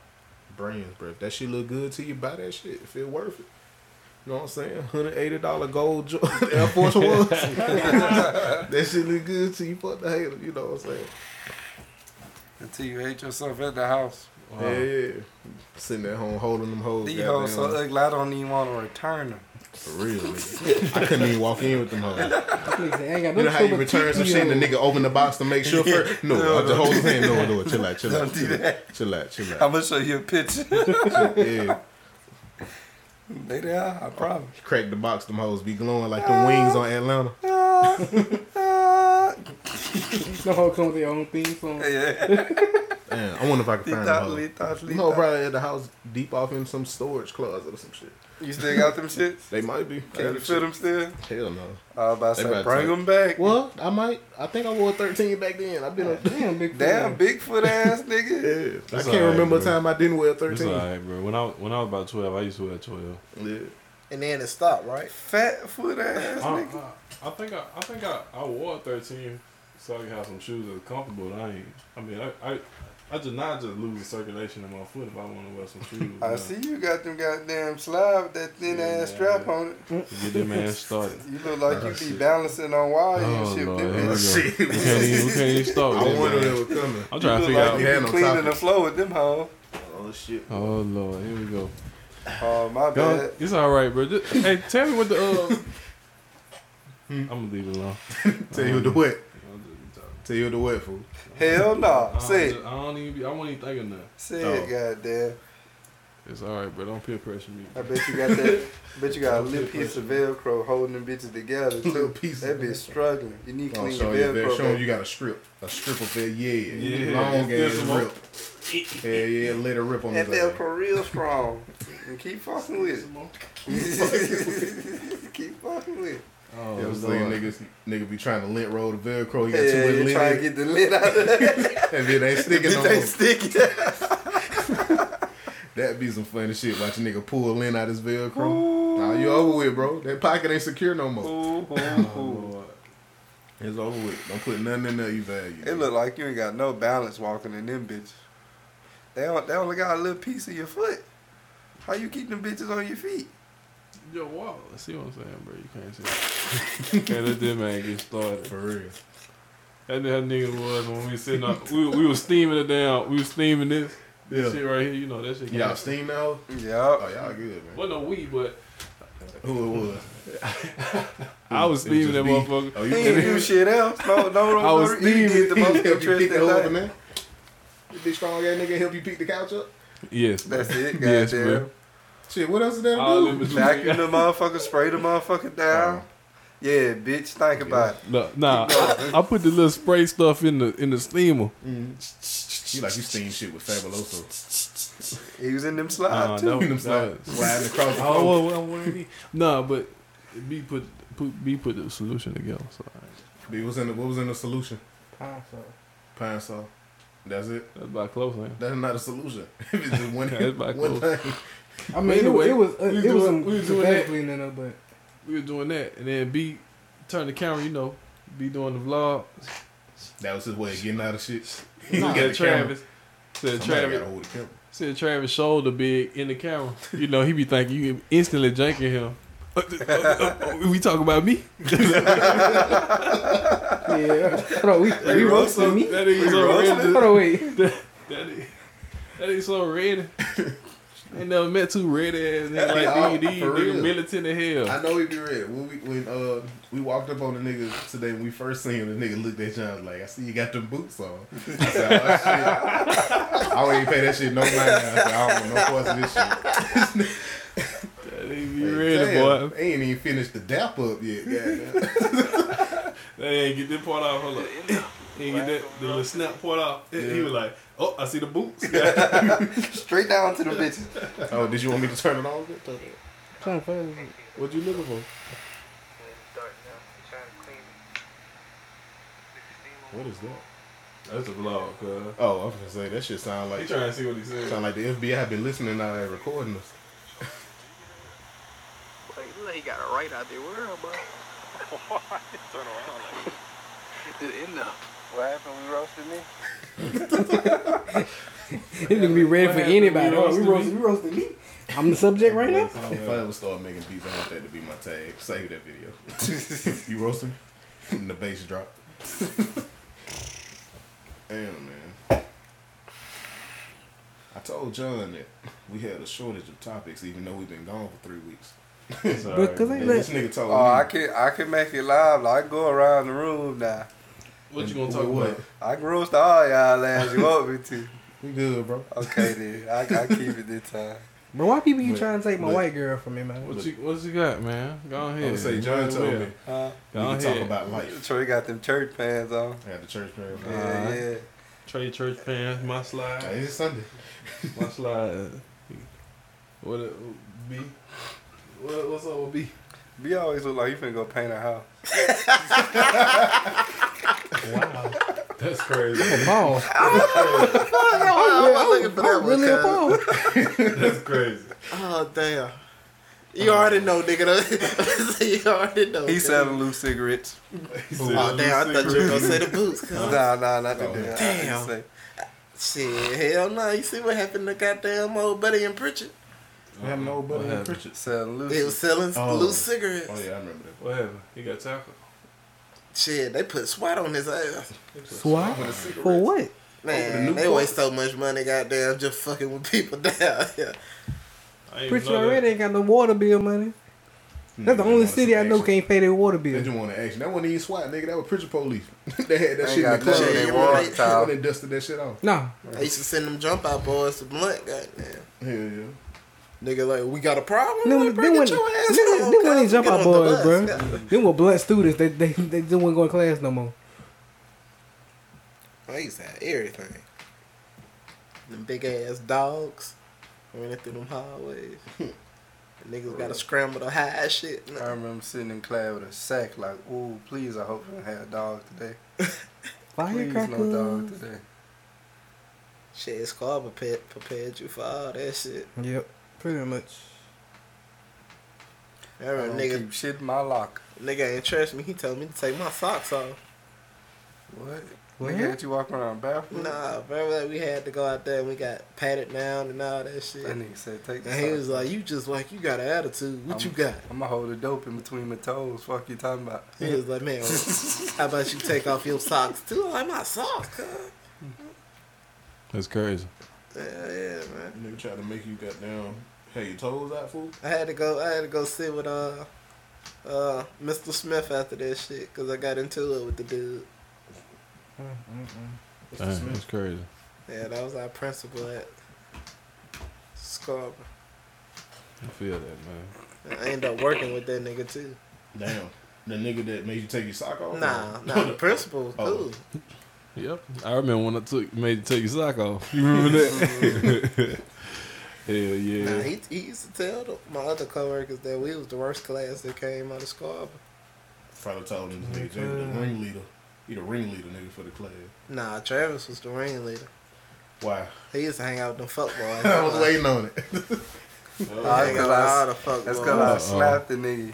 Speaker 4: brands, bro. If that shit look good to you, buy that shit. If it worth it. You know what I'm saying? $180 gold jo- Air Force Ones. that shit look good to you. Fuck the hater. You know what I'm saying?
Speaker 6: Until you hate yourself at the house.
Speaker 4: Yeah, yeah. Sitting at home holding them hoes.
Speaker 6: These hoes so
Speaker 4: goddamn.
Speaker 6: ugly, I don't even want to return them.
Speaker 4: For real, nigga. I couldn't even walk in with them hoes. You
Speaker 5: You
Speaker 4: know how you return some shit and the nigga open the box to make sure first? No, I just hold his hand. No, no, chill out, chill out.
Speaker 6: Don't do
Speaker 4: Chill out,
Speaker 6: that.
Speaker 4: chill out, chill
Speaker 6: I'm
Speaker 4: out.
Speaker 6: going to show you a picture.
Speaker 4: Yeah.
Speaker 6: they there, I promise.
Speaker 4: Crack the box, them hoes be glowing like the wings on Atlanta.
Speaker 5: The whole come with their own theme song.
Speaker 6: yeah.
Speaker 4: Damn, I wonder if I can find them hoes.
Speaker 6: Lethal, lethal,
Speaker 4: Them hoes
Speaker 6: lethal.
Speaker 4: probably at the house deep off in some storage closet or some shit.
Speaker 6: You still got them shits?
Speaker 4: They might be.
Speaker 6: Can you fit them still?
Speaker 4: Hell no.
Speaker 6: I was about
Speaker 4: They
Speaker 6: to say,
Speaker 4: about
Speaker 6: bring
Speaker 4: to-
Speaker 6: them back.
Speaker 4: Well, I might. I think I wore 13 back then. I've been a.
Speaker 5: Damn, big
Speaker 6: Damn,
Speaker 5: fan.
Speaker 6: Bigfoot ass nigga.
Speaker 4: Yeah. I
Speaker 3: That's
Speaker 4: can't
Speaker 3: alright,
Speaker 4: remember a
Speaker 3: bro.
Speaker 4: time I didn't wear
Speaker 3: It's
Speaker 4: 13.
Speaker 3: alright, bro. When I when I was about twelve, I used to wear twelve.
Speaker 4: Yeah.
Speaker 7: And then it stopped, right?
Speaker 6: Fat foot ass
Speaker 3: I,
Speaker 6: nigga.
Speaker 3: I- I think I, I think I, I wore thirteen so I could have some shoes that were comfortable. and I ain't. I mean, I, I I just not just lose the circulation in my foot if I want to wear some shoes.
Speaker 6: I
Speaker 3: man.
Speaker 6: see you got them goddamn slab with that thin ass strap on it.
Speaker 3: Get that man started.
Speaker 6: You look like you be balancing on wires
Speaker 3: Oh,
Speaker 6: and shit. with
Speaker 3: Lord, here we
Speaker 6: them
Speaker 3: go.
Speaker 6: shit.
Speaker 3: We can't even- we can't even start with
Speaker 6: I
Speaker 3: that,
Speaker 6: wondered
Speaker 3: man.
Speaker 6: it was coming.
Speaker 3: I'm trying to
Speaker 6: You
Speaker 3: figure
Speaker 6: look
Speaker 3: out-
Speaker 6: like
Speaker 3: Hand
Speaker 6: You
Speaker 3: on
Speaker 6: be cleaning
Speaker 3: topic.
Speaker 6: the floor with them hoes.
Speaker 7: Oh shit.
Speaker 3: Oh Lord, here we go.
Speaker 6: Oh my
Speaker 3: Go-
Speaker 6: bad.
Speaker 3: It's all right, bro. Just- hey, tell me what the. Uh, I'm gonna leave it alone.
Speaker 4: Tell you the what? Tell you the what, fool.
Speaker 6: Hell no.
Speaker 3: I
Speaker 6: Say
Speaker 3: don't,
Speaker 6: it.
Speaker 3: I don't even. Be, I won't even think of nothing.
Speaker 6: Say it, goddamn.
Speaker 3: It's all right, bro. Don't peer pressure me.
Speaker 6: I bet you got that. bet you got a little piece of Velcro holding them bitches together. Too. Little piece. That bitch struggling. You need to
Speaker 4: Oh,
Speaker 6: clean
Speaker 4: show
Speaker 6: your
Speaker 4: you, that.
Speaker 6: Velcro.
Speaker 4: show 'em
Speaker 6: back.
Speaker 4: you got a strip, a strip of that, yeah,
Speaker 3: Yeah.
Speaker 4: long ass
Speaker 3: It's visible.
Speaker 4: rip. Yeah, yeah, let it rip on
Speaker 6: That
Speaker 4: his ass.
Speaker 6: Velcro real strong. and keep fucking with it. keep fucking with it.
Speaker 3: Oh,
Speaker 4: Yeah, I'm
Speaker 3: Lord.
Speaker 4: saying niggas, nigga be trying to lint roll the Velcro. He got too
Speaker 6: Yeah,
Speaker 4: much
Speaker 6: you
Speaker 4: lint.
Speaker 6: trying to get the lid out of that.
Speaker 4: and then they sticking
Speaker 6: Bitch
Speaker 4: on
Speaker 6: ain't
Speaker 4: them.
Speaker 6: sticking.
Speaker 4: That be some funny shit. Watch a nigga pull lint out his Velcro. Nah, you over with, bro. That pocket ain't secure no more.
Speaker 6: Ooh, ooh,
Speaker 4: oh.
Speaker 6: ooh.
Speaker 4: It's over with. Don't put nothing in there you value.
Speaker 6: It look like you ain't got no balance walking in them bitches. They, don't, they only got a little piece of your foot. How you keep them bitches on your feet?
Speaker 3: Yo, wow. See what I'm saying, bro? You can't see. yeah, let this man get started.
Speaker 4: For real.
Speaker 3: That, that nigga was when we sitting up. We, we was steaming it down. We was steaming this
Speaker 4: Yeah.
Speaker 3: shit right here. You know that shit.
Speaker 4: Y'all steam now? Oh,
Speaker 6: Yeah.
Speaker 4: y'all good, man.
Speaker 3: Wasn't no we, but
Speaker 4: Who it was?
Speaker 3: I was
Speaker 4: It was
Speaker 3: steaming that
Speaker 4: just me.
Speaker 3: motherfucker.
Speaker 4: Oh,
Speaker 6: He didn't
Speaker 4: you
Speaker 6: do shit else. No, no, no.
Speaker 3: I was
Speaker 6: no, he did the
Speaker 4: He
Speaker 6: most
Speaker 4: helped you
Speaker 6: interesting
Speaker 4: pick it over,
Speaker 6: thing.
Speaker 4: man. You big strong ass nigga help you pick the couch up?
Speaker 3: Yes.
Speaker 6: That's it,
Speaker 3: Yes,
Speaker 6: goddamn.
Speaker 4: Shit, what else is that
Speaker 6: Oh,
Speaker 3: All
Speaker 4: to
Speaker 3: in
Speaker 4: do?
Speaker 3: between.
Speaker 6: Vacuum the motherfucker, spray the motherfucker down. Yeah, bitch, think about it.
Speaker 3: No, nah, I, I put the little spray stuff in the in the steamer.
Speaker 4: You like you steam shit with Fabuloso.
Speaker 6: He was in them slides
Speaker 3: Nah,
Speaker 6: too.
Speaker 3: that was,
Speaker 4: Them sliding
Speaker 3: that was,
Speaker 4: sliding across the
Speaker 3: oh,
Speaker 4: floor.
Speaker 3: well, well, well, he- nah, but B put, put B put the solution together. So
Speaker 4: B, what's in the, what was in the solution?
Speaker 5: Pine salt.
Speaker 4: Pine saw. That's it.
Speaker 3: that's about close, man.
Speaker 4: That's not a solution. if it's just one,
Speaker 3: That's about
Speaker 4: one
Speaker 3: close.
Speaker 4: thing.
Speaker 5: I mean,
Speaker 3: anyway,
Speaker 5: it, was it was, uh,
Speaker 3: we
Speaker 5: it
Speaker 3: doing-
Speaker 5: was some
Speaker 3: we doing
Speaker 5: synthetically in there, but
Speaker 3: We were doing that, and then B turned the camera. You know, B doing the vlog.
Speaker 4: That was his way of getting out of shit.
Speaker 3: He
Speaker 4: got
Speaker 3: said
Speaker 4: the
Speaker 3: Travis. Said
Speaker 4: Camera. Somebody got a
Speaker 3: Travis.
Speaker 4: hold of the camera.
Speaker 3: Said Travis shoulder big in the camera. You know, he be thinking you instantly janking him. Uh, we talk about me.
Speaker 5: yeah. Hold on, we, we roasting me.
Speaker 3: That nigga so red.
Speaker 5: Hold on, wait.
Speaker 3: That nigga- that nigga so red. Ain't never met two red ass niggas like D D
Speaker 4: uh, For
Speaker 3: nigga
Speaker 4: real.
Speaker 3: militant in
Speaker 4: I
Speaker 3: hell.
Speaker 4: know he be red. When we when uh we walked up on the nigga today when we first seen him, the nigga looked at John like, I see you got them boots on. I said, oh, shit. I don't even pay that shit no mind. I said, I don't want no parts of this shit.
Speaker 3: That nigga be
Speaker 4: Hey,
Speaker 3: red
Speaker 4: damn,
Speaker 3: boy.
Speaker 4: They ain't even finished the dap up yet. goddamn.
Speaker 3: They ain't get this part off. Hold up. He ain't get that the little snap part off. He was like, "Oh, I see the boots."
Speaker 6: Straight down to the bitches.
Speaker 4: oh, did you want me to turn it on?
Speaker 5: Trying to find it.
Speaker 3: what you looking for? What is that? That's a vlog. Cause
Speaker 4: Oh, I was gonna say that shit sound
Speaker 3: he
Speaker 4: like
Speaker 3: trying to see what he said.
Speaker 4: sound like the FBI been listening out and recording us.
Speaker 13: They got it right out there. Where am I? Turn around. Like, in the
Speaker 6: What happened? We roasted me?
Speaker 5: This nigga be ready for
Speaker 3: What happened?
Speaker 5: anybody.
Speaker 3: You
Speaker 5: Oh, we
Speaker 3: roasted
Speaker 5: roasting,
Speaker 3: me?
Speaker 5: we roasting me. I'm the subject right now.
Speaker 4: If I ever start making beats, I want that to be my tag. Save that video. you roasting? And the bass drop. Damn, man. I told John that we had a shortage of topics, even though we've been gone for three weeks.
Speaker 5: Because
Speaker 4: And
Speaker 5: ain't
Speaker 4: this
Speaker 5: that
Speaker 4: nigga told
Speaker 6: Oh, I
Speaker 4: me
Speaker 6: can I can make it live. Like, I can go around the room now.
Speaker 3: What you gonna talk about?
Speaker 6: I can roast all y'all ass you want me to.
Speaker 4: We good, bro.
Speaker 6: Okay then, I, I keep it this time.
Speaker 5: Bro, why people you
Speaker 4: But-
Speaker 5: trying to take my
Speaker 4: but-
Speaker 5: white girl from me, man?
Speaker 3: What you What you got, man? Go
Speaker 4: I
Speaker 3: ahead.
Speaker 4: would say John told me
Speaker 6: Huh?
Speaker 4: we
Speaker 3: Go
Speaker 4: can talk
Speaker 3: ahead.
Speaker 4: about life.
Speaker 6: Troy got them church pants on.
Speaker 4: I had the church prayer.
Speaker 6: Yeah,
Speaker 3: Alright.
Speaker 6: yeah.
Speaker 3: Trey Church pants, my slide.
Speaker 4: Hey, It's Sunday.
Speaker 3: My slide. What it, B? What, what's up with B?
Speaker 6: B always look like you finna go paint a house.
Speaker 3: Wow, that's crazy.
Speaker 5: Paul.
Speaker 7: I'm looking for that
Speaker 5: I'm
Speaker 7: one.
Speaker 5: really
Speaker 7: cuz.
Speaker 5: appalled.
Speaker 3: That's crazy.
Speaker 7: Oh damn. You already
Speaker 5: Oh.
Speaker 7: know, nigga. you already know.
Speaker 6: He
Speaker 7: cuz.
Speaker 6: selling loose cigarettes.
Speaker 4: Oh,
Speaker 7: Oh damn, I thought you were gonna say the boots. cuz.
Speaker 6: Nah, nah, not the damn.
Speaker 7: Damn. Shit, hell no. You see what happened to goddamn old Buddy and Pritchard?
Speaker 4: What happened to old Buddy
Speaker 3: What
Speaker 4: and
Speaker 3: happened?
Speaker 4: Pritchard?
Speaker 6: Selling
Speaker 7: They was selling loose cigarettes.
Speaker 4: Oh yeah, I remember that.
Speaker 3: What happened? He got tackled.
Speaker 7: Shit, they put SWAT on his ass.
Speaker 5: Swat? For what?
Speaker 3: Over the
Speaker 7: Man,
Speaker 3: new
Speaker 7: they
Speaker 3: court.
Speaker 7: waste so much money, goddamn, just fucking with people down here.
Speaker 5: Pritchard already ain't got no water bill money. That's the
Speaker 4: Mm,
Speaker 5: only city I know can't pay their water bill.
Speaker 4: They just want to action. That wasn't even SWAT, nigga. That was Pritchard Police. they had that
Speaker 6: Ain't
Speaker 4: shit in the
Speaker 6: got
Speaker 4: club.
Speaker 6: nothing in
Speaker 4: They
Speaker 6: their water
Speaker 4: went
Speaker 6: towel.
Speaker 4: and dusted that shit off.
Speaker 5: No.
Speaker 7: I used to send them jump out boys to blunt, goddamn.
Speaker 4: Hell yeah.
Speaker 7: Nigga, like, we got a problem?
Speaker 5: Then
Speaker 7: Wanna
Speaker 5: when
Speaker 7: bring
Speaker 5: then
Speaker 7: it
Speaker 5: when-
Speaker 7: your ass
Speaker 5: then-
Speaker 7: home,
Speaker 5: then when they
Speaker 7: cuz?
Speaker 5: jump
Speaker 7: Get
Speaker 5: out
Speaker 7: on the
Speaker 5: boys,
Speaker 7: bus,
Speaker 5: bro.
Speaker 7: cuz.
Speaker 5: Them were blunt students. They they they just wouldn't go to class no more.
Speaker 7: I used to have everything. Them big ass dogs running through them hallways. Niggas gotta scramble to hide shit.
Speaker 6: I remember sitting in class with a sack like, ooh, please, I hope I don't have a dog today. Please, no dog
Speaker 5: Firecrackers.
Speaker 6: today.
Speaker 7: Shit, squad prepared, prepared you for all that shit.
Speaker 5: Yep, pretty much.
Speaker 7: I
Speaker 6: don't
Speaker 7: remember nigga,
Speaker 6: keep shit in my locker.
Speaker 7: nigga ain't trust me. He told me to take my socks off.
Speaker 6: What?
Speaker 5: What?
Speaker 6: Nigga had you walking around bathroom?
Speaker 7: Nah, bro, like we had to go out there and we got patted down and all that shit.
Speaker 6: That nigga said, take the
Speaker 7: And he was like, "You just like you got an attitude. What you got?"
Speaker 6: I'm gonna hold the dope in between my toes. Fuck you talking about?
Speaker 7: He was like, "Man, how about you take off your socks too?" I'm like my socks. cuz."
Speaker 3: That's crazy.
Speaker 7: Yeah, yeah, man.
Speaker 4: Nigga tried to make you goddamn. Hey, your toes out, fool?
Speaker 7: I had to go. I had to go sit with uh, uh, Mr. Smith after that shit because I got into it with the dude.
Speaker 3: Damn, that's crazy.
Speaker 7: Yeah, that was our principal at Scarborough.
Speaker 3: I feel that, man.
Speaker 7: I ended up working with that nigga too.
Speaker 4: Damn. The nigga that made you take your sock off?
Speaker 7: Nah, nah, the principal was cool.
Speaker 3: Yep. I remember when I took made you take your sock off. You remember that? Hell yeah.
Speaker 7: Nah, he, he used to tell the, my other coworkers that we was the worst class that came out of Scarborough.
Speaker 4: Probably told him this nigga, Jay, the ringleader. He the ringleader nigga for the class.
Speaker 7: Nah, Travis was the ringleader.
Speaker 4: Why?
Speaker 7: He used to hang out with them fuck boys.
Speaker 4: I was waiting on it.
Speaker 7: I
Speaker 6: That's
Speaker 7: ain't got
Speaker 6: 'cause I-
Speaker 7: all the fuck
Speaker 6: That's
Speaker 7: boys.
Speaker 6: because I slapped the nigga.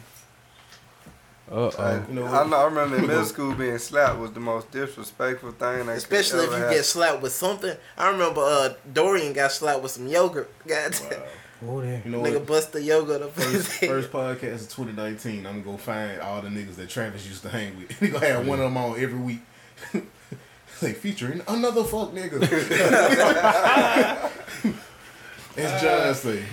Speaker 3: Uh oh.
Speaker 4: You know
Speaker 6: I,
Speaker 4: what?
Speaker 6: know, I remember in middle school being slapped was the most disrespectful thing. I
Speaker 7: Especially if
Speaker 6: could
Speaker 7: you
Speaker 6: ever
Speaker 7: get slapped with something. I remember uh, Dorian got slapped with some yogurt. God damn.
Speaker 4: Wow.
Speaker 5: Oh, there.
Speaker 4: You know
Speaker 7: Nigga
Speaker 4: what?
Speaker 7: bust the yogurt up
Speaker 4: First,
Speaker 7: his head.
Speaker 4: first podcast of 2019, I'm gonna go find all the niggas that Travis used to hang with. He gonna have one of them on every week. like featuring another fuck nigga. As John say,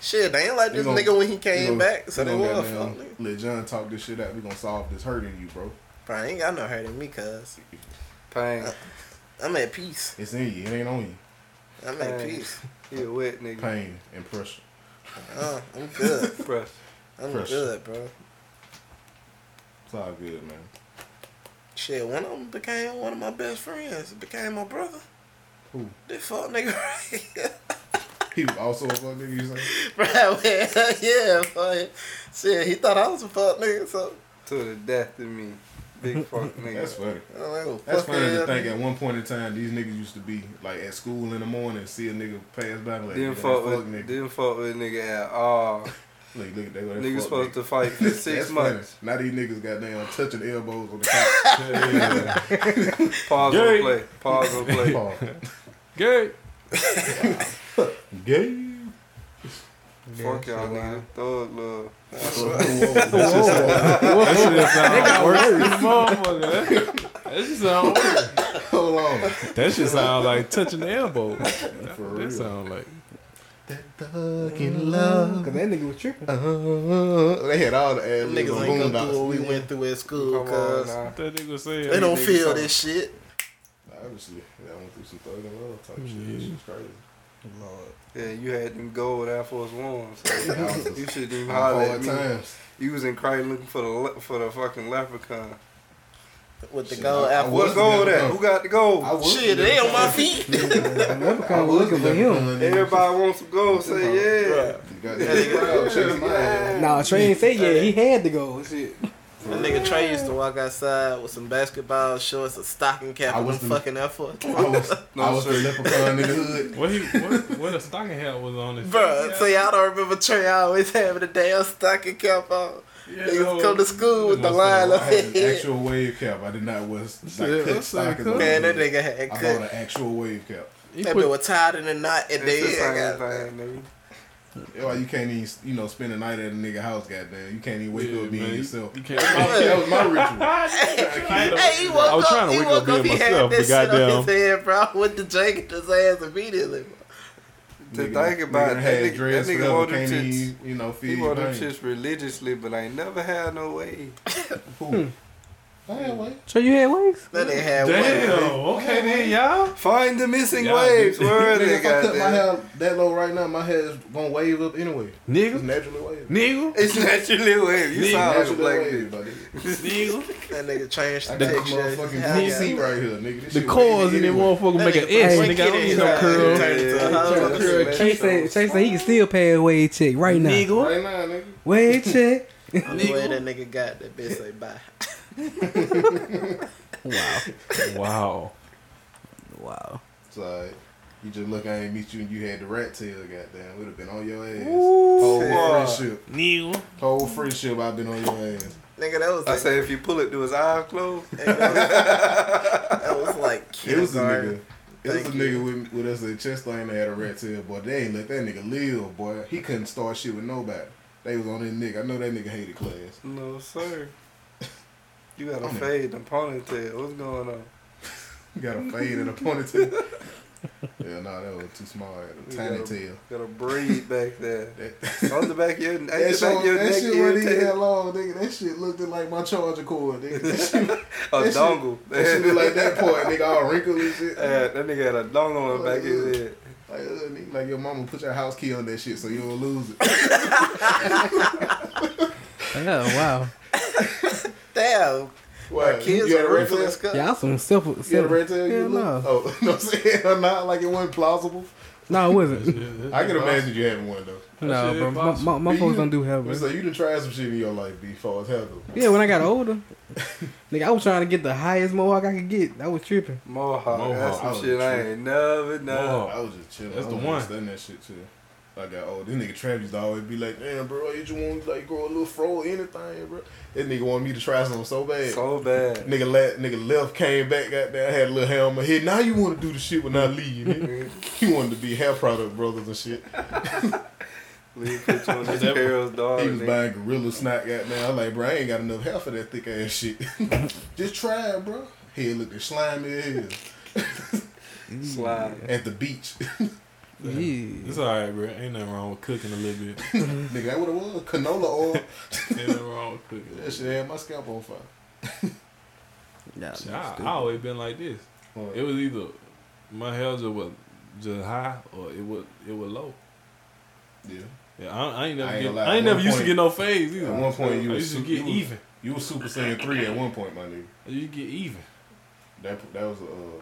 Speaker 7: Shit, they ain't like
Speaker 4: They
Speaker 7: this
Speaker 4: gonna-
Speaker 7: nigga when he
Speaker 4: we
Speaker 7: came
Speaker 4: gonna-
Speaker 7: back. So
Speaker 4: we
Speaker 7: they
Speaker 4: gonna
Speaker 7: was
Speaker 4: goddamn
Speaker 7: fuck nigga.
Speaker 4: Let John talk this shit out. We gonna solve this hurting you, bro.
Speaker 7: Bro, I ain't got no hurt in me, cuz.
Speaker 6: pain.
Speaker 7: I'm at peace.
Speaker 4: It's in you. It ain't on you.
Speaker 7: I'm at
Speaker 6: Hey.
Speaker 7: peace.
Speaker 6: He a wet nigga.
Speaker 4: Pain and pressure.
Speaker 7: Uh, I'm good.
Speaker 6: Press.
Speaker 7: I'm
Speaker 4: Pressure.
Speaker 7: good, bro.
Speaker 4: It's all good, man.
Speaker 7: Shit, one of them became one of my best friends. Became my brother.
Speaker 4: Who?
Speaker 7: This fuck nigga right here.
Speaker 4: He was also a fuck nigga. You say?
Speaker 7: Bro, man, yeah, fuck. Shit, he thought I was a fuck nigga, so.
Speaker 6: To the death of me. Big fuck nigga.
Speaker 4: That's funny.
Speaker 7: I don't know,
Speaker 4: That's
Speaker 7: fuck
Speaker 4: funny to
Speaker 7: hell.
Speaker 4: think at one point in time these niggas used to be like at school in the morning see a nigga pass by like
Speaker 6: Didn't
Speaker 4: "Look at
Speaker 6: fuck
Speaker 4: that
Speaker 6: with
Speaker 4: nigga.
Speaker 6: didn't fuck with nigga at all.
Speaker 4: Like, look at that, that
Speaker 6: Niggas
Speaker 4: fuck
Speaker 6: supposed
Speaker 4: nigga.
Speaker 6: to fight for six
Speaker 4: That's
Speaker 6: months.
Speaker 4: Funny. Now these niggas goddamn touching elbows on the couch.
Speaker 6: Pause
Speaker 3: Gay.
Speaker 6: on play. Pause on play.
Speaker 4: Paul.
Speaker 3: Gay.
Speaker 4: Gay.
Speaker 6: Fuck y'all nigga. Thug love.
Speaker 3: That shit sound worse than motherfucker. That shit sound worse.
Speaker 4: Hold on.
Speaker 3: That shit sound like touching the elbow. That's
Speaker 4: For
Speaker 3: what
Speaker 4: real.
Speaker 3: that sound like.
Speaker 4: Fucking love.
Speaker 5: Cause that nigga was tripping.
Speaker 4: Uh, they had all the ad
Speaker 7: Them
Speaker 4: libs
Speaker 7: Niggas
Speaker 4: on
Speaker 7: ain't gonna do what we
Speaker 4: Boondocks.
Speaker 7: went through at school,
Speaker 6: Come on
Speaker 7: cuz.
Speaker 6: now.
Speaker 3: What that nigga said.
Speaker 7: They don't
Speaker 6: niggas
Speaker 7: feel
Speaker 6: talk.
Speaker 7: this shit.
Speaker 4: Obviously, I went through some thug and love type shit. That shit's crazy.
Speaker 6: Yeah, you had them gold Air Force Ones.
Speaker 4: That was
Speaker 6: You shouldn't even holler at
Speaker 4: Hard
Speaker 6: me.
Speaker 4: times.
Speaker 6: You was in Craig looking for the le- for the fucking leprechaun.
Speaker 7: With the
Speaker 4: Shit,
Speaker 7: gold
Speaker 4: I- I
Speaker 7: apple.
Speaker 6: What
Speaker 4: was-
Speaker 6: gold at? Who got the gold?
Speaker 4: I was
Speaker 7: Shit,
Speaker 4: the
Speaker 7: they on my feet.
Speaker 5: Leprechaun was looking for him.
Speaker 6: Everybody wants some gold. Say yeah.
Speaker 4: Goddamn.
Speaker 5: Nah, Trey ain't say yeah. He had to go.
Speaker 6: Shit.
Speaker 7: That nigga Trey used to walk outside with some basketball shorts, a stocking cap,
Speaker 4: I
Speaker 7: and them
Speaker 4: was the-
Speaker 7: fucking Air Force.
Speaker 4: I was,
Speaker 6: No,
Speaker 4: I was the
Speaker 6: sir.
Speaker 4: leprechaun in the hood.
Speaker 3: What he what what a stocking hat was on his
Speaker 7: Bruh, so y'all don't remember Trey always having a damn stocking cap on. Niggas come to school with the
Speaker 4: Must have-
Speaker 7: line up
Speaker 4: I
Speaker 7: here.
Speaker 4: had an actual wave cap. I did not was like,
Speaker 7: Yeah,
Speaker 4: cut
Speaker 7: that's
Speaker 4: stock
Speaker 7: like,
Speaker 4: as I
Speaker 7: man, that
Speaker 4: was.
Speaker 7: nigga had
Speaker 4: I
Speaker 7: cut.
Speaker 4: bought an actual wave cap.
Speaker 7: That bit was tied in a knot and they got
Speaker 4: Yeah, Why you can't even you know spend the night at a nigga house? Goddamn, you can't even wake up being yourself.
Speaker 3: You can't.
Speaker 4: that was my ritual.
Speaker 7: hey, hey, he woke
Speaker 4: I was
Speaker 7: up.
Speaker 4: trying to
Speaker 7: he
Speaker 4: wake
Speaker 7: woke
Speaker 4: up being
Speaker 7: he had
Speaker 4: myself,
Speaker 7: that
Speaker 4: but
Speaker 7: shit on
Speaker 4: goddamn-
Speaker 7: his head, bro. With the drink in his ass immediately.
Speaker 6: To
Speaker 7: Nigga-
Speaker 6: think about
Speaker 7: nigga
Speaker 6: it,
Speaker 7: had
Speaker 6: that nigga, that
Speaker 7: dreads
Speaker 6: nigga
Speaker 7: forever,
Speaker 6: want them
Speaker 7: can't
Speaker 6: shits,
Speaker 7: even, you know,
Speaker 6: he
Speaker 7: feed
Speaker 6: want them
Speaker 7: pain.
Speaker 6: shits religiously, but I ain't never had no way.
Speaker 4: I had way.
Speaker 5: So you had waves?
Speaker 7: That they had
Speaker 3: okay then, y'all.
Speaker 6: Find the missing
Speaker 4: Y'all
Speaker 6: waves.
Speaker 4: did-
Speaker 6: Where are
Speaker 4: Nigga,
Speaker 6: they,
Speaker 4: If I cut my
Speaker 6: goddamn?
Speaker 4: hair that low right now, my hair is gonna wave up anyway.
Speaker 3: Nigga,
Speaker 4: it's naturally wave.
Speaker 3: Nigga,
Speaker 6: It's naturally wave. You
Speaker 4: Nigga.
Speaker 6: sound like a
Speaker 4: Naturally
Speaker 6: black
Speaker 4: wave,
Speaker 6: dude.
Speaker 3: Nigga.
Speaker 7: That nigga changed
Speaker 4: I
Speaker 7: the
Speaker 4: got this
Speaker 7: texture.
Speaker 4: motherfucking
Speaker 7: Hell yeah.
Speaker 4: DC right here, nigga. This
Speaker 3: The
Speaker 4: shit
Speaker 3: cores in
Speaker 4: wavy
Speaker 3: that
Speaker 4: anyway.
Speaker 3: motherfucker make an
Speaker 7: nigga
Speaker 3: S,
Speaker 7: fucking
Speaker 3: nigga. I don't
Speaker 7: kid
Speaker 3: need no
Speaker 7: is-
Speaker 3: curl.
Speaker 7: turned into a
Speaker 3: Yeah.
Speaker 7: husband.
Speaker 5: Chase said, Chase said he can still pay a wage check right now.
Speaker 3: Nigga.
Speaker 4: Right now, nigga.
Speaker 5: Wage check.
Speaker 7: I'm glad that nigga got that bitch say bye.
Speaker 3: Wow.
Speaker 5: Wow.
Speaker 4: Sorry. You just look, I ain't meet you, and you had the rat tail. Goddamn, would have been on your ass.
Speaker 6: Ooh.
Speaker 4: Whole
Speaker 6: Yeah.
Speaker 4: friendship,
Speaker 3: Neil.
Speaker 4: whole friendship. I've been on your ass.
Speaker 7: Nigga, that was
Speaker 6: I
Speaker 7: like,
Speaker 6: say if you pull it, do his eyes close.
Speaker 7: that was like
Speaker 4: It was a
Speaker 7: kindergarten.
Speaker 4: nigga. It was a
Speaker 7: Thank
Speaker 4: nigga with, with us at Chest Lane that had a rat tail, boy. They ain't let that nigga live, boy. He couldn't start shit with nobody. They was on that nigga. I know that nigga hated class.
Speaker 6: no, sir. You got
Speaker 4: Oh,
Speaker 6: to
Speaker 4: man.
Speaker 6: fade and ponytail. What's going on?
Speaker 4: Got a fade and a ponytail. yeah, nah, that was too small. I had a
Speaker 6: You
Speaker 4: tiny
Speaker 6: got a-
Speaker 4: tail.
Speaker 6: Got a braid back there.
Speaker 4: That,
Speaker 6: On the back of your, ain't the
Speaker 4: that, shit,
Speaker 6: back of your
Speaker 4: that
Speaker 6: neck
Speaker 4: shit wasn't even
Speaker 6: irritated?
Speaker 4: that long, nigga. That shit looked like my charger cord, nigga. That shit,
Speaker 6: A
Speaker 4: that shit-
Speaker 6: dongle.
Speaker 4: that shit looked like that part, nigga, all wrinkled and shit.
Speaker 6: Yeah, that nigga had a dongle on the back of his head.
Speaker 4: Like, uh, nigga, like your mama put your house key on that shit so you don't lose it.
Speaker 5: Oh wow.
Speaker 7: Damn.
Speaker 4: Why?
Speaker 7: My kids
Speaker 4: you had
Speaker 7: are
Speaker 4: a rat
Speaker 7: ruthless.
Speaker 4: tail?
Speaker 7: cuz.
Speaker 5: Y'all some self.
Speaker 4: You had a
Speaker 5: self
Speaker 4: rat tail?
Speaker 5: Hell
Speaker 4: You look-
Speaker 5: no.
Speaker 4: Oh, no, I'm saying I'm not like it wasn't plausible.
Speaker 5: No, it wasn't.
Speaker 4: I can imagine you having one though.
Speaker 5: no,
Speaker 3: shit
Speaker 5: bro. My,
Speaker 3: impossible.
Speaker 5: my, my
Speaker 4: But
Speaker 5: folks
Speaker 4: you-
Speaker 5: don't do hell,
Speaker 4: But
Speaker 5: bro.
Speaker 4: so you done tried some shit in your life before as hell though.
Speaker 5: Yeah, when I got older, nigga, I was trying to get the highest mohawk I could get. I was tripping.
Speaker 6: Mohawk. That's
Speaker 4: Mohawk.
Speaker 6: some shit I ain't never known.
Speaker 3: Mohawk.
Speaker 4: I was just chilling.
Speaker 3: That's
Speaker 4: I
Speaker 3: the
Speaker 4: don't
Speaker 3: one.
Speaker 4: Understand that shit too. I got old. This nigga Travis used to always be like, "Damn, bro, you just want to like grow a little fro or anything, bro." That nigga wanted me to try something so bad.
Speaker 6: So bad.
Speaker 4: Nigga, left, nigga left, came back, got there, had a little hair on my head. Now you want to do the shit when I leave. nigga. he wanted to be hair product brothers and shit.
Speaker 6: Lee put you on his
Speaker 3: that-
Speaker 6: girl's daughter.
Speaker 4: He was
Speaker 6: Oh, nigga.
Speaker 4: buying gorilla snot, goddamn. I'm like, bro, I ain't got enough hair for that thick ass shit. Just try it, bro. Head looked as slimy as hell
Speaker 6: Slide.
Speaker 4: at the beach.
Speaker 5: Yeah.
Speaker 3: It's alright, bro. Ain't nothing wrong with cooking a little bit.
Speaker 4: nigga, that what it was. Canola oil.
Speaker 3: Ain't nothing wrong with cooking.
Speaker 4: that shit had my scalp on fire.
Speaker 5: Nah,
Speaker 3: Shit, I, I always been like this.
Speaker 4: What?
Speaker 3: Oh, It was either my hair just was just high or it was it was low.
Speaker 4: Yeah.
Speaker 3: Yeah, I, I ain't never
Speaker 4: I ain't
Speaker 3: get,
Speaker 4: gonna lie,
Speaker 3: I ain't
Speaker 4: at
Speaker 3: never
Speaker 4: one
Speaker 3: used to
Speaker 4: point-
Speaker 3: get no phase either.
Speaker 4: At one point, you
Speaker 3: I
Speaker 4: was
Speaker 3: used to
Speaker 4: su-
Speaker 3: get
Speaker 4: you was-
Speaker 3: even.
Speaker 4: You was Super Saiyan three at one point, my nigga.
Speaker 3: You get even.
Speaker 4: That that was a uh,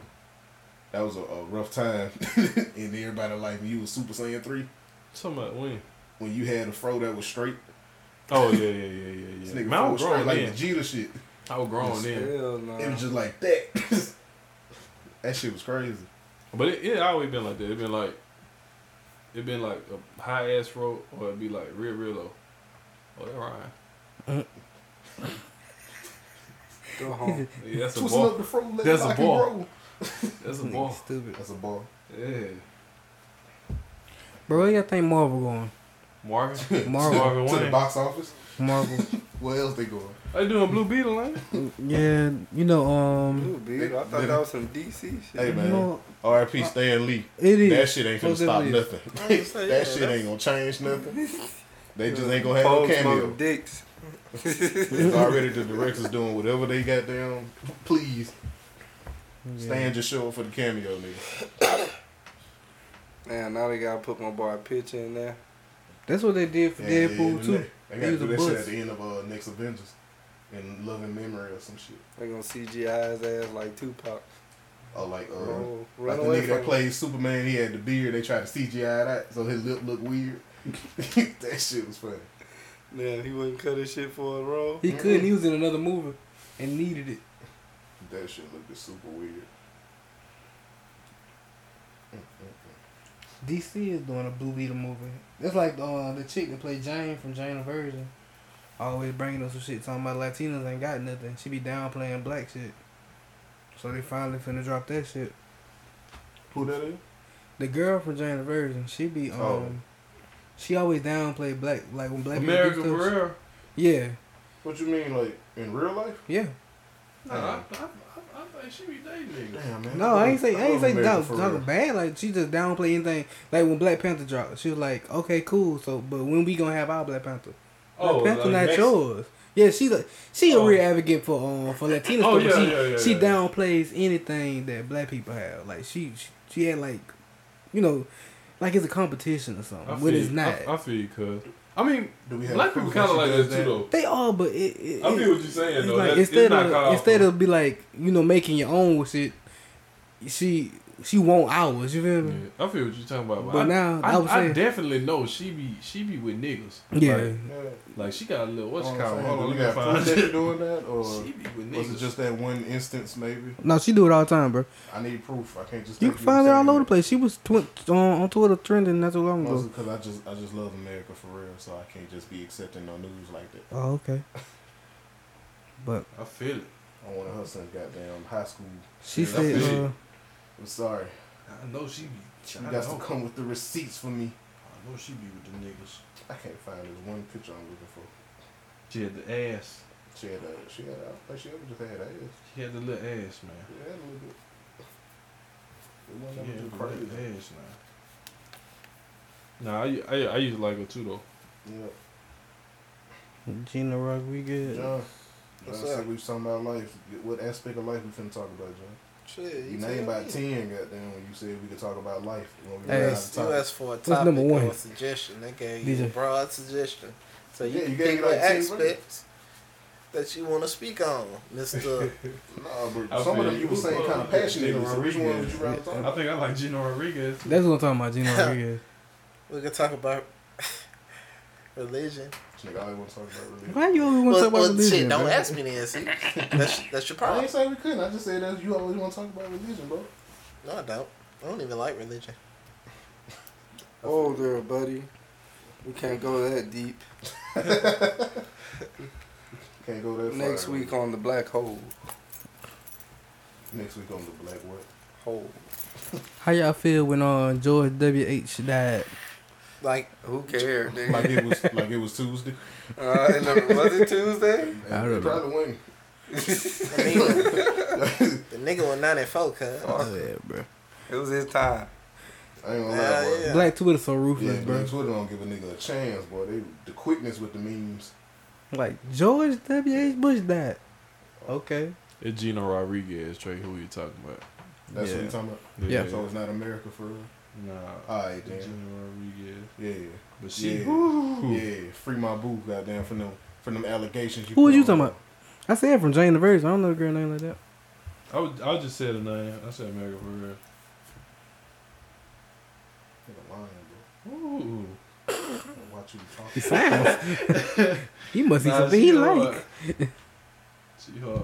Speaker 4: that was a, a rough time in everybody's life. You was Super Saiyan three
Speaker 3: Somebody when?
Speaker 4: when you had a fro that was straight.
Speaker 3: Oh yeah, yeah, yeah, yeah,
Speaker 4: This
Speaker 3: yeah.
Speaker 4: nigga
Speaker 3: Man, I
Speaker 4: fro
Speaker 3: was
Speaker 4: was
Speaker 3: grown
Speaker 4: straight like
Speaker 3: then.
Speaker 4: Vegeta shit.
Speaker 3: I was grown then.
Speaker 6: Hell no.
Speaker 4: It was just like that. that shit was crazy.
Speaker 3: But it, it always been like that. It been like it been like a high ass road or it be like real real low. Oh that rhyme.
Speaker 6: Go home.
Speaker 3: Yeah, that's a
Speaker 4: Twisting up
Speaker 3: ball.
Speaker 4: the fro, let
Speaker 3: That's
Speaker 4: it
Speaker 3: a
Speaker 4: lock and
Speaker 3: ball.
Speaker 4: roll.
Speaker 3: That's a
Speaker 5: nigga
Speaker 3: ball.
Speaker 5: stupid.
Speaker 4: That's a ball.
Speaker 3: Yeah.
Speaker 5: Bro, where y'all think Marvel going?
Speaker 3: Marvin.
Speaker 5: Marvel.
Speaker 3: Marvin
Speaker 4: to the
Speaker 3: Wayne.
Speaker 4: box office.
Speaker 5: Marvel.
Speaker 4: Where else they going?
Speaker 3: They doing Blue Beetle, ain't it?
Speaker 5: Yeah, you know, um,
Speaker 6: Ooh, bitch. I thought that was some DC shit.
Speaker 4: Hey
Speaker 5: you
Speaker 4: man,
Speaker 5: know,
Speaker 4: R.I.P. Stan Lee.
Speaker 5: it is.
Speaker 4: That shit ain't gonna
Speaker 5: Most
Speaker 4: stop
Speaker 5: definitely.
Speaker 4: nothing.
Speaker 7: I was gonna say, yeah,
Speaker 4: that shit ain't gonna change nothing. They just ain't gonna have no
Speaker 6: Paul
Speaker 4: cameo.
Speaker 6: smoking dicks.
Speaker 4: It's already the directors doing whatever they got down. Please, Stan just show up for the cameo, nigga.
Speaker 6: Man, now they gotta put my boy Pitcher in there.
Speaker 5: That's what they did for
Speaker 4: Yeah,
Speaker 5: Deadpool
Speaker 4: yeah,
Speaker 5: too.
Speaker 4: They,
Speaker 5: He
Speaker 4: they gotta
Speaker 5: was
Speaker 4: do
Speaker 5: a
Speaker 4: that shit
Speaker 5: bus.
Speaker 4: at the end of uh, next Avengers, in Love and Memory or some shit.
Speaker 6: They gonna CGI his ass like Tupac.
Speaker 4: Or like, uh,
Speaker 6: Run,
Speaker 4: like
Speaker 6: run
Speaker 4: the nigga
Speaker 6: away
Speaker 4: that
Speaker 6: from him.
Speaker 4: played Superman, he had the beard. They tried to CGI that, so his lip looked weird. that shit was funny.
Speaker 6: Man, he wouldn't cut his shit for a role.
Speaker 5: He couldn't. He was in another movie and needed it.
Speaker 4: That shit looked super weird.
Speaker 5: DC is doing a Blue Beetle movie. That's like uh, the chick that played Jane from Jane the Virgin. always bringing us some shit talking about Latinos ain't got nothing. She be downplaying black shit. So they finally finna drop that shit.
Speaker 4: Who that is?
Speaker 5: The girl from Jane the Virgin. She be um,
Speaker 4: Oh.
Speaker 5: she always downplay black like when black people do
Speaker 4: America
Speaker 5: stuff,
Speaker 4: for
Speaker 5: she-
Speaker 4: real?
Speaker 5: Yeah,
Speaker 4: What you mean, like in real life?
Speaker 5: yeah.
Speaker 3: Nah, I, I, I, I think she be dating niggas.
Speaker 4: Damn, man.
Speaker 5: No, I ain't say I ain't
Speaker 4: love
Speaker 5: say
Speaker 4: America
Speaker 5: down,
Speaker 4: for
Speaker 5: talking
Speaker 4: real.
Speaker 5: bad. Like she just downplay anything. Like when Black Panther dropped, she was like, "Okay, cool. So, but when we gonna have our Black Panther? Black
Speaker 3: Oh,
Speaker 5: Panther
Speaker 3: like
Speaker 5: not
Speaker 3: next-
Speaker 5: yours." Yeah, she like she a real advocate for um for Latinos.
Speaker 3: Oh,
Speaker 5: but
Speaker 3: yeah,
Speaker 5: she,
Speaker 3: yeah, yeah,
Speaker 5: she
Speaker 3: yeah, yeah.
Speaker 5: downplays anything that Black people have. Like she she, she had like, you know, like it's a competition or
Speaker 3: I
Speaker 5: something. When
Speaker 3: feel
Speaker 5: it's
Speaker 3: you.
Speaker 5: not,
Speaker 3: I, I feel you, cuz. I mean,
Speaker 4: Do we have
Speaker 3: black people
Speaker 4: proof
Speaker 3: kind of
Speaker 4: she
Speaker 3: like
Speaker 4: does
Speaker 3: that too, though.
Speaker 5: They are, but it. it
Speaker 3: I
Speaker 5: it-
Speaker 3: feel what you're saying,
Speaker 5: it's
Speaker 3: though.
Speaker 5: like,
Speaker 3: That's- it's
Speaker 5: instead
Speaker 3: not
Speaker 5: of
Speaker 3: cut off
Speaker 5: instead of be like you know making your own shit, she she want ours. You feel me?
Speaker 3: I feel what you're talking about.
Speaker 5: But
Speaker 3: I,
Speaker 5: now,
Speaker 3: I,
Speaker 5: I was
Speaker 3: I
Speaker 5: saying-
Speaker 3: definitely know she be she be with niggas.
Speaker 5: Yeah.
Speaker 3: like, like, she got a little what's
Speaker 4: Oh, I'm
Speaker 3: it called?
Speaker 4: saying,
Speaker 3: Hold on,
Speaker 4: do we
Speaker 3: let me
Speaker 4: got
Speaker 3: find
Speaker 4: proof that she doing that, or
Speaker 3: She be with
Speaker 4: was it
Speaker 3: niggas.
Speaker 4: just that one instance? Maybe
Speaker 5: No, she do it all the time, bro.
Speaker 4: I need proof. I can't just
Speaker 5: You
Speaker 4: think
Speaker 5: can find her
Speaker 4: saying
Speaker 5: all over the
Speaker 4: that.
Speaker 5: place. She was tw- on, on Twitter trending not too long ago.
Speaker 4: Mostly because I just I just love America for real, so I can't just be accepting no news like that.
Speaker 5: Oh, okay. But
Speaker 3: I feel it.
Speaker 4: I want her son goddamn high school.
Speaker 5: She
Speaker 4: Yeah, I
Speaker 5: said,
Speaker 4: feel it.
Speaker 5: uh,
Speaker 4: I'm sorry.
Speaker 3: I know she be.
Speaker 4: She
Speaker 3: I
Speaker 4: got to
Speaker 3: know.
Speaker 4: come with the receipts for me.
Speaker 3: I know she be with the niggas.
Speaker 4: I can't find this one picture I'm looking for.
Speaker 3: She had the ass.
Speaker 4: She had a she had a like she ever just had ass.
Speaker 3: She had the little ass, man.
Speaker 4: She had a little bit. It
Speaker 3: She
Speaker 4: wasn't
Speaker 3: had
Speaker 4: ever
Speaker 3: the
Speaker 4: too
Speaker 3: little
Speaker 4: crazy.
Speaker 3: ass, man. Nah, I, I, I used to like her too, though.
Speaker 4: Yeah.
Speaker 5: Gina Rodriguez.
Speaker 4: John. John
Speaker 7: What's
Speaker 4: said
Speaker 7: up?
Speaker 4: we was talking about life. What aspect of life we finna talk about, John?
Speaker 7: Shit,
Speaker 4: You
Speaker 7: you
Speaker 4: named
Speaker 7: tell
Speaker 4: about
Speaker 7: me.
Speaker 4: ten, goddamn. When you said we could talk about life. When we
Speaker 7: You
Speaker 4: ran out
Speaker 7: asked,
Speaker 4: of
Speaker 7: you
Speaker 4: topic.
Speaker 7: asked for a
Speaker 5: What's
Speaker 7: topic
Speaker 5: number one?
Speaker 7: or a suggestion. They gave you a
Speaker 5: DJ.
Speaker 7: broad suggestion. So you
Speaker 4: Yeah,
Speaker 7: can
Speaker 4: you gave
Speaker 7: pick
Speaker 4: me
Speaker 7: what
Speaker 4: like 10
Speaker 7: aspects that you want to speak on,
Speaker 4: Nah,
Speaker 7: Mr.
Speaker 3: I
Speaker 4: but some of
Speaker 3: feel
Speaker 4: them
Speaker 3: you.
Speaker 4: you were saying kind of passionate around. Which one would you rather talk
Speaker 3: I
Speaker 4: about?
Speaker 3: think I like Gina Rodriguez. too.
Speaker 5: That's what I'm talking about, Gina Rodriguez.
Speaker 7: we can talk about religion.
Speaker 4: Nigga, I always want to talk about religion.
Speaker 5: Why you always want to
Speaker 7: Well,
Speaker 5: talk about
Speaker 7: well,
Speaker 5: religion?
Speaker 7: shit, don't
Speaker 5: bro?
Speaker 7: ask me then, see? That's, that's your
Speaker 4: I
Speaker 7: problem.
Speaker 4: ain't say we couldn't. I just said that you always want to talk about religion, bro.
Speaker 7: No, I don't. I don't even like religion.
Speaker 6: Oh, there, buddy. We can't go that deep.
Speaker 4: Can't go that far.
Speaker 6: Next week on the black hole.
Speaker 4: Next week on the Black What?
Speaker 6: Hole.
Speaker 5: How y'all feel when uh, George W. H. died?
Speaker 7: Like,
Speaker 6: Who cares,
Speaker 4: Like
Speaker 6: nigga?
Speaker 4: it was like it was Tuesday.
Speaker 6: uh, and the- was it Tuesday?
Speaker 5: I
Speaker 4: It
Speaker 5: remember.
Speaker 4: probably wasn't.
Speaker 7: I mean, the nigga was 94, cuz.
Speaker 5: yeah, bro.
Speaker 6: It was his time.
Speaker 4: I ain't gonna
Speaker 7: Hell
Speaker 4: lie, boy.
Speaker 7: yeah.
Speaker 5: Black Twitter so
Speaker 4: Yeah,
Speaker 5: ruthless,
Speaker 4: man,
Speaker 5: bro.
Speaker 4: Twitter don't give a nigga a chance, boy. They the quickness with the memes.
Speaker 5: Like George W. H. Bush died. Okay.
Speaker 3: It's Gina Rodriguez, Trey. Who you talking about?
Speaker 4: That's what
Speaker 5: Yeah.
Speaker 4: you talking about.
Speaker 5: Yeah.
Speaker 4: So it's not America for real.
Speaker 3: Nah.
Speaker 4: All right,
Speaker 3: Gina
Speaker 4: then.
Speaker 3: Rodriguez.
Speaker 4: Yeah,
Speaker 3: But she.
Speaker 4: Yeah. yeah. Free my boo, goddamn, from them from them allegations. You
Speaker 5: Who was
Speaker 4: put
Speaker 5: you
Speaker 4: on
Speaker 5: talking
Speaker 4: her.
Speaker 5: about? I said from Jane the Virgin. I don't know a girl name like that.
Speaker 3: I, would, I would just said her name. I said America for real.
Speaker 4: Nigga lying, bro.
Speaker 3: Ooh.
Speaker 4: Watch you
Speaker 5: He
Speaker 4: talking.
Speaker 5: sounds. he must be
Speaker 3: Nah,
Speaker 5: something
Speaker 3: she
Speaker 5: he
Speaker 3: hard.
Speaker 5: like.
Speaker 3: She hard.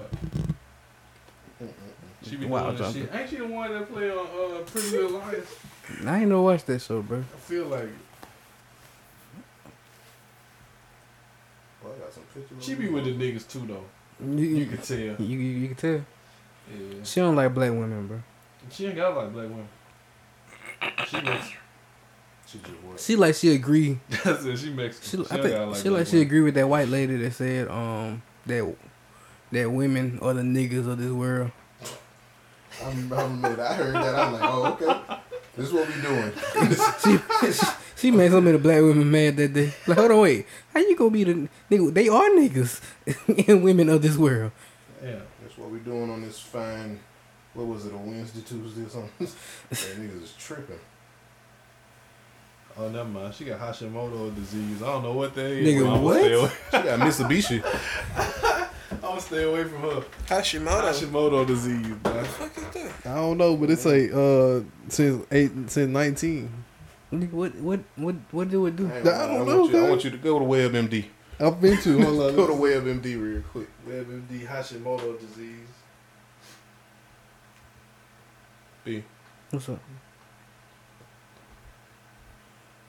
Speaker 3: She be
Speaker 5: Wow,
Speaker 3: doing that
Speaker 5: Jonathan.
Speaker 3: shit. Ain't she the one that play on uh, Pretty Little Liars?
Speaker 5: I ain't no watch that show, bro.
Speaker 3: I feel like it.
Speaker 4: Boy, I got some pictures.
Speaker 3: she
Speaker 4: of
Speaker 3: be
Speaker 4: you.
Speaker 3: with the niggas too though.
Speaker 5: You,
Speaker 3: You
Speaker 5: you,
Speaker 3: can tell.
Speaker 5: you, you can tell.
Speaker 3: Yeah.
Speaker 5: She don't like black women, bro.
Speaker 3: She ain't got like black women. She Mexican.
Speaker 4: She just what?
Speaker 5: She like she agree.
Speaker 3: That's it. She Mexican.
Speaker 5: She,
Speaker 3: She,
Speaker 5: I
Speaker 3: ain't got
Speaker 5: think
Speaker 3: like
Speaker 5: she
Speaker 3: black
Speaker 5: like she
Speaker 3: women.
Speaker 5: agree with that white lady that said um that that women are the niggas of this world.
Speaker 4: I remember that. I heard that. I'm like, oh, okay. This is what we doing.
Speaker 5: She she made so many black women mad that day. Like hold on wait, how you gonna be the nigga? They are niggas and women of this world.
Speaker 3: Yeah.
Speaker 4: That's what we doing on this fine. What was it? A Wednesday, Tuesday, or something? Man, niggas is tripping.
Speaker 3: Oh, never mind. She got Hashimoto disease. I don't know what that is.
Speaker 5: Nigga,
Speaker 3: but I'ma
Speaker 5: what?
Speaker 3: Stay away.
Speaker 4: She got Mitsubishi.
Speaker 3: I'm gonna stay away from her.
Speaker 7: Hashimoto.
Speaker 3: Hashimoto disease, man.
Speaker 10: I don't know, but it's like uh since eight since nineteen.
Speaker 5: Nigga, What what what what do it do?
Speaker 4: I,
Speaker 10: don't
Speaker 4: want
Speaker 10: know,
Speaker 4: you- I
Speaker 10: man.
Speaker 4: want you to go to WebMD.
Speaker 10: I've been to hold
Speaker 4: Go to
Speaker 10: on.
Speaker 4: WebMD real quick.
Speaker 3: WebMD Hashimoto disease.
Speaker 4: B.
Speaker 5: What's up?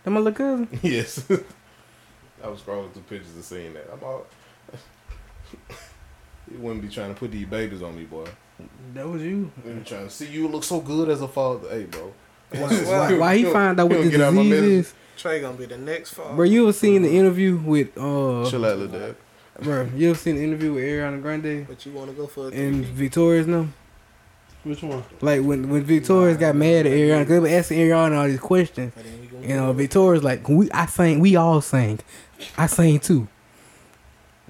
Speaker 5: Am I look cousin?
Speaker 4: Yes. I was scrolling through pictures and seeing that. I'm all. you wouldn't be trying to put these babies on me, boy.
Speaker 5: That was you.
Speaker 4: I'm trying to see you look so good as a father. Hey, bro.
Speaker 5: Why- why- why he find out what the
Speaker 4: Get out my
Speaker 5: disease
Speaker 4: medicine.
Speaker 5: is?
Speaker 7: Trey gonna be the next fall.
Speaker 5: Bro, you ever seen the interview with uh?
Speaker 4: Chill out, little dad.
Speaker 5: Bro, you ever seen the interview with Ariana Grande
Speaker 7: But you wanna go for a
Speaker 5: and Victoria's no?
Speaker 10: Which one?
Speaker 5: Like when when Victoria's got mad at Ariana, 'cause they were asking Ariana all these questions, and uh, Victoria's like, "We, I sang, we all sang, I sang too."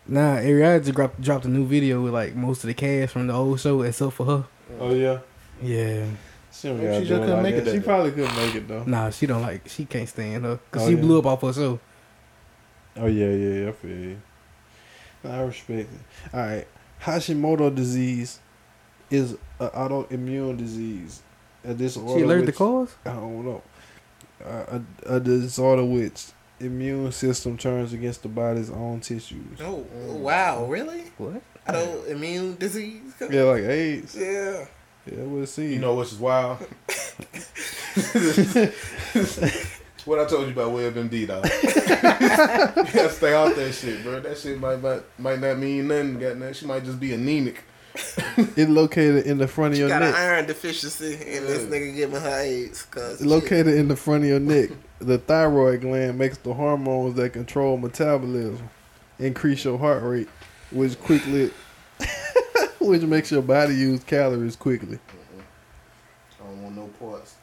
Speaker 5: Nah, Ariana just dropped dropped a new video with like most of the cast from the old show, except for her.
Speaker 10: Oh yeah.
Speaker 5: Yeah.
Speaker 10: She,
Speaker 5: Maybe she just couldn't
Speaker 10: like
Speaker 5: make it
Speaker 10: that. She
Speaker 5: that
Speaker 10: probably couldn't make it though.
Speaker 5: Nah, she don't like, she can't stand her, cause
Speaker 10: Oh,
Speaker 5: she
Speaker 10: yeah.
Speaker 5: blew up off herself.
Speaker 10: Oh yeah, yeah, yeah. I feel you. I respect it. All right, Hashimoto disease is an autoimmune disease. A disorder.
Speaker 5: learned the
Speaker 10: which-
Speaker 5: cause?
Speaker 10: I don't know. A, a, a disorder which immune system turns against the body's own tissues.
Speaker 7: Oh wow, really?
Speaker 5: What?
Speaker 7: Autoimmune disease?
Speaker 10: Yeah, like AIDS.
Speaker 7: Yeah.
Speaker 10: Yeah, we'll see.
Speaker 4: You know which is wild. what I told you about WebMD, though. you gotta stay off that shit, bro. That shit might might, might not mean nothing. Got nothing. She might just be anemic.
Speaker 10: It located in the front of
Speaker 7: She
Speaker 10: your
Speaker 7: got an
Speaker 10: neck.
Speaker 7: iron deficiency, and this nigga giving her AIDS. Cause
Speaker 10: Located in the front of your neck. The thyroid gland makes the hormones that control metabolism, increase your heart rate, which quickly, which makes your body use calories quickly.
Speaker 4: I don't want no parts.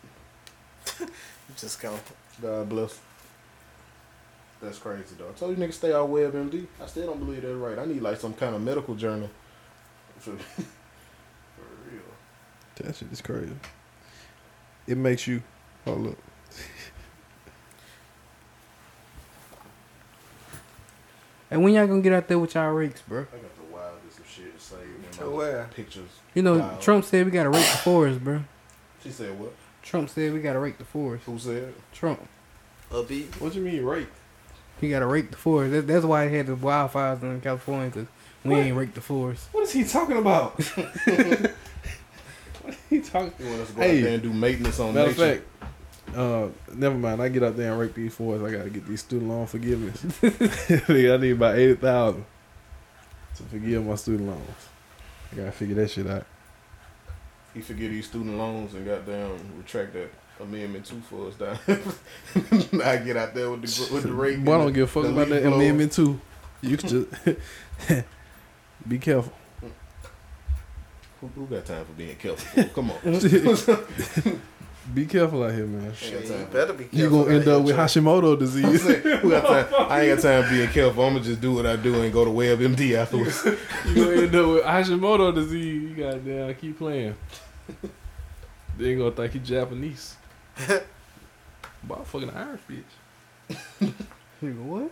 Speaker 7: just go.
Speaker 4: God bless. That's crazy, though. I told you niggas stay off WebMD. I still don't believe that's right. I need like some kind of medical journal. For, for real.
Speaker 10: That shit is crazy. It makes you. Oh look,
Speaker 5: And when y'all gonna get out there with y'all rakes,
Speaker 4: I
Speaker 5: bro?
Speaker 4: got the wildest of shit saved
Speaker 6: To
Speaker 4: in my
Speaker 6: where?
Speaker 4: pictures.
Speaker 5: You know,
Speaker 4: Wild.
Speaker 5: Trump said we gotta rake the forest, bro.
Speaker 4: She said what?
Speaker 5: Trump said we gotta rake the forest.
Speaker 4: Who said? it?
Speaker 5: Trump.
Speaker 7: A beat.
Speaker 10: What you mean rape?
Speaker 5: He gotta rake the forest. That, that's why they had the wildfires in California because we ain't raked the forest.
Speaker 10: What is he talking about? he talking.
Speaker 4: You want us to go
Speaker 10: Hey,
Speaker 4: out there and do maintenance on
Speaker 10: Matter
Speaker 4: nature?
Speaker 10: of fact, uh, never mind. I get out there and rape these fours. I gotta get these student loan forgiveness. Nigga, I need about eighty thousand to forgive my student loans. I gotta figure that shit out.
Speaker 4: he forget these student loans and goddamn retract that amendment two for us down. I get out there with the with the rate.
Speaker 10: Boy, I
Speaker 4: and
Speaker 10: don't
Speaker 4: the-
Speaker 10: give a fuck
Speaker 4: the
Speaker 10: about that
Speaker 4: leaf blows.
Speaker 10: amendment too. You can just be careful.
Speaker 4: Who, who got time for being careful? For? Come on,
Speaker 10: be careful out here, man.
Speaker 4: Ain't got time.
Speaker 7: Better be careful.
Speaker 10: You gonna end up with Hashimoto
Speaker 4: I'm
Speaker 10: disease.
Speaker 4: saying, who got time? I ain't got time being careful. I'm gonna just do what I do and go to WebMD afterwards.
Speaker 3: You gonna end up with Hashimoto disease. You goddamn keep playing. they ain't gonna think you Japanese. But I'm fucking Irish bitch.
Speaker 5: Nigga, what?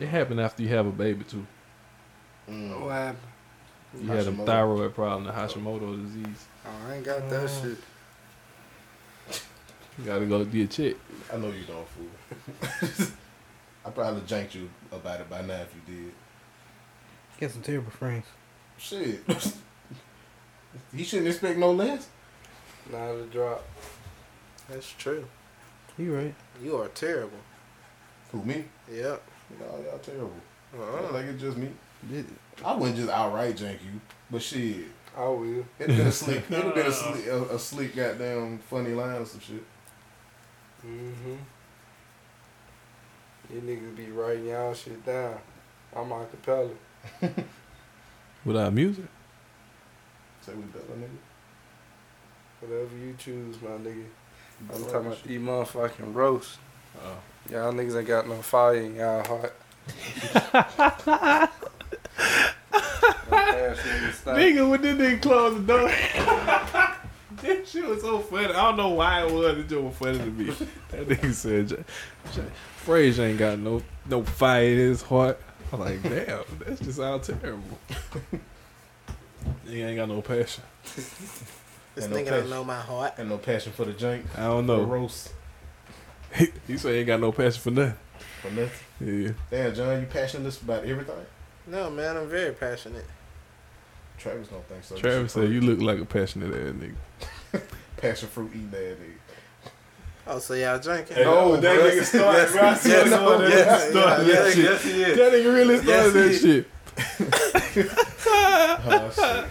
Speaker 3: It happened after you have a baby too.
Speaker 4: Uh,
Speaker 6: What
Speaker 4: mm.
Speaker 10: Oh,
Speaker 6: happened?
Speaker 3: You had a
Speaker 4: Hashimoto.
Speaker 3: thyroid problem, the Hashimoto disease.
Speaker 6: Oh, I ain't got that shit.
Speaker 3: You gotta go get checked.
Speaker 4: I know you don't fool. I probably janked you about it by now if you did.
Speaker 5: Got some terrible friends.
Speaker 4: Shit. he shouldn't expect no less.
Speaker 6: Now the drop.
Speaker 7: That's true.
Speaker 5: You right?
Speaker 7: You are terrible.
Speaker 4: Who me?
Speaker 7: Yep.
Speaker 4: No, y'all terrible.
Speaker 3: Uh.
Speaker 6: Uh-huh.
Speaker 7: Uh-uh.
Speaker 4: Like it's just me. I wouldn't just outright jank you, but shit,
Speaker 6: I will.
Speaker 4: it'd been a slick, it'd been a
Speaker 3: Uh.
Speaker 4: slick, a, a slick goddamn funny line or some shit.
Speaker 6: Mm-hmm. You niggas be writing y'all shit down. I'm a cappella.
Speaker 3: Without music?
Speaker 4: Say we done, nigga.
Speaker 6: Whatever you choose, my nigga. I'm
Speaker 4: Right,
Speaker 6: talking
Speaker 4: that
Speaker 6: about
Speaker 4: shit.
Speaker 6: these motherfucking roasts.
Speaker 3: Oh.
Speaker 6: Y'all niggas ain't got no fire in y'all heart.
Speaker 3: Nigga, when this nigga closed the door. That shit was so funny. I don't know why it was. It just was funny to me. That nigga said, "J- J- "Frazier ain't got no no fire in his heart." I'm like, damn, that's just all terrible. He ain't got no passion.
Speaker 7: This
Speaker 4: And no
Speaker 7: nigga
Speaker 4: passion.
Speaker 7: don't know my heart.
Speaker 4: And no passion for the jank,
Speaker 3: I don't
Speaker 4: no
Speaker 3: know.
Speaker 4: roast,
Speaker 3: He, he said he ain't got no passion for nothing.
Speaker 4: for nothing.
Speaker 3: Yeah,
Speaker 4: Damn, John, you passionless about everything.
Speaker 7: No, man, I'm very passionate.
Speaker 4: Travis don't think so.
Speaker 3: Travis said you look like a passionate ass nigga.
Speaker 4: passion fruit eating that nigga.
Speaker 7: Oh, so y'all drinking?
Speaker 3: No, that nigga started. bro. I swear to God, that nigga started that shit. That nigga really started that shit.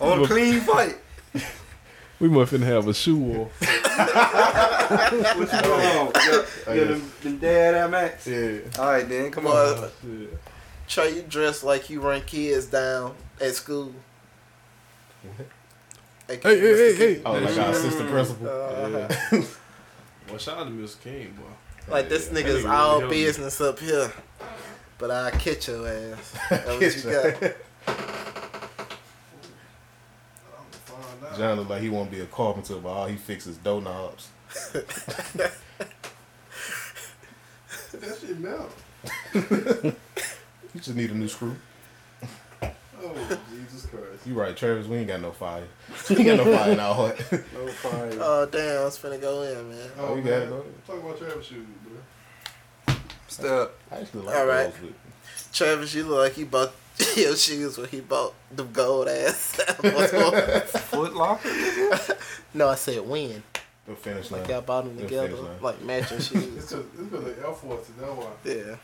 Speaker 6: On a clean fight.
Speaker 3: We must finna have a shoe war.
Speaker 6: what you doing? Yeah,
Speaker 3: I
Speaker 6: yeah,
Speaker 3: guess.
Speaker 6: them, them dad at Max.
Speaker 3: Yeah.
Speaker 6: All right, then come
Speaker 7: Well,
Speaker 6: on.
Speaker 7: Trey, you dress like you run kids down at school.
Speaker 3: Hey,
Speaker 7: Hey,
Speaker 3: hey, hey,
Speaker 7: Mr.
Speaker 3: hey.
Speaker 7: King.
Speaker 4: Oh, like our assistant principal.
Speaker 3: Yeah. well, shout out to Mr. King, boy.
Speaker 7: Like this
Speaker 3: Yeah, that
Speaker 7: nigga's
Speaker 3: nigga really
Speaker 7: all
Speaker 3: helped me.
Speaker 7: business up here. But I catch your ass. That's what
Speaker 4: Catch
Speaker 7: you
Speaker 4: your
Speaker 7: got.
Speaker 4: John look like he want to be a carpenter, but all he fixes doorknobs.
Speaker 10: That shit melt.
Speaker 4: You just need a new screw.
Speaker 10: Oh, Jesus Christ.
Speaker 4: You right, Travis? We ain't got no fire. We ain't got no fire in our heart.
Speaker 6: No fire.
Speaker 7: Oh damn, it's finna go in, man.
Speaker 4: Oh, you got it, bro.
Speaker 10: Talk about Travis shoes, bro.
Speaker 6: Stop.
Speaker 4: I actually like
Speaker 7: All right.
Speaker 4: those.
Speaker 7: Travis, you look like he bought your shoes when he bought the gold ass. Foot
Speaker 6: locker?
Speaker 7: no, I said when.
Speaker 4: The finish line.
Speaker 7: Like y'all bought them
Speaker 4: The
Speaker 7: together,
Speaker 4: finish line.
Speaker 7: like matching shoes.
Speaker 10: It's just it's been an L Force, that's why.
Speaker 7: yeah.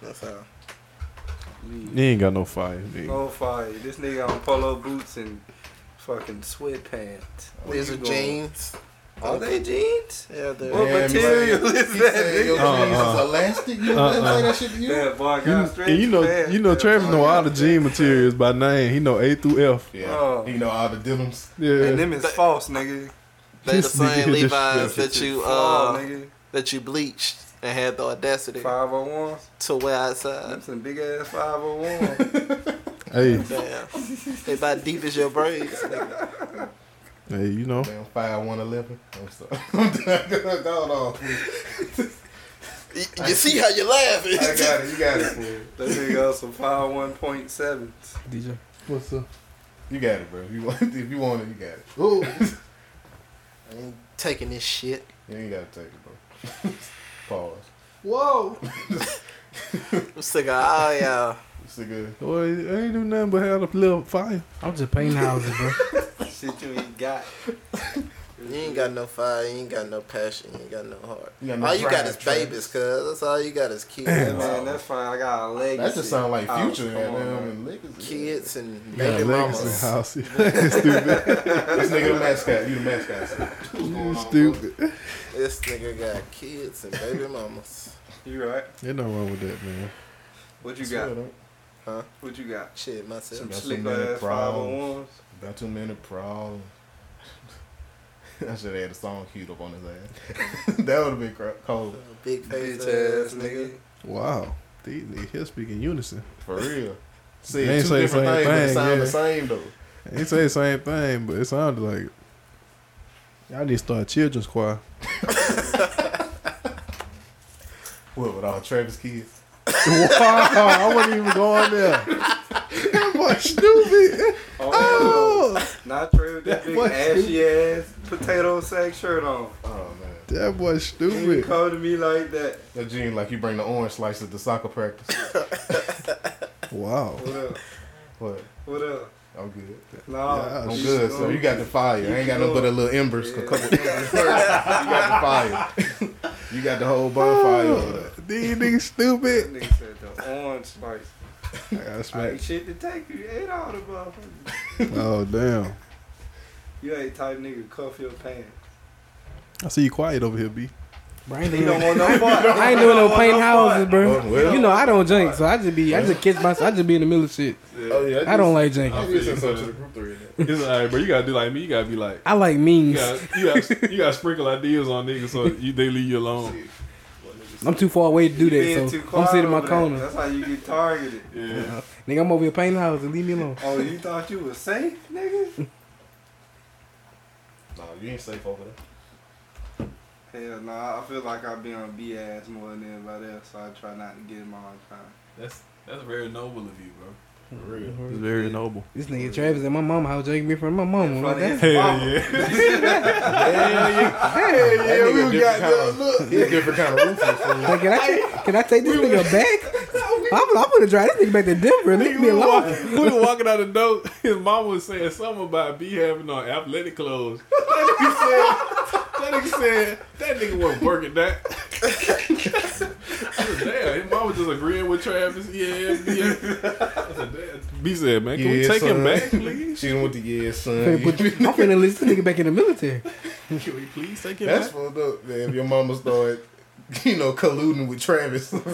Speaker 7: That's how.
Speaker 3: He ain't got no fire, nigga.
Speaker 6: No fire. This nigga on polo boots and fucking sweatpants. Where
Speaker 7: These
Speaker 6: you
Speaker 7: are
Speaker 6: going?
Speaker 7: jeans.
Speaker 6: Are they jeans?
Speaker 7: Yeah, they're.
Speaker 6: What
Speaker 4: Damn, he
Speaker 6: material
Speaker 4: said-
Speaker 6: is
Speaker 4: he
Speaker 6: that?
Speaker 4: said your
Speaker 6: nigga?
Speaker 4: jeans is elastic. You
Speaker 3: Uh-uh.
Speaker 4: didn't say that shit to you?
Speaker 6: Yeah, boy, I got
Speaker 3: You,
Speaker 6: stretched
Speaker 3: and you know,
Speaker 6: pants.
Speaker 3: you know, Travis know all the gene materials by name. He know A through F.
Speaker 4: Yeah.
Speaker 6: Oh.
Speaker 4: You know all the denims.
Speaker 6: And
Speaker 3: Yeah,
Speaker 6: them is false, nigga.
Speaker 7: They the
Speaker 3: This nigga
Speaker 7: same
Speaker 3: just
Speaker 7: Levi's
Speaker 3: said
Speaker 7: that you
Speaker 6: Fall,
Speaker 7: uh
Speaker 6: nigga.
Speaker 7: that you bleached and had the audacity
Speaker 6: 501s.
Speaker 7: to wear
Speaker 6: Them
Speaker 7: outside.
Speaker 6: some big ass 501s.
Speaker 3: hey,
Speaker 7: Damn, they about deep as your braids. nigga.
Speaker 3: hey, you know,
Speaker 4: Damn, five one eleven. I'm sorry. I'm done. Hold on.
Speaker 7: You, you see how you laughing?
Speaker 6: I got it. You got it. That nigga got some 501.7s.
Speaker 5: DJ.
Speaker 10: What's up?
Speaker 4: You got it, bro. If you want, if you want it, you got it. Ooh.
Speaker 7: I ain't taking this shit.
Speaker 4: you ain't gotta take it, bro. Pause.
Speaker 10: Whoa!
Speaker 7: I'm sick of all y'all.
Speaker 4: It's a good.
Speaker 3: boy, I ain't do nothing but have a little fire.
Speaker 5: I'm just painting houses, bro.
Speaker 6: Shit you ain't got.
Speaker 7: You ain't got no fire. You ain't got no passion. You ain't got no heart.
Speaker 4: You got no
Speaker 7: all you got
Speaker 4: pride,
Speaker 7: is
Speaker 4: Trey.
Speaker 7: babies, cuz. That's all you got is kids.
Speaker 6: Hey, man, that's fine. I got a legacy.
Speaker 4: Oh. That just sound like
Speaker 6: Oh,
Speaker 4: future,
Speaker 6: come on,
Speaker 4: goddamn,
Speaker 6: man.
Speaker 4: and Lakers.
Speaker 7: kids and
Speaker 3: Yeah,
Speaker 7: baby
Speaker 3: legacy
Speaker 7: mamas.
Speaker 3: house. stupid,
Speaker 4: This nigga the mascot. You the mascot. son. What's going on,
Speaker 3: you
Speaker 4: bro?
Speaker 3: stupid.
Speaker 7: This nigga got kids and baby mamas.
Speaker 6: You right?
Speaker 3: Ain't no wrong with that, man.
Speaker 6: What you got?
Speaker 4: Swear,
Speaker 6: What you got?
Speaker 7: Shit, myself.
Speaker 6: Some
Speaker 4: got some
Speaker 6: slick
Speaker 4: many
Speaker 6: ass
Speaker 4: problems.
Speaker 6: 501s.
Speaker 4: About too many problems. I should have had a song queued up on his ass. that would have been cra- cold.
Speaker 7: Big face
Speaker 6: Bitch
Speaker 7: ass nigga.
Speaker 3: Wow, these niggas here speak in unison.
Speaker 4: For real. See,
Speaker 3: They ain't
Speaker 4: two
Speaker 3: say the
Speaker 4: different
Speaker 3: same
Speaker 4: things, but it
Speaker 3: thing,
Speaker 4: sound
Speaker 3: yeah.
Speaker 4: the same, though.
Speaker 3: They say the same thing, but it sounded like it. Y'all need to start a children's choir.
Speaker 4: What, with all Travis kids?
Speaker 3: wow, I wasn't even going there. That boy stupid.
Speaker 6: Oh,
Speaker 3: Oh,
Speaker 6: no. Not true. with That
Speaker 3: That
Speaker 6: big
Speaker 3: boy
Speaker 6: ashy ass potato sack shirt on.
Speaker 4: Oh, man.
Speaker 3: that boy
Speaker 6: You
Speaker 3: stupid.
Speaker 6: come to me like that.
Speaker 4: That Gene, like you bring the orange slices to soccer practice.
Speaker 3: Wow.
Speaker 6: What up?
Speaker 4: What?
Speaker 6: What up?
Speaker 4: I'm good.
Speaker 6: Nah, "Oh,
Speaker 3: Yeah,
Speaker 4: I'm
Speaker 6: you
Speaker 4: Oh, good,
Speaker 6: should
Speaker 4: so
Speaker 6: go.
Speaker 4: you got the fire. I ain't got nothing but a little embers, a
Speaker 6: Yeah.
Speaker 4: couple embers. you got the fire. You got the whole bonfire over there.
Speaker 3: These niggas
Speaker 6: That
Speaker 3: stupid.
Speaker 6: nigga said the orange slice.
Speaker 3: I got
Speaker 6: I ain't
Speaker 3: smacked.
Speaker 6: shit to take. You ate all the motherfuckers.
Speaker 3: Oh damn.
Speaker 6: You ain't type nigga to cuff your pants.
Speaker 3: I see you quiet over here, B.
Speaker 5: Bro, I ain't
Speaker 6: You don't
Speaker 5: doing,
Speaker 6: want no part.
Speaker 5: I ain't doing no painting houses, bro.
Speaker 4: Oh, well.
Speaker 5: you know I don't drink, so I just be, I just catch myself. I just be in the middle of shit.
Speaker 4: Oh, yeah,
Speaker 5: I don't like drinking.
Speaker 4: I just sent to the group three.
Speaker 3: It's alright, bro. You gotta do like me. You gotta be like,
Speaker 5: I like
Speaker 3: you
Speaker 5: memes.
Speaker 3: gotta, you gotta, you gotta sprinkle ideas on niggas so you, they leave you alone.
Speaker 5: I'm too far away to do
Speaker 6: Being
Speaker 5: that,
Speaker 6: too
Speaker 5: so I'm sitting in my
Speaker 6: quiet over
Speaker 5: corner.
Speaker 6: there. That's how you get targeted.
Speaker 3: Yeah.
Speaker 5: Nigga, I'm over here painting houses. Leave me alone.
Speaker 6: Oh, you thought you was safe, nigga?
Speaker 4: No, you ain't safe over there.
Speaker 6: Hell nah, I feel like I be on B ass more than everybody else, so I try not to get him all the time.
Speaker 3: That's that's very noble of you, bro.
Speaker 4: For real.
Speaker 3: It's very noble.
Speaker 5: This nigga Travis at my mama house drinking me from my mama.
Speaker 6: In
Speaker 5: Like
Speaker 6: front of
Speaker 5: that.
Speaker 6: his
Speaker 3: Hell
Speaker 6: mama.
Speaker 4: Yeah, we got kind of, He's a different kind of ruthless. fool.
Speaker 5: Like, can I take, can I take this nigga back? I'm, I'm gonna drive this nigga back to Denver. Leave me
Speaker 3: We were,
Speaker 5: alone.
Speaker 3: walking, we were walking out the door. His mom was saying something about B having on athletic clothes. That nigga said, that That nigga said that nigga wasn't working that. I said, damn, his mama just agreeing with Travis. Yeah, yeah. I said, damn. B said, man, can we
Speaker 4: Yeah,
Speaker 3: take him
Speaker 4: son.
Speaker 3: back, please?
Speaker 4: She done with the yeah, son.
Speaker 5: Finna put- I'm finna list this nigga back in the military.
Speaker 3: Can we please take him
Speaker 4: That's
Speaker 3: back?
Speaker 4: fucked up, man. If your mama started, you know, colluding with Travis, that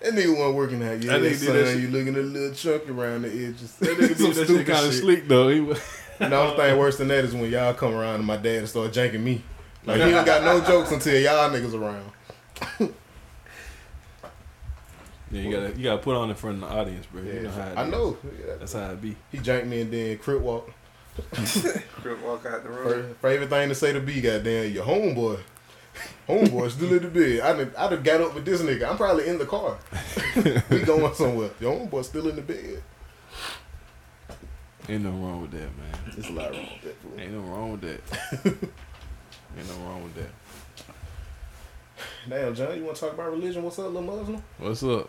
Speaker 4: nigga wasn't working out. Yeah,
Speaker 3: That nigga did
Speaker 4: son,
Speaker 3: that shit-
Speaker 4: you looking a little chunky around the edges.
Speaker 3: That nigga did
Speaker 4: Some
Speaker 3: that shit
Speaker 4: stupid
Speaker 3: kinda Uh, sleek, though. He was...
Speaker 4: No, the thing worse than that is when y'all come around and my dad start janking me. Like he don't got no jokes until y'all niggas around.
Speaker 3: Yeah, you gotta you gotta put on in front of the audience, bro. you
Speaker 4: Yeah,
Speaker 3: know how it
Speaker 4: I
Speaker 3: is.
Speaker 4: know.
Speaker 3: That's how it be.
Speaker 4: He janked me and then crit walk.
Speaker 6: Crip walk out the room.
Speaker 4: Fa- Favorite thing to say to B, goddamn, your homeboy. Homeboy still in the bed. I done, I done got up with this nigga. I'm probably in the car. we going somewhere. Your homeboy still in the bed.
Speaker 3: Ain't no wrong with that, man.
Speaker 4: There's a lot wrong with that. Fool.
Speaker 3: Ain't no wrong with that. Ain't no wrong with that.
Speaker 4: Damn, John, you want to talk about religion? What's up, little Muslim?
Speaker 3: What's up?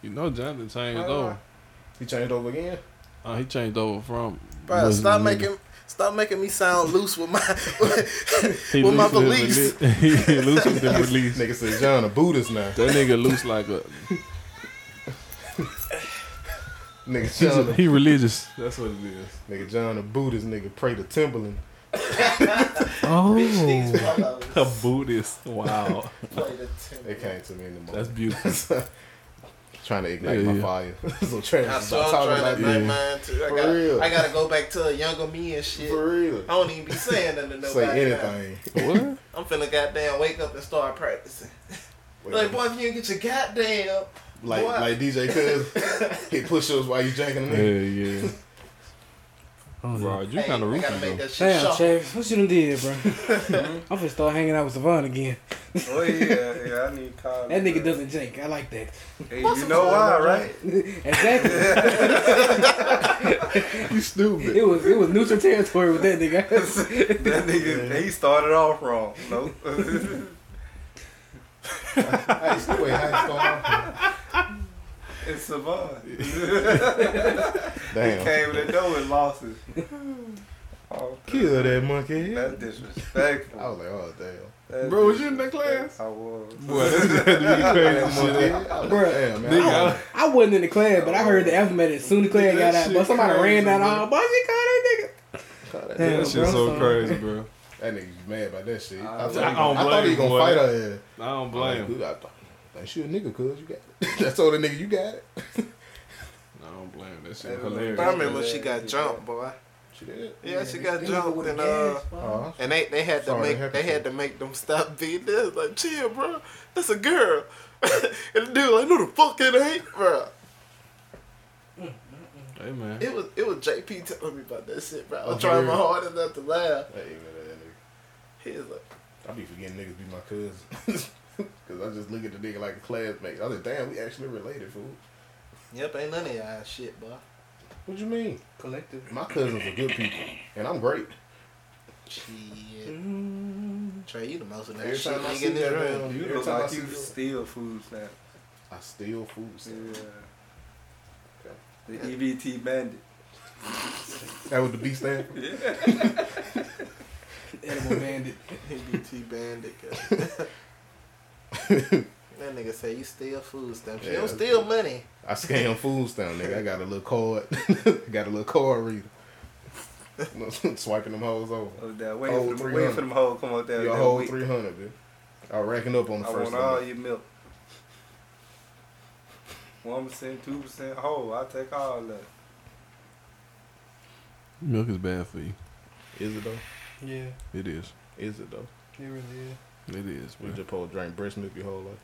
Speaker 3: You know Jonathan changed
Speaker 4: Uh,
Speaker 3: over.
Speaker 4: He changed over again.
Speaker 3: Uh, he changed over from.
Speaker 7: Bro,
Speaker 3: Muslim
Speaker 7: stop
Speaker 3: nigga.
Speaker 7: making stop making me sound loose with my with,
Speaker 3: He
Speaker 7: my
Speaker 3: loose with his
Speaker 7: beliefs.
Speaker 3: reli- he loose with the release.
Speaker 4: Nigga said John a Buddhist now.
Speaker 3: That nigga loose like a.
Speaker 4: Nigga
Speaker 3: He's
Speaker 4: John,
Speaker 3: a- he religious. That's what it is.
Speaker 4: nigga John a Buddhist. Nigga pray to Timberland.
Speaker 3: Oh. A Buddhist. Wow.
Speaker 4: It came to me in the morning.
Speaker 3: That's beautiful.
Speaker 4: trying to ignite
Speaker 3: Yeah,
Speaker 4: my
Speaker 3: yeah.
Speaker 4: fire. so
Speaker 7: I
Speaker 4: Travis is
Speaker 7: saw
Speaker 4: about
Speaker 7: I'm
Speaker 4: talking
Speaker 7: trying
Speaker 4: about
Speaker 7: to make
Speaker 4: that.
Speaker 7: mine too. I
Speaker 4: For
Speaker 7: gotta,
Speaker 4: real.
Speaker 7: I gotta go back to a younger me and shit.
Speaker 4: For real.
Speaker 7: I don't even be saying nothing to
Speaker 4: Say
Speaker 7: nobody. now.
Speaker 4: anything.
Speaker 3: what?
Speaker 7: I'm finna goddamn wake up and start practicing. like, boy, if you didn't get your goddamn
Speaker 4: Like
Speaker 7: boy,
Speaker 4: like DJ Cuz hit push ups while you drinking the
Speaker 3: Yeah,
Speaker 4: nigga.
Speaker 3: yeah. Rod, you
Speaker 7: hey,
Speaker 3: kind of
Speaker 7: I gotta
Speaker 3: ruthless
Speaker 7: make
Speaker 3: though.
Speaker 7: that shit
Speaker 5: Oh, Damn,
Speaker 7: sharp.
Speaker 5: Travis, what you done did, bro? I'm finna start hanging out with Savon again.
Speaker 6: Oh yeah, yeah. I need call.
Speaker 5: That nigga doesn't drink. I like that.
Speaker 6: Hey, you know why, right?
Speaker 5: exactly.
Speaker 4: You stupid.
Speaker 5: it was it was neutral territory with that nigga.
Speaker 6: That nigga, he started off wrong. No.
Speaker 4: Hey, so Wait, how you start?
Speaker 6: it's Savon. he
Speaker 4: Damn.
Speaker 6: came to the door and lost it. Oh,
Speaker 4: Kill that monkey.
Speaker 6: that's
Speaker 4: I
Speaker 6: disrespectful.
Speaker 4: was like, oh damn.
Speaker 6: That's
Speaker 3: Bro, was you in that class?
Speaker 6: I was.
Speaker 3: Boy, that nigga had to be
Speaker 4: That monkey.
Speaker 3: crazy.
Speaker 4: I was like, oh,
Speaker 5: Bruh.
Speaker 4: damn, man. I
Speaker 3: Nigga,
Speaker 4: was-
Speaker 5: I wasn't in the class, but I heard the alphabet as soon as the class
Speaker 3: That
Speaker 5: got out.
Speaker 3: shit
Speaker 5: But somebody
Speaker 3: crazy,
Speaker 5: ran down
Speaker 3: man.
Speaker 5: all. But you call that nigga.
Speaker 3: I,
Speaker 5: Damn,
Speaker 3: that
Speaker 5: bro,
Speaker 3: shit's so
Speaker 5: son.
Speaker 3: crazy, bro.
Speaker 4: That nigga's mad about that shit. I,
Speaker 3: Uh, don't
Speaker 4: thought he- I
Speaker 3: blame
Speaker 4: thought he
Speaker 3: him,
Speaker 4: gonna
Speaker 3: boy.
Speaker 4: fight her ass.
Speaker 3: I
Speaker 4: I'm
Speaker 3: don't
Speaker 4: like,
Speaker 3: blame. him.
Speaker 4: dude, I thought, like, she a nigga, cuz you got it. I told the nigga, you got it.
Speaker 3: I don't blame. him. That shit
Speaker 6: Hey,
Speaker 3: hilarious.
Speaker 7: I remember she got jumped, boy.
Speaker 4: She did.
Speaker 7: Yeah, she got jumped and uh.
Speaker 4: Oh,
Speaker 7: And they, they had to
Speaker 4: Sorry, that
Speaker 7: make they
Speaker 4: happened.
Speaker 7: had to make them stop beating this. Like, chill, bro. That's a girl. and the dude like, no, the fuck it ain't, bro.
Speaker 3: Hey man,
Speaker 7: It was it was JP telling me about that shit, bro. I was
Speaker 4: Oh,
Speaker 7: trying my
Speaker 4: really?
Speaker 7: hardest not to laugh.
Speaker 4: I ain't even know that nigga.
Speaker 7: He was like,
Speaker 4: I be forgetting niggas be my cousin. Cause I just look at the nigga like a classmate. I was like, damn, we actually related, fool.
Speaker 7: yep, ain't none of y'all shit, boy.
Speaker 4: What you mean?
Speaker 7: Collective.
Speaker 4: My cousins are good people, and I'm great.
Speaker 7: Shit. Trey, you the most of that
Speaker 4: Every
Speaker 7: shit
Speaker 4: time I
Speaker 7: nigga
Speaker 4: see
Speaker 7: in this
Speaker 4: that
Speaker 7: room.
Speaker 4: damn,
Speaker 6: You
Speaker 4: every
Speaker 6: look
Speaker 4: time I
Speaker 6: like
Speaker 4: see
Speaker 6: you steal food now.
Speaker 4: I steal food. stamps.
Speaker 6: Yeah. The EBT bandit.
Speaker 4: That was the B stand. for?
Speaker 5: Edible bandit.
Speaker 7: EBT bandit. cuz. that nigga say you steal food stamps.
Speaker 4: Yeah,
Speaker 7: you don't
Speaker 4: that's
Speaker 7: steal money.
Speaker 4: I scam food stamp, nigga. I got a little card. got a little card reader. Swiping them hoes over.
Speaker 6: Oh, that waiting,
Speaker 4: Whole
Speaker 6: for them, waiting
Speaker 4: 300.
Speaker 6: for them hoes come out there.
Speaker 4: Your
Speaker 6: that
Speaker 4: whole
Speaker 6: week.
Speaker 4: three hundred, dude. I'm racking up on the
Speaker 6: I uh,
Speaker 4: first
Speaker 6: want
Speaker 4: one.
Speaker 6: all your milk. One percent, two percent whole. I take all that.
Speaker 3: milk is bad for you.
Speaker 4: Is it though?
Speaker 5: Yeah,
Speaker 3: It is.
Speaker 4: Is it though?
Speaker 5: it really is.
Speaker 3: It is,
Speaker 4: We
Speaker 3: man.
Speaker 4: just supposed to drink breast milk your whole life.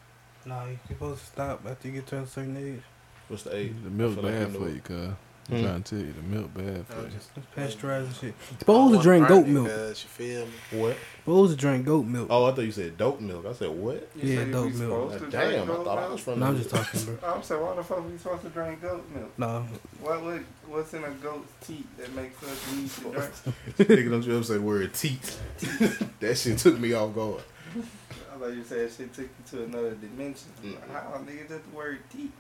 Speaker 5: Nah, you supposed to stop after you get to a certain age.
Speaker 4: What's the age?
Speaker 3: The milk
Speaker 4: I feel like I
Speaker 3: bad
Speaker 4: know
Speaker 3: for
Speaker 4: it.
Speaker 3: you, cuz. I'm
Speaker 4: Hmm.
Speaker 3: trying to tell you, the milk bad for you.
Speaker 5: That's pasteurized and shit.
Speaker 7: I
Speaker 5: Supposed to
Speaker 7: wanna
Speaker 5: drink
Speaker 7: burn
Speaker 5: goat
Speaker 7: you,
Speaker 5: milk.
Speaker 7: cuz, you feel me?
Speaker 4: What?
Speaker 5: Supposed to drink goat milk.
Speaker 4: Oh, I thought you said dope milk. I said what?
Speaker 6: You
Speaker 5: Yeah,
Speaker 6: say we
Speaker 5: dope milk.
Speaker 6: supposed to
Speaker 4: Damn,
Speaker 6: drink
Speaker 4: I
Speaker 6: goat
Speaker 4: thought I
Speaker 6: milk?
Speaker 4: was from.
Speaker 5: No,
Speaker 4: the-
Speaker 5: I'm just talking, bro.
Speaker 6: I'm saying, why the fuck we supposed to drink goat milk?
Speaker 5: Nah,
Speaker 6: What would, what's in a goat's teat that makes us need to drink?
Speaker 4: Nigga, don't you ever say the word teat? that shit took me off guard.
Speaker 6: I thought you said shit took you to another dimension.
Speaker 4: Mm.
Speaker 6: How nigga just the word teat?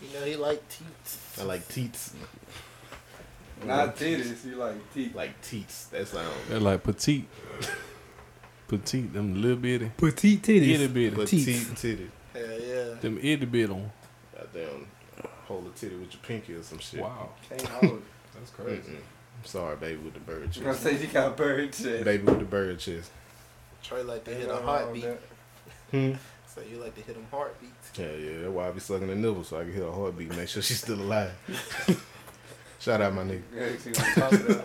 Speaker 7: You know, he like teats.
Speaker 4: I like teats.
Speaker 6: Not titties, you like teeth.
Speaker 4: Like teats. That sound.
Speaker 3: They're like petite. Petite, them little bitty.
Speaker 5: Petite titties.
Speaker 3: Itty bitty.
Speaker 4: Petite titty.
Speaker 7: Hell yeah.
Speaker 3: Them itty bitty. one.
Speaker 4: Goddamn, hold a titty with your pinky or some shit.
Speaker 3: Wow.
Speaker 6: Can't hold it.
Speaker 4: That's crazy. I'm sorry, baby with the bird chest.
Speaker 6: I say you got bird chest.
Speaker 4: Baby with the bird chest.
Speaker 7: Trey like to
Speaker 6: Ain't
Speaker 7: hit a
Speaker 6: nothing wrong
Speaker 7: heartbeat.
Speaker 6: with
Speaker 4: Hmm.
Speaker 7: So you like to hit them heartbeats.
Speaker 4: Yeah, yeah. That's why I be sucking the nipple so I can hear her heartbeat, make sure she's still alive. Shout out my nigga.
Speaker 6: Yeah, see, on top of that,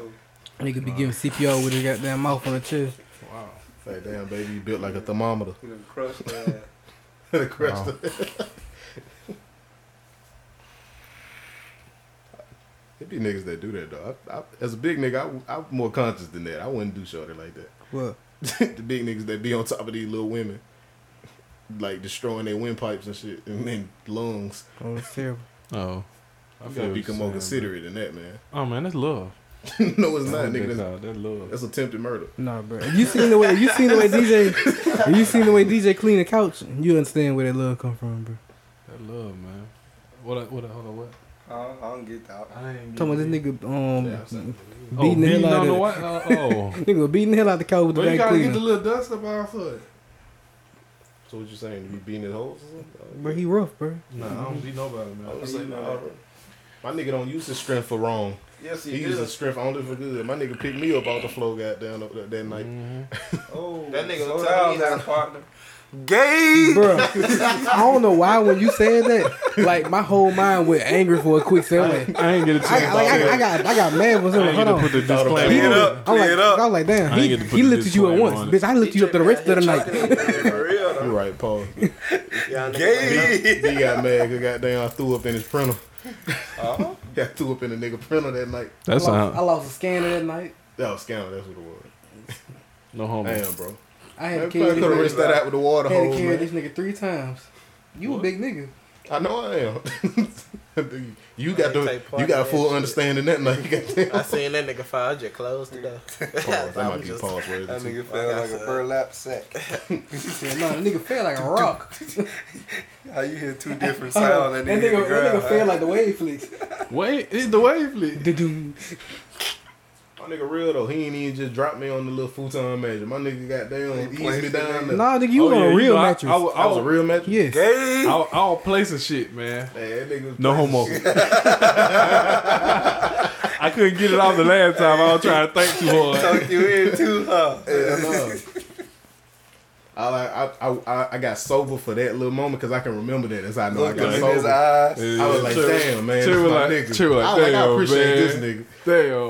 Speaker 5: Nigga be giving CPR with his goddamn mouth on the chest.
Speaker 6: Wow.
Speaker 4: Say, damn, baby, you built like a thermometer.
Speaker 6: You done crushed that.
Speaker 4: the crust. It be niggas that do that though. I, I, as a big nigga, I, am more conscious than that. I wouldn't do shorty like that.
Speaker 5: What?
Speaker 4: the big niggas that be on top of these little women, like destroying their windpipes and shit, and then lungs.
Speaker 5: Oh, it's terrible.
Speaker 3: Oh.
Speaker 4: I
Speaker 3: feel
Speaker 4: gotta be
Speaker 3: what you're
Speaker 4: more
Speaker 3: saying,
Speaker 4: considerate than that, man.
Speaker 3: bro. Oh, man, that's love.
Speaker 4: no, it's
Speaker 3: That's
Speaker 4: not,
Speaker 3: what
Speaker 4: nigga.
Speaker 3: they
Speaker 4: That's,
Speaker 3: call it. That's love.
Speaker 4: that's attempted murder.
Speaker 5: Nah, bro. If you seen the way if you seen the way DJ if you seen the way DJ clean the couch, you understand where that love come from, bro.
Speaker 3: That love, man. What? I- What? I- Hold on. What?
Speaker 6: I don't, I don't get that.
Speaker 3: I ain't
Speaker 5: Talking about this nigga um
Speaker 4: Yeah, I'm saying.
Speaker 5: beating,
Speaker 3: Oh,
Speaker 5: the
Speaker 3: beating
Speaker 5: hell out
Speaker 3: on
Speaker 5: of
Speaker 3: the white- oh, oh.
Speaker 5: nigga beating the hell out of the couch with
Speaker 4: Well,
Speaker 5: the
Speaker 4: you
Speaker 5: back
Speaker 4: gotta
Speaker 5: cleaner.
Speaker 4: get the little dust up off of it. So what you saying? You be beating his holes or something?
Speaker 5: Bro, he rough, bro.
Speaker 4: Nah, I don't beat nobody, man. I
Speaker 7: How
Speaker 4: was
Speaker 7: you
Speaker 4: like,
Speaker 7: know
Speaker 4: nah,
Speaker 7: that?
Speaker 4: bro. my nigga don't use his strength for wrong.
Speaker 7: Yes,
Speaker 4: He uses his strength only for good. My nigga picked me up off the floor, goddamn, up that, that night.
Speaker 6: Oh,
Speaker 7: That nigga
Speaker 6: slow
Speaker 7: was
Speaker 6: down,
Speaker 7: telling me
Speaker 6: that
Speaker 7: that.
Speaker 6: partner.
Speaker 7: Gay.
Speaker 5: Bro, I don't know why when you said that, like my whole mind went angry for a quick second. Like,
Speaker 3: I ain't get a chance.
Speaker 5: I, like, I, I got I got mad for something.
Speaker 3: ain't get
Speaker 5: Hold
Speaker 3: to
Speaker 5: on.
Speaker 3: put the
Speaker 4: Thought about
Speaker 3: disclaimer.
Speaker 5: He
Speaker 3: on
Speaker 4: it.
Speaker 3: it.
Speaker 5: was- I was like, I was like,
Speaker 3: I
Speaker 5: damn,
Speaker 3: ain't
Speaker 5: he,
Speaker 3: get to put
Speaker 5: he
Speaker 3: the
Speaker 5: lifted you at
Speaker 3: disclaimer
Speaker 5: once,
Speaker 3: on it.
Speaker 5: bitch. I lifted you up to the rest of the night.
Speaker 7: For real though.
Speaker 4: You right, Paul. he
Speaker 7: Y'all niggas like,
Speaker 4: got mad because goddamn, I threw up in his printer. Oh? yeah, I threw up in the nigga printer that night.
Speaker 5: I
Speaker 3: That's
Speaker 5: lost, I
Speaker 3: how.
Speaker 5: lost a scanner that night.
Speaker 4: That was scandal. That's what it was.
Speaker 3: No homo.
Speaker 4: Damn, bro.
Speaker 5: I
Speaker 4: I
Speaker 5: had to
Speaker 4: could
Speaker 5: carry,
Speaker 4: have
Speaker 5: this,
Speaker 4: rinsed that out with the water
Speaker 5: nigga, had
Speaker 4: hose,
Speaker 5: to carry
Speaker 4: man.
Speaker 5: this nigga three times. You a big nigga.
Speaker 4: I know I am. you got
Speaker 7: ain't
Speaker 4: the
Speaker 7: take part
Speaker 4: you
Speaker 7: in
Speaker 4: got a
Speaker 7: that
Speaker 4: full
Speaker 7: shit.
Speaker 4: understanding that night. Goddamn.
Speaker 7: I seen that nigga fire just closed the door.
Speaker 4: Pause. That
Speaker 7: I
Speaker 4: might
Speaker 7: was
Speaker 4: be
Speaker 7: just-
Speaker 4: pause worthy.
Speaker 6: That
Speaker 4: too.
Speaker 6: nigga fell like a burlap sack.
Speaker 5: Yeah, no, the nigga fell like a rock.
Speaker 6: How you hear two different
Speaker 5: Hold on.
Speaker 6: sounds
Speaker 5: That
Speaker 6: and then
Speaker 5: nigga,
Speaker 6: you hear the
Speaker 5: that
Speaker 6: ground,
Speaker 5: nigga fell
Speaker 6: huh?
Speaker 5: like the wave flicks.
Speaker 3: Wait, it's the wave lift.
Speaker 5: Du-dum.
Speaker 4: My nigga real though, he ain't even just dropped me on the little futon measure. My nigga got down, eased me
Speaker 6: placed it
Speaker 4: down.
Speaker 6: in.
Speaker 4: there.
Speaker 5: Nah, nigga, you
Speaker 3: Oh,
Speaker 5: on
Speaker 3: yeah,
Speaker 5: a real
Speaker 3: know, I-
Speaker 5: mattress.
Speaker 3: I, was- I,
Speaker 4: I was a
Speaker 3: was
Speaker 4: real match.
Speaker 5: yes.
Speaker 3: I'll, I'll play some shit, man.
Speaker 4: Man, that nigga was
Speaker 3: No
Speaker 4: playing
Speaker 3: homo.
Speaker 4: shit.
Speaker 3: I couldn't get it off the last time. I was trying to think too hard.
Speaker 6: Tuck you in too, huh?
Speaker 4: Hell no. I, like, I, I- I I got sober for that little moment because I can remember that. That's how I know I
Speaker 6: Look
Speaker 4: got
Speaker 6: in
Speaker 4: sober.
Speaker 6: his eyes.
Speaker 4: I was like, damn, man,
Speaker 3: True,
Speaker 4: this my
Speaker 3: like,
Speaker 4: nigga.
Speaker 3: True, like,
Speaker 4: I, like,
Speaker 3: damn,
Speaker 4: I appreciate
Speaker 3: man.
Speaker 4: this nigga.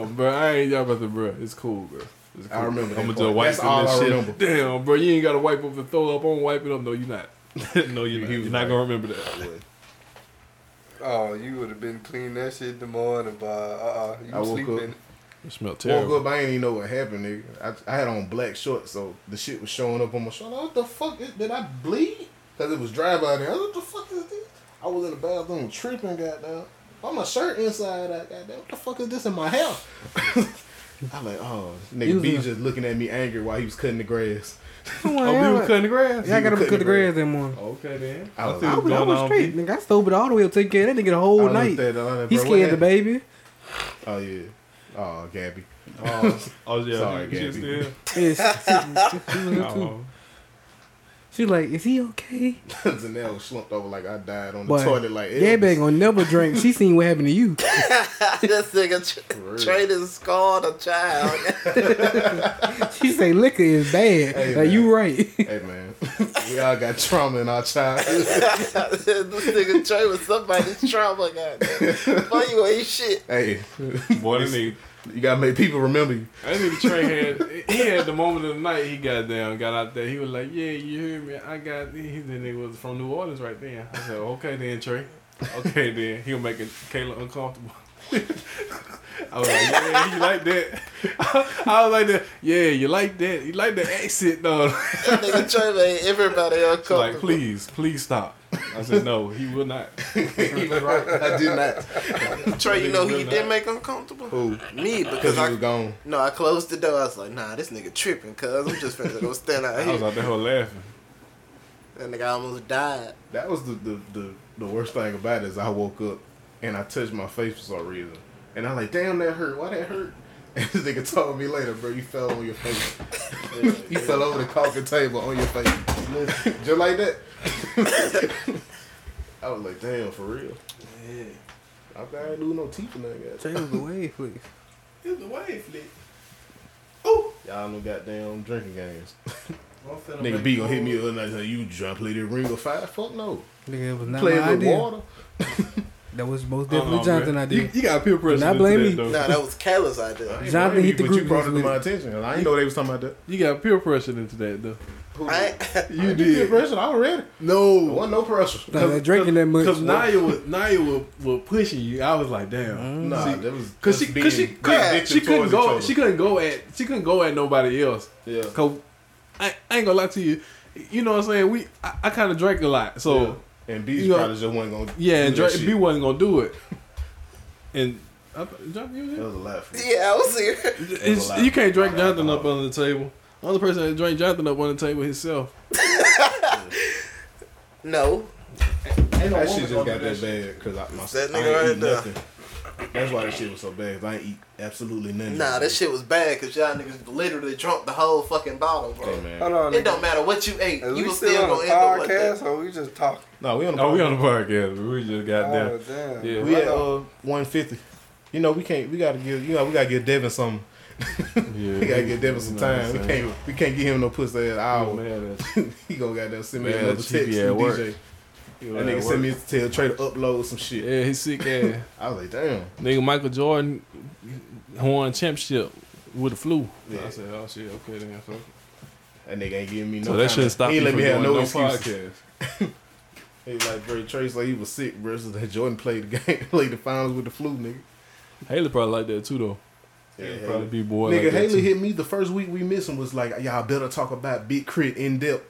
Speaker 3: Damn, bro. I ain't y'all about to, bro. It's cool, bro. It's cool.
Speaker 4: I remember that
Speaker 3: I'm gonna
Speaker 4: part.
Speaker 3: just wipe
Speaker 4: That's all
Speaker 3: this
Speaker 4: I
Speaker 3: shit.
Speaker 4: remember.
Speaker 3: Damn, bro. You ain't gotta wipe up and throw up on wipe it up. No, you're not. no, you're
Speaker 4: He
Speaker 3: not. You're
Speaker 4: was
Speaker 3: not
Speaker 4: like-
Speaker 3: gonna remember that.
Speaker 6: Oh, you would have been clean that shit in the morning, but uh uh
Speaker 4: I
Speaker 6: You
Speaker 4: woke
Speaker 6: sleeping.
Speaker 3: It smelled terrible.
Speaker 4: Woke up, I ain't even know what happened, nigga. I, I had on black shorts, so the shit was showing up on my shoulder. What the fuck? Is, did I bleed? Because it was dry by then. What the fuck is this? I was in the bathroom tripping, goddamn. On my shirt inside, out, goddamn. What the fuck is this in my hair? I like, oh,
Speaker 5: You
Speaker 4: nigga
Speaker 5: was
Speaker 4: B
Speaker 5: in a-
Speaker 4: just looking at me angry while he was cutting the grass.
Speaker 5: Come on,
Speaker 3: Oh,
Speaker 5: y'all
Speaker 3: we were
Speaker 5: like-
Speaker 3: cutting the grass.
Speaker 5: Y'all gotta
Speaker 4: cut
Speaker 5: cut
Speaker 4: the
Speaker 5: the grass that morning.
Speaker 3: Okay then.
Speaker 4: I was,
Speaker 3: see
Speaker 5: I
Speaker 4: I
Speaker 5: was, I
Speaker 3: going
Speaker 5: was
Speaker 3: on,
Speaker 5: straight.
Speaker 3: B.
Speaker 5: Nigga, I sobered all the way up, taking care of that nigga the whole
Speaker 4: I
Speaker 5: night.
Speaker 4: looked at it, I like,
Speaker 5: He
Speaker 4: bro, what
Speaker 5: scared the
Speaker 4: happened?
Speaker 5: baby.
Speaker 4: Oh yeah. Oh, Gabby.
Speaker 3: Oh, oh yeah.
Speaker 4: Sorry,
Speaker 3: you just
Speaker 4: Gabby.
Speaker 3: there?
Speaker 5: Yes. she, she was there too.
Speaker 3: Oh,
Speaker 5: She like, is he okay?
Speaker 4: Zanelle slumped over like I died on the
Speaker 5: But
Speaker 4: toilet. Like,
Speaker 5: Gabby ain't gonna never drink. She seen what happened to you.
Speaker 7: this nigga
Speaker 4: real.
Speaker 7: tr- Trey done scarred a child.
Speaker 5: She say liquor is bad.
Speaker 4: Hey,
Speaker 5: like
Speaker 4: man.
Speaker 5: you right.
Speaker 4: hey man, we all got trauma in our childhood.
Speaker 7: this nigga Trey was somebody's trauma goddamn. Fuck you ain't shit.
Speaker 4: Hey,
Speaker 3: Boy, this nigga.
Speaker 4: you gotta make people remember you.
Speaker 3: That nigga Trey had he had the moment of the night he got down, got out there. He was like, "Yeah, you hear me? I got." He the nigga was from New Orleans right then. I said, "Okay then, Trey. Okay then." He was making Kayla uncomfortable. I was like, "Yeah, you like that?" I was like, that. "Yeah, you like that? You like the accent though?"
Speaker 7: That nigga Trey made everybody
Speaker 3: She
Speaker 7: uncomfortable.
Speaker 3: like, "Please, please stop." I said, "No, he will not."
Speaker 4: he was right. I did not.
Speaker 7: Trey, you know who you
Speaker 3: Nigga,
Speaker 7: did make uncomfortable?
Speaker 4: Who?
Speaker 7: Me,
Speaker 4: Because
Speaker 7: because
Speaker 4: he
Speaker 7: I
Speaker 4: was gone.
Speaker 7: no, I closed the door. I was like, nah, this nigga tripping, cuz I'm just finna go stand out
Speaker 3: I was
Speaker 7: here.
Speaker 3: out there laughing.
Speaker 7: That nigga almost died.
Speaker 4: That was the the, the the worst thing about it is I woke up and I touched my face for some reason. And I'm like, damn, that hurt. Why that hurt? And this nigga told me later, bro, you fell on your face. you fell over the coffee table on your face. Just like that. I was like, damn, for real. Yeah. I ain't do no teeth or nothing.
Speaker 5: Take it away, please.
Speaker 7: It's the wave flick.
Speaker 4: Y'all know goddamn drinking games.
Speaker 7: I'm
Speaker 4: Nigga
Speaker 7: finna make
Speaker 4: B gonna hit me
Speaker 7: moves.
Speaker 4: up and I say, you trying to play the ring of fire? Fuck no.
Speaker 5: Nigga, it was not
Speaker 4: Play
Speaker 5: my
Speaker 4: with
Speaker 5: idea.
Speaker 4: water.
Speaker 5: That was most
Speaker 4: I don't
Speaker 5: definitely
Speaker 4: know,
Speaker 5: Jonathan
Speaker 4: man.
Speaker 5: idea.
Speaker 4: You- you got peer pressure
Speaker 5: Not
Speaker 4: into
Speaker 5: blame
Speaker 4: that,
Speaker 5: me.
Speaker 4: though.
Speaker 7: Nah, that was Callis idea.
Speaker 4: I ain't
Speaker 5: Jonathan
Speaker 4: blame you,
Speaker 5: hit the
Speaker 4: but
Speaker 5: group
Speaker 4: You brought it
Speaker 5: message
Speaker 4: to
Speaker 5: with
Speaker 4: my
Speaker 5: it.
Speaker 4: attention. I didn't know they was talking about that.
Speaker 3: You got peer pressure into that though.
Speaker 4: You did pressure already.
Speaker 3: No,
Speaker 4: wasn't no pressure.
Speaker 5: Nah, that drinking that much.
Speaker 3: Because Naya was Naya was, was pushing you. I was like, damn.
Speaker 4: Nah, that was-
Speaker 3: because she
Speaker 4: that's
Speaker 3: because she,
Speaker 4: being- being
Speaker 3: cause she
Speaker 4: addicted
Speaker 3: couldn't
Speaker 4: towards each
Speaker 3: go
Speaker 4: other.
Speaker 3: she couldn't go at she couldn't go at nobody else.
Speaker 4: Yeah.
Speaker 3: Cause I, I ain't gonna lie to you. You know what I'm saying? We I, I kind of drank a lot, so
Speaker 4: and B
Speaker 3: you know-
Speaker 4: probably just wasn't gonna.
Speaker 3: yeah, and
Speaker 4: do that
Speaker 3: Drake,
Speaker 4: shit.
Speaker 3: B wasn't gonna do it. And I, Jonathan, you was
Speaker 4: That
Speaker 3: here?
Speaker 4: was a laugh.
Speaker 7: Yeah, I was here.
Speaker 3: It's- you can't drink Jonathan up under the table. The only person that drank Jonathan up under the table himself.
Speaker 7: No.
Speaker 4: That shit just got that bad because I, my,
Speaker 7: That
Speaker 4: I
Speaker 7: nigga
Speaker 4: ain't
Speaker 7: right
Speaker 4: eat
Speaker 7: there.
Speaker 4: nothing. That's why that shit was so bad. 'cause I ain't eat absolutely nothing.
Speaker 7: Nah, that shit was bad because y'all niggas literally drunk the whole fucking bottle, bro.
Speaker 4: Hey, man.
Speaker 6: Hold on,
Speaker 7: It
Speaker 6: nigga.
Speaker 7: don't matter what you ate.
Speaker 6: Is
Speaker 7: you
Speaker 6: we
Speaker 7: was
Speaker 6: still,
Speaker 7: still
Speaker 6: on
Speaker 7: gonna
Speaker 6: the
Speaker 7: end up with that.
Speaker 6: podcast or we just talking?
Speaker 4: No, we on the
Speaker 3: Oh, we
Speaker 4: podcast.
Speaker 3: on the podcast. We just got down.
Speaker 6: Oh, damn.
Speaker 3: Yeah.
Speaker 4: We at uh, one fifty. You know we can't. We gotta give. You know we gotta give Devin some.
Speaker 3: Yeah,
Speaker 4: we gotta give Devin some
Speaker 3: you know what
Speaker 4: time.
Speaker 3: I'm
Speaker 4: We
Speaker 3: saying.
Speaker 4: can't. We can't give him no pussy ass hour.
Speaker 3: Man, that's-
Speaker 4: he gonna goddamn send me
Speaker 3: Man,
Speaker 4: another
Speaker 3: that
Speaker 4: text
Speaker 3: shit
Speaker 4: from
Speaker 3: be at work.
Speaker 4: DJ.
Speaker 3: He
Speaker 4: That
Speaker 3: at
Speaker 4: nigga
Speaker 3: work.
Speaker 4: sent me to tell Trey to upload some shit.
Speaker 3: yeah, he's sick ass.
Speaker 4: I was like, damn.
Speaker 3: Nigga Michael Jordan won championship with the flu.
Speaker 4: Yeah.
Speaker 3: I said, oh shit, okay then. Fuck. it.
Speaker 4: That nigga ain't giving me no.
Speaker 3: So that
Speaker 4: kinda-
Speaker 3: shouldn't stop
Speaker 4: He
Speaker 3: you
Speaker 4: ain't let
Speaker 3: from
Speaker 4: me have
Speaker 3: doing
Speaker 4: no
Speaker 3: no
Speaker 4: excuses. He was like, bro, Trace like he was sick, bro. So that Jordan played the game, played the finals with the flu, nigga.
Speaker 3: Haley probably like that too though.
Speaker 4: Yeah,
Speaker 3: Haley
Speaker 4: Haley.
Speaker 3: probably be boy.
Speaker 4: Nigga,
Speaker 3: like that,
Speaker 4: Haley
Speaker 3: too.
Speaker 4: hit me the first week we missed him was like, y'all better talk about Big Crit in depth.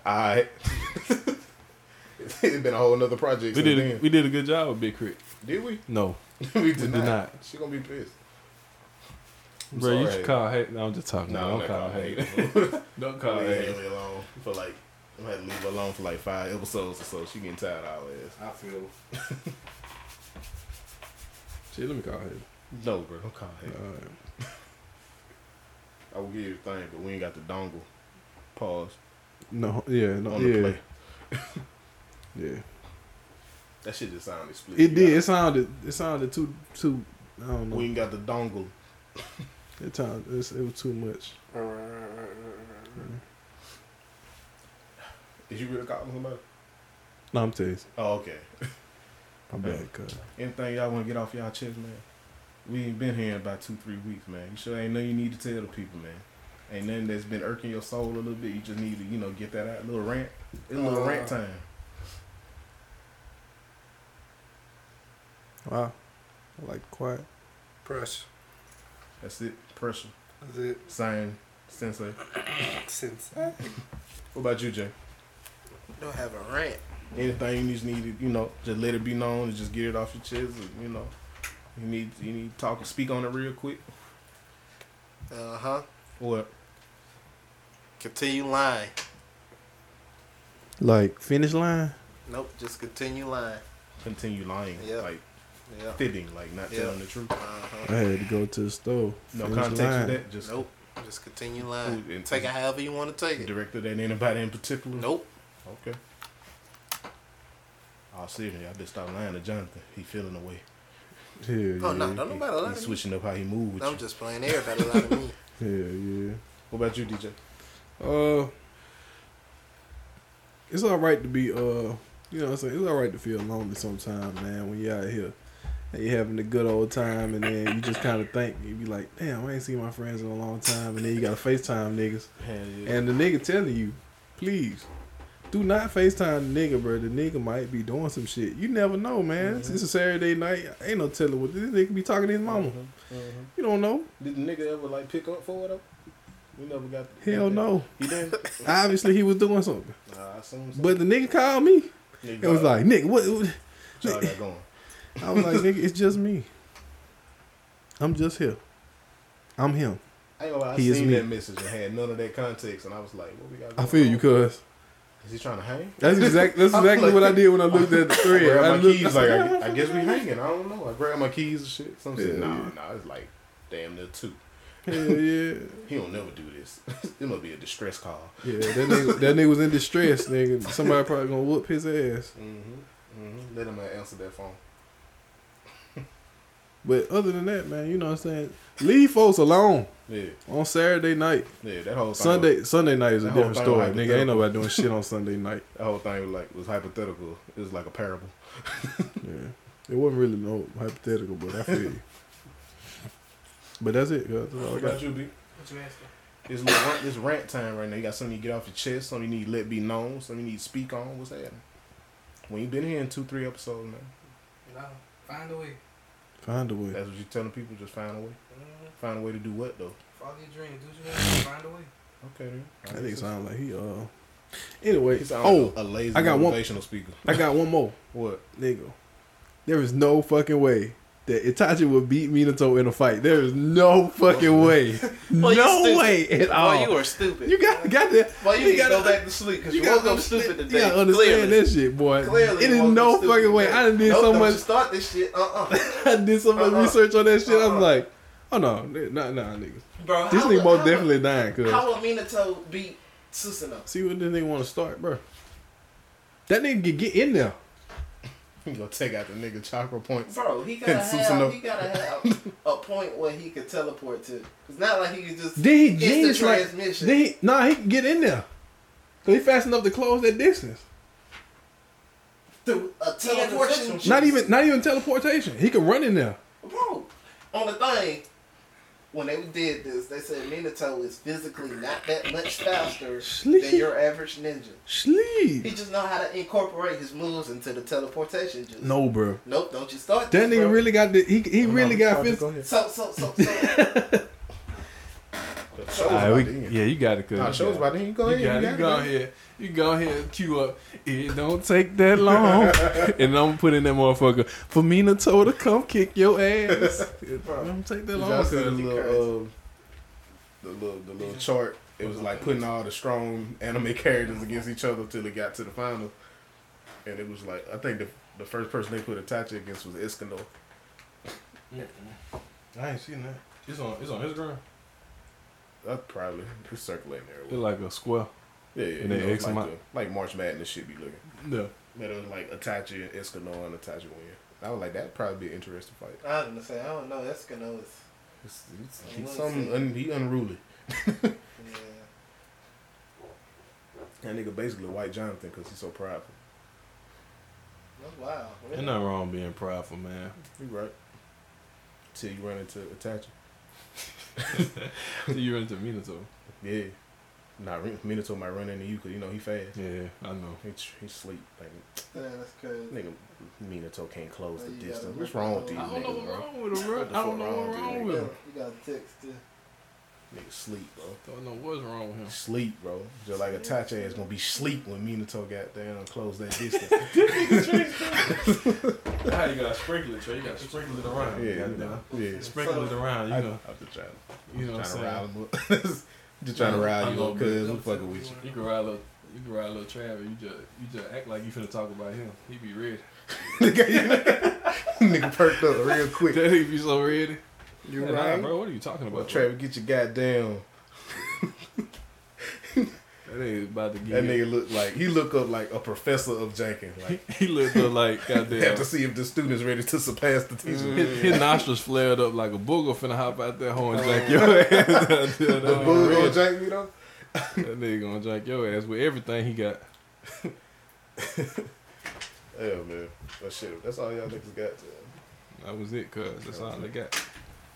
Speaker 4: Alright. it's been a whole nother project.
Speaker 3: We
Speaker 4: since
Speaker 3: did a,
Speaker 4: then.
Speaker 3: we did a good job with Big Crit.
Speaker 4: Did we?
Speaker 3: No.
Speaker 4: we did, not.
Speaker 3: not.
Speaker 4: She gonna be pissed. I'm
Speaker 3: Bro, you
Speaker 4: sorry,
Speaker 3: should
Speaker 4: Haley.
Speaker 3: call Haley. No, I'm just talking.
Speaker 4: No,
Speaker 3: No, don't call
Speaker 4: Haley.
Speaker 3: Haley. Don't call
Speaker 4: Leave
Speaker 3: Haley.
Speaker 4: Haley alone for like. I'm gonna have to leave her alone for like five episodes or so. She getting tired of all this.
Speaker 6: I feel.
Speaker 3: Shit, let me call Haley.
Speaker 4: No, bro, don't call Haley.
Speaker 3: All right.
Speaker 4: I will give you the thing, but we ain't got the dongle. Pause.
Speaker 3: No, yeah, no,
Speaker 4: On the
Speaker 3: yeah,
Speaker 4: play.
Speaker 3: yeah.
Speaker 4: That shit just sounded split.
Speaker 3: It did. It sounded. It sounded too too. I don't know.
Speaker 4: We ain't got the dongle.
Speaker 3: It time. It's, it was too much.
Speaker 4: Did you really call somebody?
Speaker 3: No, I'm telling you.
Speaker 4: Oh, okay.
Speaker 3: I'm bad. Cause
Speaker 4: Anything y'all want to get off y'all chest, man? We ain't been here in about two, three weeks, man. You sure ain't nothing you need to tell the people, man. Ain't nothing that's been irking your soul a little bit. You just need to, you know, get that out. Little rant. It's a little
Speaker 6: Uh.
Speaker 4: rant time.
Speaker 10: Wow. I like quiet.
Speaker 6: Pressure.
Speaker 4: That's it. Pressure.
Speaker 6: That's it.
Speaker 4: Sign. Sensei.
Speaker 6: Since
Speaker 4: What about you, Jay?
Speaker 7: Don't have a rant.
Speaker 4: Anything you just need to, you know, just let it be known and just get it off your chest. and, you know, you need you need to talk speak on it real quick.
Speaker 7: Uh huh.
Speaker 4: What?
Speaker 7: Continue lying.
Speaker 10: Like finish line.
Speaker 7: Nope, just continue lying.
Speaker 4: Continue lying.
Speaker 7: Yeah.
Speaker 4: Like
Speaker 7: Yeah.
Speaker 4: fitting, like not
Speaker 7: Yeah.
Speaker 4: telling the truth.
Speaker 7: Uh-huh.
Speaker 10: I had to go to the store.
Speaker 4: No
Speaker 10: Finish
Speaker 4: context
Speaker 10: line.
Speaker 4: with that. Just
Speaker 7: Nope. Just continue lying.
Speaker 4: Ooh, and-
Speaker 7: take it however you want to take it.
Speaker 4: directed at anybody in particular.
Speaker 7: Nope.
Speaker 4: Okay. I'll see you. I just stop lying to Jonathan. He feeling away.
Speaker 10: Hell yeah.
Speaker 7: Oh no, don't nobody lie
Speaker 4: He's
Speaker 7: to me.
Speaker 4: switching up how he move with
Speaker 7: I'm
Speaker 4: you.
Speaker 7: just playing everybody lie to me.
Speaker 10: Hell yeah.
Speaker 4: What about you, DJ?
Speaker 10: Uh,
Speaker 3: it's all right to be uh you know what I'm saying it's all right to feel lonely sometimes man when you're out here
Speaker 10: and you having a good old time, and then you just kind of think you be like, damn, I ain't seen my friends in a long time, and then you got to Facetime niggas,
Speaker 4: Hell yeah.
Speaker 10: and the nigga telling you, please. Do not FaceTime the nigga, bro. The nigga might be doing some shit. You never know, man. It's, it's a Saturday night. Ain't no telling what this nigga be talking to his mama. You don't know.
Speaker 4: Did the nigga ever like pick up for it though? We never got.
Speaker 10: Hell no.
Speaker 4: He didn't.
Speaker 10: Obviously, he was doing something.
Speaker 4: Nah, I assume so.
Speaker 10: But the nigga called me.
Speaker 4: Nigga
Speaker 10: It was
Speaker 4: got-
Speaker 10: like, nigga, what? what?
Speaker 4: y'all got going.
Speaker 10: I was like, nigga, it's just me. I'm just here. I'm him.
Speaker 4: I ain't gonna lie, I
Speaker 10: He is
Speaker 4: seen
Speaker 10: me.
Speaker 4: that message and had none of that context, and I was like, "What we got?"
Speaker 10: I
Speaker 4: going
Speaker 10: feel you,
Speaker 4: on?
Speaker 10: cuz.
Speaker 4: Is he trying to hang?
Speaker 10: That's exact- that's exactly what I did when I looked at the thread.
Speaker 4: I grabbed
Speaker 10: I
Speaker 4: my
Speaker 10: looked-
Speaker 4: keys. Like I, I guess we hanging. I don't know. I grabbed my keys and shit. Some shit.
Speaker 10: Yeah,
Speaker 4: Nah,
Speaker 10: yeah.
Speaker 4: nah. It's like damn near two.
Speaker 10: Hell yeah.
Speaker 4: he don't never do this. it must be a distress call.
Speaker 10: Yeah, that nigga, that nigga was in distress, nigga. Somebody probably gonna whoop his ass.
Speaker 4: hmm hmm Let him answer that phone.
Speaker 10: But other than that, man, you know what I'm saying? Leave folks alone.
Speaker 4: Yeah.
Speaker 10: On Saturday night.
Speaker 4: Yeah, that whole thing
Speaker 10: Sunday
Speaker 4: was-
Speaker 10: Sunday night is a
Speaker 4: that whole
Speaker 10: different
Speaker 4: thing
Speaker 10: story.
Speaker 4: was
Speaker 10: Nigga, ain't
Speaker 4: hypothetical.
Speaker 10: nobody doing shit on Sunday night.
Speaker 4: That whole thing was like was hypothetical. It was like a parable.
Speaker 10: Yeah. It wasn't really no hypothetical, but I feel you. But that's it. cuz. That's all I
Speaker 4: What
Speaker 10: got.
Speaker 4: about you, B? What you asking? It's, little rant, it's rant time right now. You got something you get off your chest, something you need to let be known, something you need to speak on. What's happening? When you been here in two, three episodes, man.
Speaker 14: No, find a way.
Speaker 10: Find a way.
Speaker 4: That's what you telling people. Just find a way. Find a way to do what though?
Speaker 14: Follow Mm, your dream. Do what you have to. Find a way.
Speaker 4: Okay, then.
Speaker 10: That nigga sound like he uh. Anyway,
Speaker 4: He sound
Speaker 10: oh,
Speaker 4: like a lazy
Speaker 10: I got one
Speaker 4: motivational speaker.
Speaker 10: I got one more.
Speaker 4: What
Speaker 10: nigga? There is no fucking way that Itachi would beat Minato in a fight. There is no fucking way.
Speaker 7: Boy, you
Speaker 10: no
Speaker 7: stupid.
Speaker 10: way at all.
Speaker 7: Boy, you are stupid.
Speaker 10: You got got that.
Speaker 7: Boy, you, need to
Speaker 10: gotta-
Speaker 7: go back to sleep because
Speaker 10: you
Speaker 7: you,
Speaker 10: gotta
Speaker 7: woke up stupid today.
Speaker 10: You gotta understand
Speaker 7: Clearly.
Speaker 10: that shit, boy.
Speaker 7: Clearly
Speaker 10: it
Speaker 7: you
Speaker 10: is
Speaker 7: woke
Speaker 10: no
Speaker 7: up stupid
Speaker 10: fucking way.
Speaker 7: today.
Speaker 10: I done did
Speaker 7: Nope,
Speaker 10: so
Speaker 7: don't
Speaker 10: much.
Speaker 7: you start this shit. Uh-uh.
Speaker 10: I did so much research on that shit. I'm like, oh no, nah, nah, nigga.
Speaker 7: Bro,
Speaker 10: this
Speaker 7: how
Speaker 10: nigga
Speaker 7: would-
Speaker 10: most
Speaker 7: how
Speaker 10: definitely dying. Cause
Speaker 7: How would Minato beat Susanoo?
Speaker 10: see when this nigga want to start, bro. That nigga can get in there.
Speaker 4: You gonna take out the nigga chakra points?
Speaker 7: Bro, he gotta
Speaker 4: And
Speaker 7: have
Speaker 4: Susanoo.
Speaker 7: he gotta have a point where he could teleport to. It's not like he could just
Speaker 10: Then he
Speaker 7: it's
Speaker 10: genius
Speaker 7: the
Speaker 10: like
Speaker 7: transmission.
Speaker 10: then he, nah he can get in there. Cause he fast enough to close that distance.
Speaker 7: through a teleportation.
Speaker 10: Not even not even teleportation. He can run in there.
Speaker 7: Bro, on the thing, when they did this, they said Minato is physically not that much faster than your average ninja.
Speaker 10: Sleep.
Speaker 7: He just know how to incorporate his moves into the teleportation. Just.
Speaker 10: No, bro.
Speaker 7: Nope, don't you
Speaker 10: That
Speaker 7: start this,
Speaker 10: nigga
Speaker 7: bro.
Speaker 10: really got the he he really got
Speaker 7: sorry,
Speaker 10: phys-
Speaker 7: go ahead. So- so- so- so-
Speaker 4: All
Speaker 3: right, we-
Speaker 4: end.
Speaker 3: yeah, you got it. Cause
Speaker 4: Nah,
Speaker 3: you
Speaker 4: show's
Speaker 3: got
Speaker 4: about to
Speaker 3: it.
Speaker 4: end. Go
Speaker 3: you
Speaker 4: ahead,
Speaker 3: Got
Speaker 4: you
Speaker 3: it.
Speaker 4: got
Speaker 3: You
Speaker 4: it,
Speaker 3: go
Speaker 4: man.
Speaker 3: ahead. You go ahead. and Cue up. It don't take that long, and I'm putting that motherfucker for Minato to come kick your ass. It don't take that
Speaker 4: Did
Speaker 3: long.
Speaker 4: y'all see the
Speaker 3: cuz-
Speaker 4: little, um, the little the little chart? It was like putting all the strong anime characters against each other till it got to the final, and it was like I think the the first person they put Itachi against was Iskandar.
Speaker 3: I ain't seen that. It's on. It's on Instagram.
Speaker 4: That's probably it's circulating there.
Speaker 3: It's like a square.
Speaker 4: Yeah, yeah.
Speaker 3: And
Speaker 4: you
Speaker 3: they
Speaker 4: know,
Speaker 3: X
Speaker 4: like,
Speaker 3: amount-
Speaker 4: the- like March Madness should be looking.
Speaker 3: Yeah.
Speaker 4: But it was like Itachi and Iskandar and Itachi win. I was like, that'd probably be an interesting fight.
Speaker 7: I was gonna say, I don't know. That's gonna was.
Speaker 4: It's,
Speaker 7: I
Speaker 4: He's
Speaker 7: wanna
Speaker 4: some
Speaker 7: see.
Speaker 4: un, he unruly. that
Speaker 7: yeah.
Speaker 4: nigga basically white Jonathan because he's so prideful.
Speaker 7: That's wild.
Speaker 3: Ain't nothing wrong being prideful, man.
Speaker 4: You right. Till you run into Itachi.
Speaker 3: Till you run into Minato.
Speaker 4: Yeah. Nah, Re- Minato might run into you because you know he fast.
Speaker 3: Yeah, I know.
Speaker 4: He, tr- he sleep like
Speaker 7: Yeah, that's crazy.
Speaker 4: nigga. Minato can't close the
Speaker 7: Well, you gotta
Speaker 4: distance.
Speaker 7: look
Speaker 4: What's wrong with
Speaker 7: at
Speaker 4: these
Speaker 7: those. I don't know
Speaker 4: niggas,
Speaker 7: what's
Speaker 4: bro?
Speaker 7: wrong with 'em, bro.
Speaker 4: What the
Speaker 7: I don't
Speaker 4: fuck
Speaker 7: know
Speaker 4: wrong
Speaker 7: what's wrong
Speaker 4: these
Speaker 7: with
Speaker 4: niggas?
Speaker 7: 'em. You gotta text it.
Speaker 4: Nigga sleep, bro.
Speaker 3: Don't know what's wrong with him.
Speaker 4: Sleep, bro. Just like a touch ass gonna be sleep when Minato got down and close that distance.
Speaker 3: Nah, you gotta sprinkle it, Trey. You gotta sprinkle it around.
Speaker 4: Yeah,
Speaker 3: You
Speaker 4: you know,
Speaker 3: gotta
Speaker 4: yeah.
Speaker 3: Sprinkle it around. You
Speaker 4: I-
Speaker 3: know.
Speaker 4: I'm just trying.
Speaker 3: You know
Speaker 4: I'm
Speaker 3: what
Speaker 4: just
Speaker 3: I'm
Speaker 4: trying
Speaker 3: saying?
Speaker 4: to rile him up. just trying to rile you
Speaker 3: know,
Speaker 4: up,
Speaker 3: but
Speaker 4: cuz I'm
Speaker 3: I'm
Speaker 4: fucking with you.
Speaker 3: You can ride a little, you can ride a little Travis. You just, you just act like you finna talk about him. He be ready.
Speaker 4: nigga perked up real quick.
Speaker 3: that nigga be so ready.
Speaker 4: You
Speaker 3: Hey, nah,
Speaker 4: right,
Speaker 3: bro, what are you talking about, bro?
Speaker 4: Travis, get your goddamn.
Speaker 3: That nigga about to get.
Speaker 4: That nigga look like he look up like a professor of janking. Like
Speaker 3: he looked up like goddamn.
Speaker 4: have to see if the student's ready to surpass the teacher.
Speaker 6: Mm-hmm.
Speaker 3: His, his nostrils flared up like a booger finna hop out that hole and jack your ass.
Speaker 4: Oh. The booger gonna jack me though?
Speaker 3: That nigga gonna jack your ass with everything he got.
Speaker 4: Yeah, man. But shit, that's all y'all niggas got. man.
Speaker 3: That was it, cuz. That's all they got.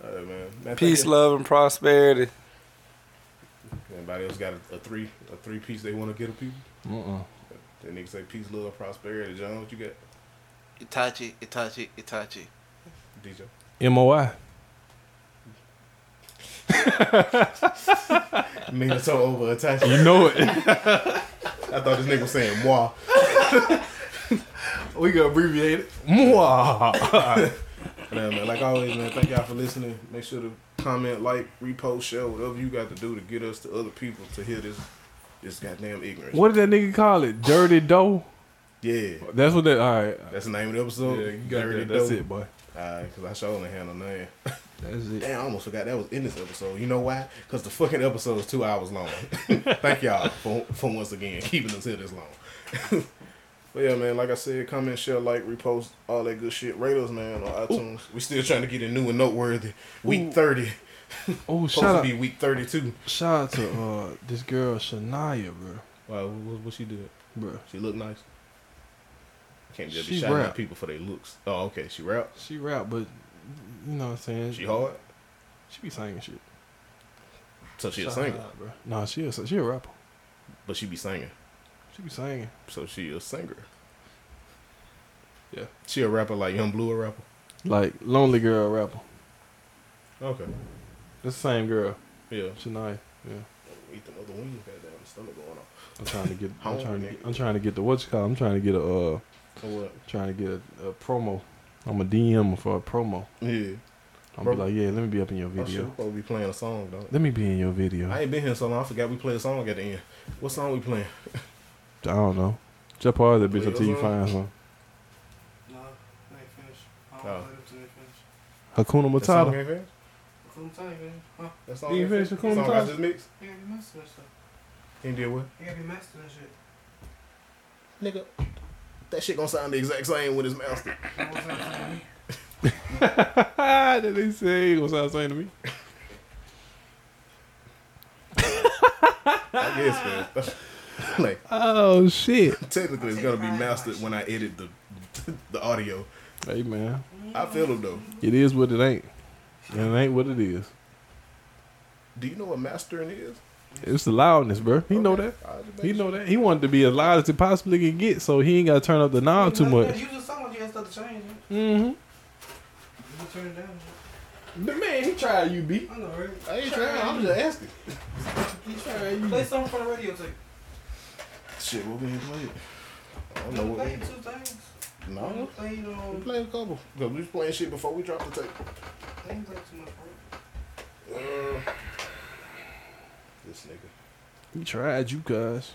Speaker 4: All right, man. Matter of
Speaker 6: Peace,
Speaker 4: fact,
Speaker 6: love, and prosperity.
Speaker 4: Anybody else got a, a three a three piece they want to get a people?
Speaker 3: Uh-uh.
Speaker 4: That nigga say peace, love, prosperity. John, what you got?
Speaker 7: Itachi, Itachi, Itachi.
Speaker 4: DJ.
Speaker 3: MOI.
Speaker 4: Minato over Itachi.
Speaker 3: You know it.
Speaker 4: I thought this nigga was saying moi.
Speaker 3: we gonna abbreviate it. Moi.
Speaker 4: man, man, like always, man, thank y'all for listening. Make sure to comment, like, repost, share, whatever you got to do to get us to other people to hear this
Speaker 15: Just goddamn ignorance.
Speaker 3: What did that nigga call it? Dirty dough.
Speaker 15: Yeah.
Speaker 3: That's what that. All right.
Speaker 15: That's the name of the episode.
Speaker 3: Yeah, you got that. That's it, boy.
Speaker 15: because I sure only had no name.
Speaker 3: That's it.
Speaker 15: Damn, I almost forgot that was in this episode. You know why? Because the fucking episode is two hours long. Thank y'all for, for once again keeping us here this long. but yeah, man, like I said, comment, share, like, repost, all that good shit. Rate us, man, on iTunes. We still trying to get it new and noteworthy. Week
Speaker 3: Ooh.
Speaker 15: 30.
Speaker 3: Oh,
Speaker 15: Supposed
Speaker 3: shout
Speaker 15: to
Speaker 3: out-
Speaker 15: be week 32.
Speaker 3: Shout out to uh, this girl Shania, bro.
Speaker 15: Wow, what, what she did?
Speaker 3: Bro,
Speaker 15: she looked nice. Can't just be
Speaker 3: She
Speaker 15: shouting
Speaker 3: rap.
Speaker 15: at people for their looks. Oh, okay, she rap.
Speaker 3: She rap, but you know what I'm saying.
Speaker 15: She hard.
Speaker 3: She be singing shit.
Speaker 15: So she a
Speaker 3: Shout her
Speaker 15: singer,
Speaker 3: out, bro. No, she a she a rapper.
Speaker 15: But she be singing.
Speaker 3: She be singing.
Speaker 15: So she a singer.
Speaker 3: Yeah.
Speaker 15: She a rapper like Young Blue a rapper.
Speaker 3: Like lonely girl rapper.
Speaker 15: Okay.
Speaker 3: That's the same girl.
Speaker 15: Yeah.
Speaker 3: Shania. Yeah.
Speaker 15: Eat them other wings, goddamn. my Stomach going off.
Speaker 3: I'm trying to get. I'm
Speaker 15: Hungry,
Speaker 3: trying to. Get,
Speaker 15: nigga.
Speaker 3: I'm trying to get the what you call. I'm trying to get a. Uh,
Speaker 15: A what?
Speaker 3: Trying to get a, a promo. I'm a DM for a promo.
Speaker 15: Yeah.
Speaker 3: I'm
Speaker 15: Bro-
Speaker 3: be like, yeah, let me be up in your
Speaker 15: Oh, shit, we
Speaker 3: video.
Speaker 15: supposed to be playing a song, dog.
Speaker 3: Let me be in your video.
Speaker 15: I
Speaker 3: I,
Speaker 15: ain't been here so long. I forgot we played a song at the end. What song we playing?
Speaker 3: don't know. Just pause that bitch
Speaker 15: Play
Speaker 3: until you
Speaker 15: your
Speaker 3: find
Speaker 15: song.
Speaker 3: some.
Speaker 10: No, they ain't finished. I don't
Speaker 15: Oh.
Speaker 10: let it till they finish.
Speaker 3: Hakuna
Speaker 15: That song
Speaker 3: Matata.
Speaker 15: ain't finished?
Speaker 10: Cool time, man. Huh?
Speaker 15: That
Speaker 3: Did
Speaker 15: song
Speaker 3: you
Speaker 15: ain't
Speaker 3: finish
Speaker 15: finished?
Speaker 3: Hakuna
Speaker 15: Song I
Speaker 3: Matata?
Speaker 15: just mixed?
Speaker 10: You gotta be mastering stuff.
Speaker 15: Ain't did what?
Speaker 10: You gotta be mastering shit.
Speaker 15: Nigga, that shit gonna sound the exact same when it's mastered.
Speaker 3: Did they say what's that saying to me?
Speaker 15: I guess, man. like,
Speaker 3: Oh shit.
Speaker 15: technically, it's gonna be mastered when I edit the the audio.
Speaker 3: Hey man,
Speaker 15: I feel them though.
Speaker 3: it is what it ain't, and it ain't what it is.
Speaker 15: Do you know what mastering is?
Speaker 3: It's the loudness, bro. He know that. He know that. He wanted to be as loud as he possibly can get, so he ain't gotta turn up the knob too much.
Speaker 10: You just sound like you had stuff to change. man.
Speaker 3: Mm-hmm.
Speaker 10: You turn it down.
Speaker 3: The man, he tried you, B.
Speaker 10: I know, right?
Speaker 15: I ain't trying. I'm just asking.
Speaker 10: You trying? Play something from the radio tape.
Speaker 15: Shit, what we ain't played? I don't know
Speaker 10: You
Speaker 15: what we
Speaker 10: played two things. You
Speaker 15: No,
Speaker 10: played
Speaker 15: we
Speaker 10: um.
Speaker 15: played a couple. 'Cause we was playing shit before we dropped the tape.
Speaker 10: Things like too much. bro.
Speaker 15: Uh, this nigga.
Speaker 3: He tried you guys.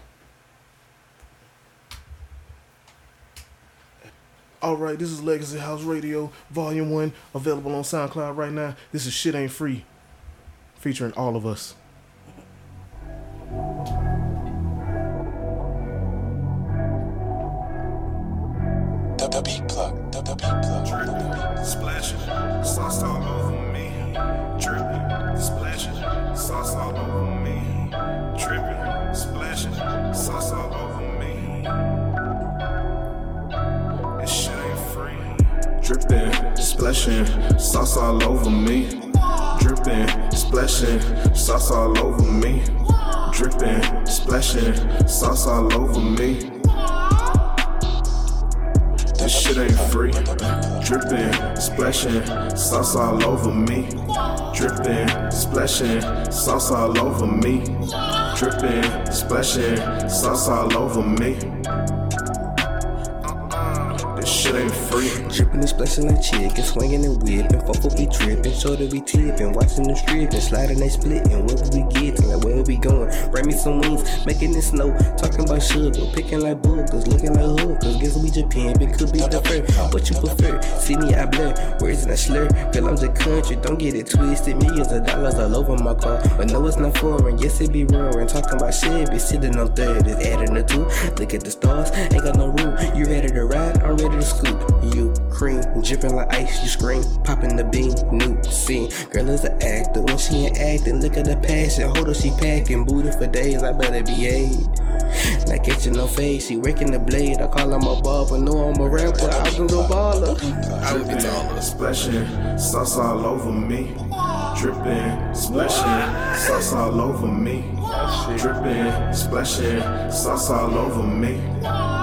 Speaker 15: All right, this is Legacy House Radio, Volume 1, available on SoundCloud right now. This is Shit Ain't Free, featuring all of us.
Speaker 4: The, the beat plug, the, the beat plug. Dripping, splashing, sauce all over me. Dripping, splashing, sauce all over me. Dripping, splashing, sauce all over me. This shit ain't free. Dripping, splashing, sauce all over me. Dripping, splashing, sauce all over me. Dripping, splashing, sauce all over me. This shit ain't free. Dripping, splashing, sauce all over me. Dripping, splashing, sauce all over me. Dripping, splashing, sauce all over me. This shit ain't free.
Speaker 5: Drippin' and splashin' like chicken, swingin' and whippin', fuck what we trippin', so that we tippin', watchin' them strippin', slidin' they splittin', where we gettin', like where we goin', bring me some wings, makin' it snow, talkin' about sugar, pickin' like boogers, lookin' like hookers, guess we just pimpin', could be the fur, what you prefer, see me, I blur, words and I slur, girl, I'm just country, don't get it twisted, millions of dollars all over my car, but no, it's not foreign, yes, it be roaring, talkin' about shit, be sittin' on third, it's addin' a two, look at the stars, ain't got no room, you ready to ride, I'm ready to scoop, you cream, dripping like ice, you scream, popping the bean, new scene. Girl is an actor, when she ain't acting, look at the passion, hold her, she packing, booty for days, I better be eight. Not catching no face, she working the blade, I call her my barber, no, I'm a rapper, I can go baller. I would be
Speaker 4: Dripping, splashing, sauce all over me. Dripping, splashing, sauce all over me. Dripping, splashing, sauce all over me.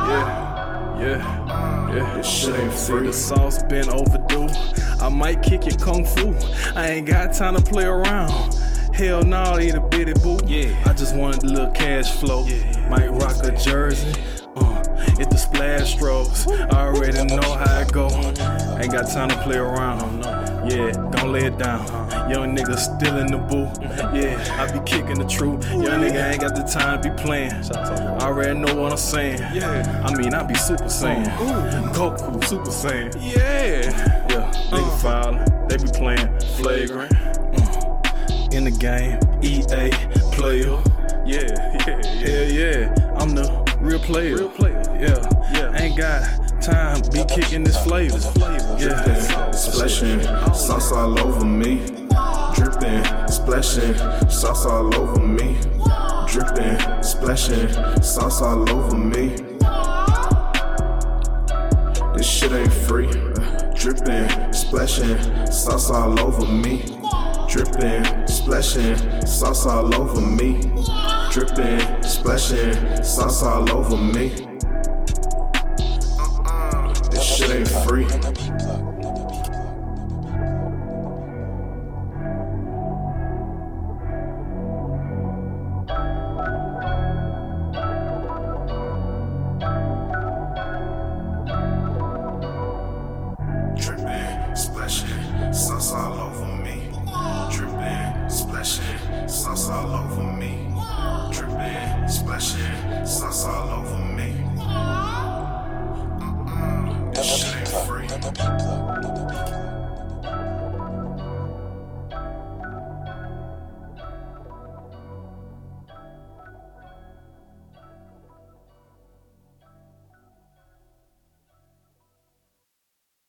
Speaker 4: Yeah, yeah, yeah. This shit ain't free. The sauce been overdue. I might kick your kung fu. I ain't got time to play around. Hell no, nah, ain't a bitty boo. Yeah. I just wanted a little cash flow. Might rock a jersey. Uh, if the splash strokes, I already know how it go. Ain't got time to play around.
Speaker 10: Yeah, don't lay it down. Young nigga still in the booth. Yeah, I be kicking the truth. Young nigga ain't got the time to be playing. I already know what I'm saying. Yeah, I mean I be super saiyan. Goku super saiyan. Yeah, Uh. yeah. Nigga filing, they be playing flagrant. Mm. In the game, EA player. Yeah, yeah, yeah, yeah. I'm the real player. Real player. Yeah, yeah. Ain't got time be kicking this flavor. Yeah.
Speaker 4: Splashing, sauce all over me. Dripping, splashing, sauce all over me. Dripping, splashing, sauce all over me. This shit ain't free. Dripping, splashing, sauce all over me. Dripping, splashing, sauce all over me. Dripping, splashing, sauce all over me. Uh-uh. This shit ain't free. Dripping, splashing, sauce all over me. Dripping, splashing, sauce all over me.